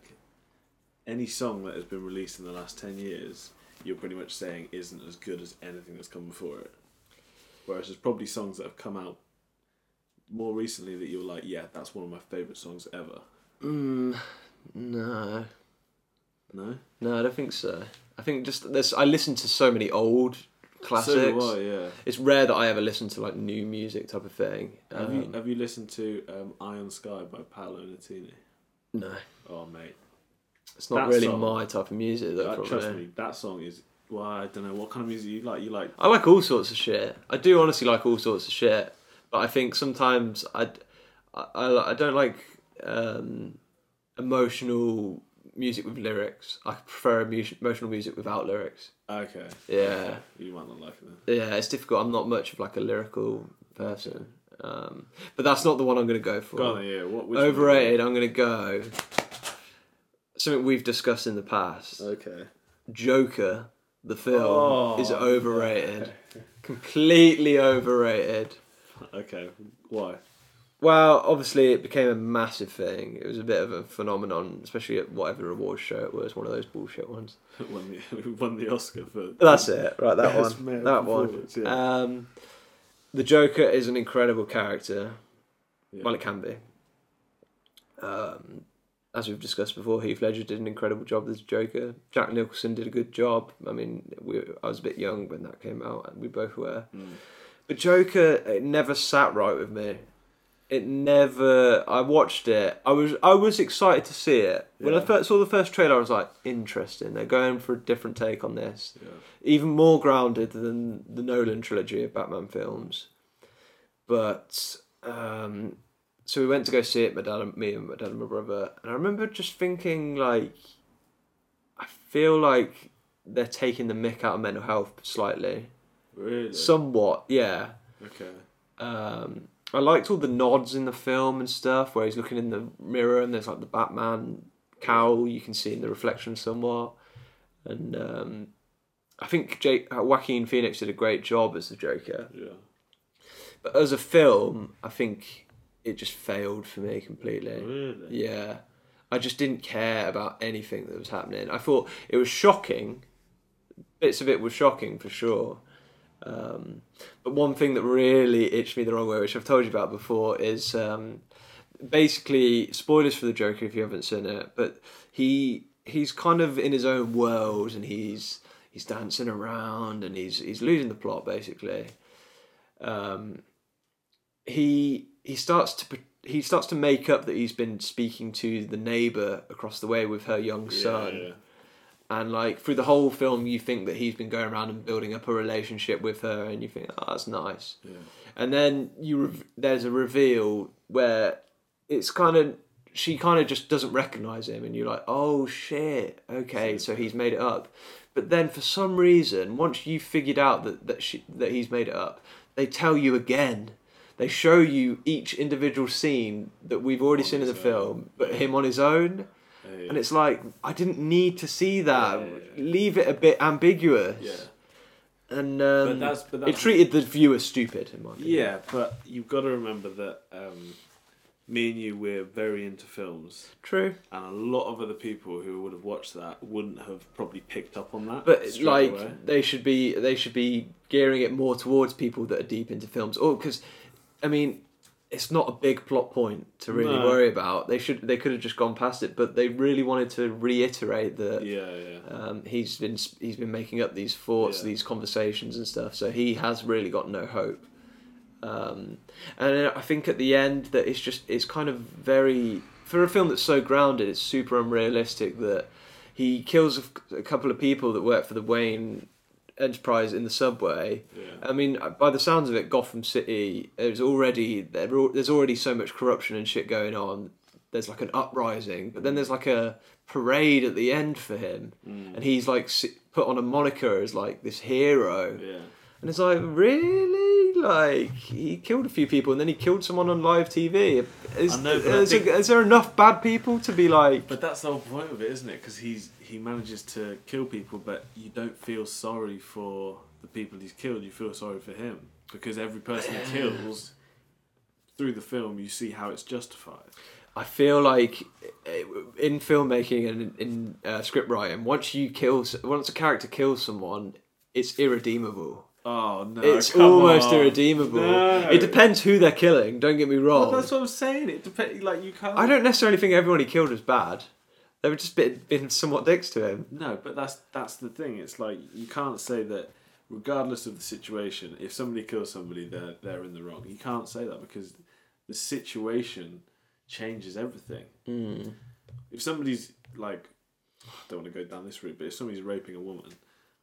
Speaker 1: any song that has been released in the last ten years, you're pretty much saying isn't as good as anything that's come before it. Whereas there's probably songs that have come out more recently that you're like, yeah, that's one of my favorite songs ever.
Speaker 2: Mm, no,
Speaker 1: No,
Speaker 2: no, I don't think so. I think just this. I listen to so many old classics.
Speaker 1: So do I, yeah.
Speaker 2: It's rare that I ever listen to like new music type of thing.
Speaker 1: Have
Speaker 2: Um,
Speaker 1: you have you listened to um, Iron Sky by Paolo Nutini?
Speaker 2: No,
Speaker 1: Oh mate,
Speaker 2: it's not
Speaker 1: That
Speaker 2: really
Speaker 1: song-
Speaker 2: my type of music. Though,
Speaker 1: That-
Speaker 2: probably.
Speaker 1: trust me, that song is. Well, I don't know what kind of music you like. You like
Speaker 2: I like all sorts of shit. I do honestly like all sorts of shit, but I think sometimes I, I, I, I don't like um, emotional music with lyrics. I prefer emo- emotional music without lyrics.
Speaker 1: okay.
Speaker 2: Yeah,
Speaker 1: You might not like it. Then.
Speaker 2: yeah, it's difficult. I'm not much of like a lyrical person, um, but that's not the one I'm going to go for.
Speaker 1: Go on, then, yeah. What which one?
Speaker 2: Overrated. I'm going to go something we've discussed in the past.
Speaker 1: Okay.
Speaker 2: Joker, the film,
Speaker 1: Oh,
Speaker 2: is overrated. Completely overrated.
Speaker 1: Okay. Why? (laughs)
Speaker 2: Well, obviously, it became a massive thing. It was a bit of a phenomenon, especially at whatever awards show it was, one of those bullshit ones.
Speaker 1: won the (laughs) won the Oscar for
Speaker 2: That's it, right? That
Speaker 1: Best
Speaker 2: one.
Speaker 1: male
Speaker 2: That one.
Speaker 1: performance, yeah.
Speaker 2: Um, the Joker is an incredible character.
Speaker 1: Yeah.
Speaker 2: Well, it can be. Um, as we've discussed before, Heath Ledger did an incredible job as Joker. Jack Nicholson did a good job. I mean, we, I was a bit young when that came out, and we both were.
Speaker 1: Mm.
Speaker 2: But Joker, it never sat right with me. It never. I watched it. I was I was excited to see it. When I
Speaker 1: Yeah.
Speaker 2: first saw the first trailer, I was like, interesting. They're going for a different take on this
Speaker 1: Yeah.
Speaker 2: even more grounded than the Nolan trilogy of Batman films. But um, so we went to go see it, my dad, and me, and my dad and my brother, and I remember just thinking like, I feel like they're taking the mick out of mental health slightly,
Speaker 1: Really?
Speaker 2: somewhat, yeah.
Speaker 1: okay.
Speaker 2: Um, I liked all the nods in the film and stuff, where he's looking in the mirror and there's like the Batman cowl you can see in the reflection somewhat. And um, I think Jake, uh, Joaquin Phoenix did a great job as the Joker,
Speaker 1: Yeah.
Speaker 2: but as a film, I think it just failed for me completely.
Speaker 1: Really?
Speaker 2: Yeah. I just didn't care about anything that was happening. I thought it was shocking. Bits of it were shocking for sure. Um, but one thing that really itched me the wrong way, which I've told you about before, is um, basically spoilers for the Joker if you haven't seen it. But he he's kind of in his own world and he's he's dancing around and he's he's losing the plot basically. Um, he he starts to pre- he starts to make up that he's been speaking to the neighbor across the way with her young
Speaker 1: Yeah,
Speaker 2: son
Speaker 1: yeah.
Speaker 2: and like through the whole film you think that he's been going around and building up a relationship with her and you think oh that's nice
Speaker 1: Yeah.
Speaker 2: and then you rev there's a reveal where it's kind of she kind of just doesn't recognize him and you're like oh shit okay so he's made it up but then for some reason once you've figured out that that, she, that he's made it up they tell you again they show you each individual scene that we've already
Speaker 1: On
Speaker 2: seen in the
Speaker 1: his own.
Speaker 2: film but him on his own
Speaker 1: Hey.
Speaker 2: and it's like I didn't need to see that.
Speaker 1: Yeah.
Speaker 2: Leave it a bit ambiguous.
Speaker 1: yeah.
Speaker 2: And um,
Speaker 1: But that's- but that's-
Speaker 2: it treated the viewer stupid in my opinion.
Speaker 1: Yeah, but you've got to remember that um, me and you we're very into films,
Speaker 2: True.
Speaker 1: and a lot of other people who would have watched that wouldn't have probably picked up on that.
Speaker 2: But
Speaker 1: straight
Speaker 2: like
Speaker 1: away.
Speaker 2: they should be they should be gearing it more towards people that are deep into films. Or because I mean it's not a big plot point to really
Speaker 1: No.
Speaker 2: worry about. They should they could have just gone past it, but they really wanted to reiterate that
Speaker 1: yeah, yeah.
Speaker 2: um, he's been he's been making up these thoughts,
Speaker 1: Yeah.
Speaker 2: these conversations and stuff. So he has really got no hope. Um, and I think at the end that it's just it's kind of very for a film that's so grounded, it's super unrealistic that he kills a, f- a couple of people that work for the Wayne Enterprise in the subway.
Speaker 1: Yeah.
Speaker 2: I mean, uh, by the sounds of it, Gotham City there's already there, al- there's already so much corruption and shit going on. There's like an uprising, but then there's like a parade at the end for him,
Speaker 1: Hmm.
Speaker 2: and he's like s- put on a moniker as like this hero.
Speaker 1: Yeah.
Speaker 2: And it's like, really? Like, he killed a few people and then he killed someone on live TV. Is,
Speaker 1: I know, but I
Speaker 2: is,
Speaker 1: think-
Speaker 2: is there enough bad people to be like.
Speaker 1: But that's the whole point of it, isn't it? Because he's he manages to kill people, but you don't feel sorry for the people he's killed. You feel sorry for him because every person
Speaker 2: (clears throat)
Speaker 1: he kills through the film, you see how it's justified.
Speaker 2: I feel like eh, in filmmaking and in uh, script writing, once you kill, s- once a character kills someone, it's irredeemable.
Speaker 1: Oh no!
Speaker 2: It's
Speaker 1: come
Speaker 2: almost
Speaker 1: on.
Speaker 2: irredeemable.
Speaker 1: No.
Speaker 2: It depends who they're killing. Don't get me wrong.
Speaker 1: Well, that's what I'm saying. It depends. Like you can't.
Speaker 2: I don't necessarily think everyone he killed was bad. They were just bit, been somewhat dicks to him.
Speaker 1: No, but that's that's the thing. It's like you can't say that, regardless of the situation, if somebody kills somebody, they're they're in the wrong. You can't say that because the situation changes everything.
Speaker 2: Hmm.
Speaker 1: If somebody's like, I don't want to go down this route, but if somebody's raping a woman, and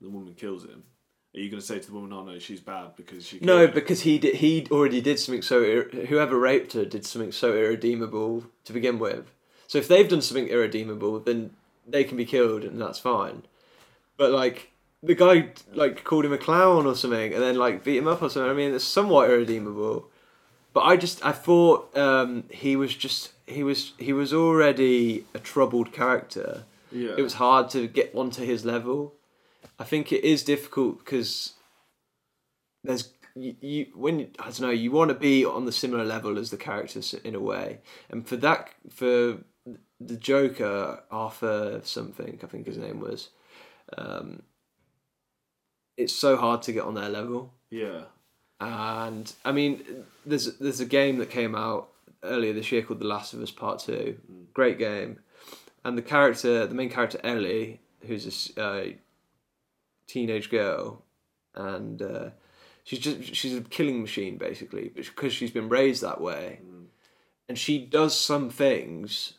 Speaker 1: the woman kills him. Are you going to say to the woman, "Oh no, she's bad because she"?
Speaker 2: No,
Speaker 1: killed him?"
Speaker 2: because he did, he already did something so ir- whoever raped her did something so irredeemable to begin with. So if they've done something irredeemable, then they can be killed and that's fine. But like the guy like called him a clown or something, and then like beat him up or something. I mean, it's somewhat irredeemable. But I just I thought um, he was just he was he was already a troubled character
Speaker 1: yeah,
Speaker 2: it was hard to get onto his level. I think it is difficult because there's you, you when you- I don't know you want to be on the similar level as the characters in a way, and for that for the Joker Arthur something I think his name was, um, it's so hard to get on their level.
Speaker 1: yeah,
Speaker 2: And I mean, there's there's a game that came out earlier this year called The Last of Us Part Two. Great game, and the character, the main character Ellie, who's this uh, teenage girl, and uh, she's just she's a killing machine basically, because she's been raised that way, and she does some things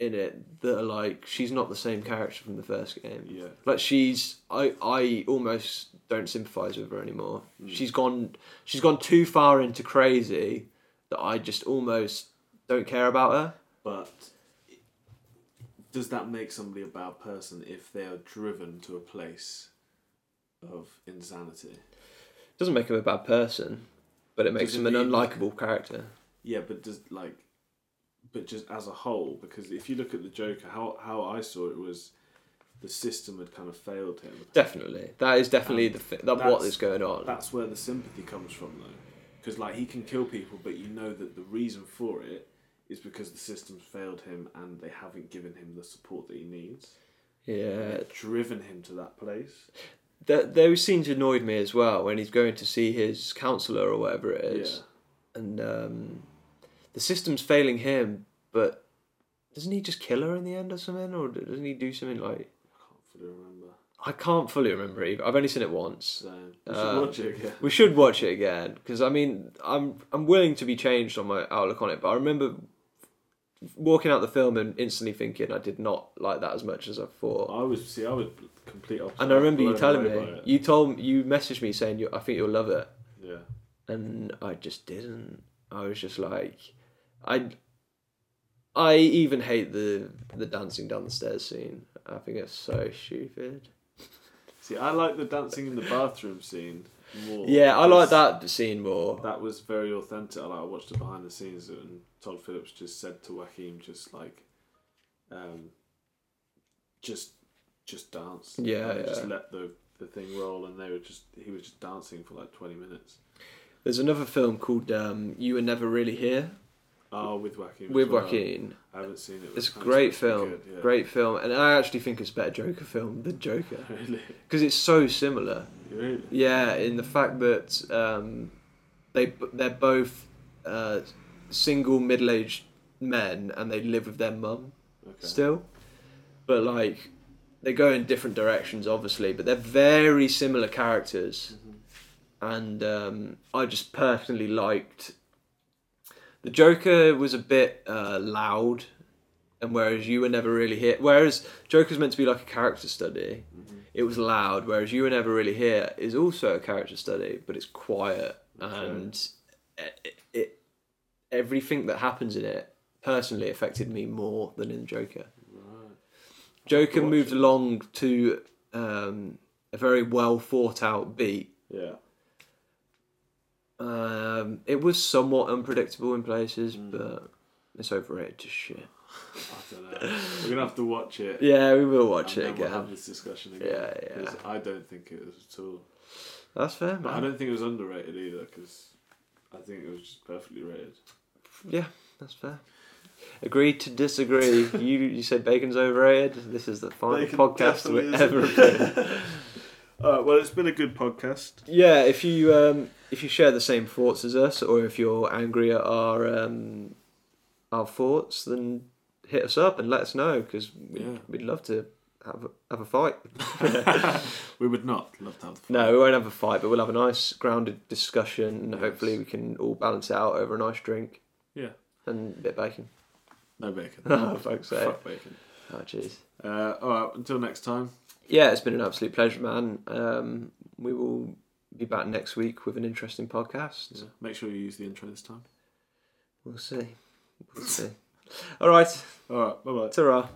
Speaker 2: in it that are like she's not the same character from the first game.
Speaker 1: yeah.
Speaker 2: Like she's, I, I almost don't sympathise with her anymore. She's gone, she's gone too far into crazy that I just almost don't care about her.
Speaker 1: But does that make somebody a bad person if they are driven to a place of insanity?
Speaker 2: Doesn't make him a bad person, but it makes
Speaker 1: Does it
Speaker 2: him an
Speaker 1: mean-
Speaker 2: unlikable character.
Speaker 1: Yeah, but does like, but just as a whole, because if you look at the Joker, how how I saw it was the system had kind of failed him.
Speaker 2: Definitely, that is definitely
Speaker 1: Um,
Speaker 2: the thi- that what
Speaker 1: that's-
Speaker 2: is going on.
Speaker 1: That's where the sympathy comes from, though, because like he can kill people, but you know that the reason for it is because the system's failed him and they haven't given him the support that he needs.
Speaker 2: yeah,
Speaker 1: It's driven him to that place.
Speaker 2: Th those scenes annoyed me as well when he's going to see his counselor or whatever it is.
Speaker 1: Yeah.
Speaker 2: and um, the system's failing him. But doesn't he just kill her in the end or something, or d- doesn't he do something like?
Speaker 1: I can't fully remember.
Speaker 2: I can't fully remember. Either. I've only seen it once.
Speaker 1: So we should
Speaker 2: Uh,
Speaker 1: watch it again.
Speaker 2: We should watch it again because I mean, I'm I'm willing to be changed on my outlook on it, but I remember walking out the film and instantly thinking I did not like that as much as I thought.
Speaker 1: I was see, I was complete opposite.
Speaker 2: And I remember you
Speaker 1: blown
Speaker 2: telling
Speaker 1: away
Speaker 2: me,
Speaker 1: by it.
Speaker 2: you told you messaged me saying you, I think you'll love it.
Speaker 1: Yeah,
Speaker 2: and I just didn't. I was just like, I, I even hate the the dancing down the stairs scene. I think it's so stupid.
Speaker 1: see, I like the dancing in the bathroom scene more.
Speaker 2: Yeah, I like
Speaker 1: because
Speaker 2: that scene more.
Speaker 1: That was very authentic. I, like, I watched the behind the scenes, and Todd Phillips just said to Joaquin, just like, um, just, just dance.
Speaker 2: Yeah,
Speaker 1: And they just
Speaker 2: yeah.
Speaker 1: let the the thing roll, and they were just he was just dancing for like twenty minutes.
Speaker 2: There's another film called um, You Were Never Really Here
Speaker 1: Oh, with Joaquin.
Speaker 2: with
Speaker 1: as well.
Speaker 2: Joaquin.
Speaker 1: I haven't seen it.
Speaker 2: It's a
Speaker 1: It's
Speaker 2: great film,
Speaker 1: good, yeah.
Speaker 2: great film, and I actually think it's a better Joker film than Joker
Speaker 1: (laughs) Really,
Speaker 2: because it's so similar.
Speaker 1: really.
Speaker 2: Yeah, in the fact that um, they they're both uh, single middle aged men and they live with their mum
Speaker 1: Okay.
Speaker 2: still, but like
Speaker 1: Mm-hmm.
Speaker 2: they go in different directions, obviously, but they're very similar characters. and um, I just personally liked the Joker was a bit uh, loud, and whereas you were never really here, whereas Joker's meant to be like a character study, it was loud. Whereas you were never really here is also a character study, but it's quiet and it, it everything that happens in it personally affected me more than in Joker. Joker moved along to um, a very well thought out beat.
Speaker 1: (laughs) Yeah.
Speaker 2: Um, it was somewhat unpredictable in places,
Speaker 1: Mm.
Speaker 2: but it's overrated to shit.
Speaker 1: I don't know. We're gonna have to watch it.
Speaker 2: Yeah, we will watch
Speaker 1: and
Speaker 2: it
Speaker 1: then
Speaker 2: again.
Speaker 1: We'll have this discussion again.
Speaker 2: Yeah, yeah.
Speaker 1: 'cause I don't think it was at all.
Speaker 2: That's fair,
Speaker 1: But I
Speaker 2: man.
Speaker 1: don't think it was underrated either because I think it was just perfectly rated.
Speaker 2: Yeah, that's fair. Agreed
Speaker 1: (laughs)
Speaker 2: to disagree. you you said bacon's overrated. This is the final
Speaker 1: Bacon
Speaker 2: podcast we ever.
Speaker 1: definitely
Speaker 2: recorded.
Speaker 1: Uh, well, it's been a good podcast.
Speaker 2: yeah, if you um, if you share the same thoughts as us, or if you're angry at our um, our thoughts, then hit us up and let us know because we'd,
Speaker 1: Yeah.
Speaker 2: we'd love to have a, have a fight.
Speaker 1: we would not love to have the phone.
Speaker 2: No, we won't have a fight, but we'll have a nice grounded discussion, and hopefully we can all balance it out over a nice drink
Speaker 1: Yeah.
Speaker 2: and a bit of bacon. (laughs)
Speaker 1: No bacon.
Speaker 2: Oh, fuck's sake.
Speaker 1: Fuck bacon.
Speaker 2: Oh, jeez.
Speaker 1: Uh, all right. Until next time.
Speaker 2: Yeah, it's been an absolute pleasure, man. Um, we will be back next week with an interesting podcast.
Speaker 1: Make sure you use the intro this time.
Speaker 2: We'll see. We'll see. All right,
Speaker 1: All right. Bye bye.
Speaker 2: ta-ra.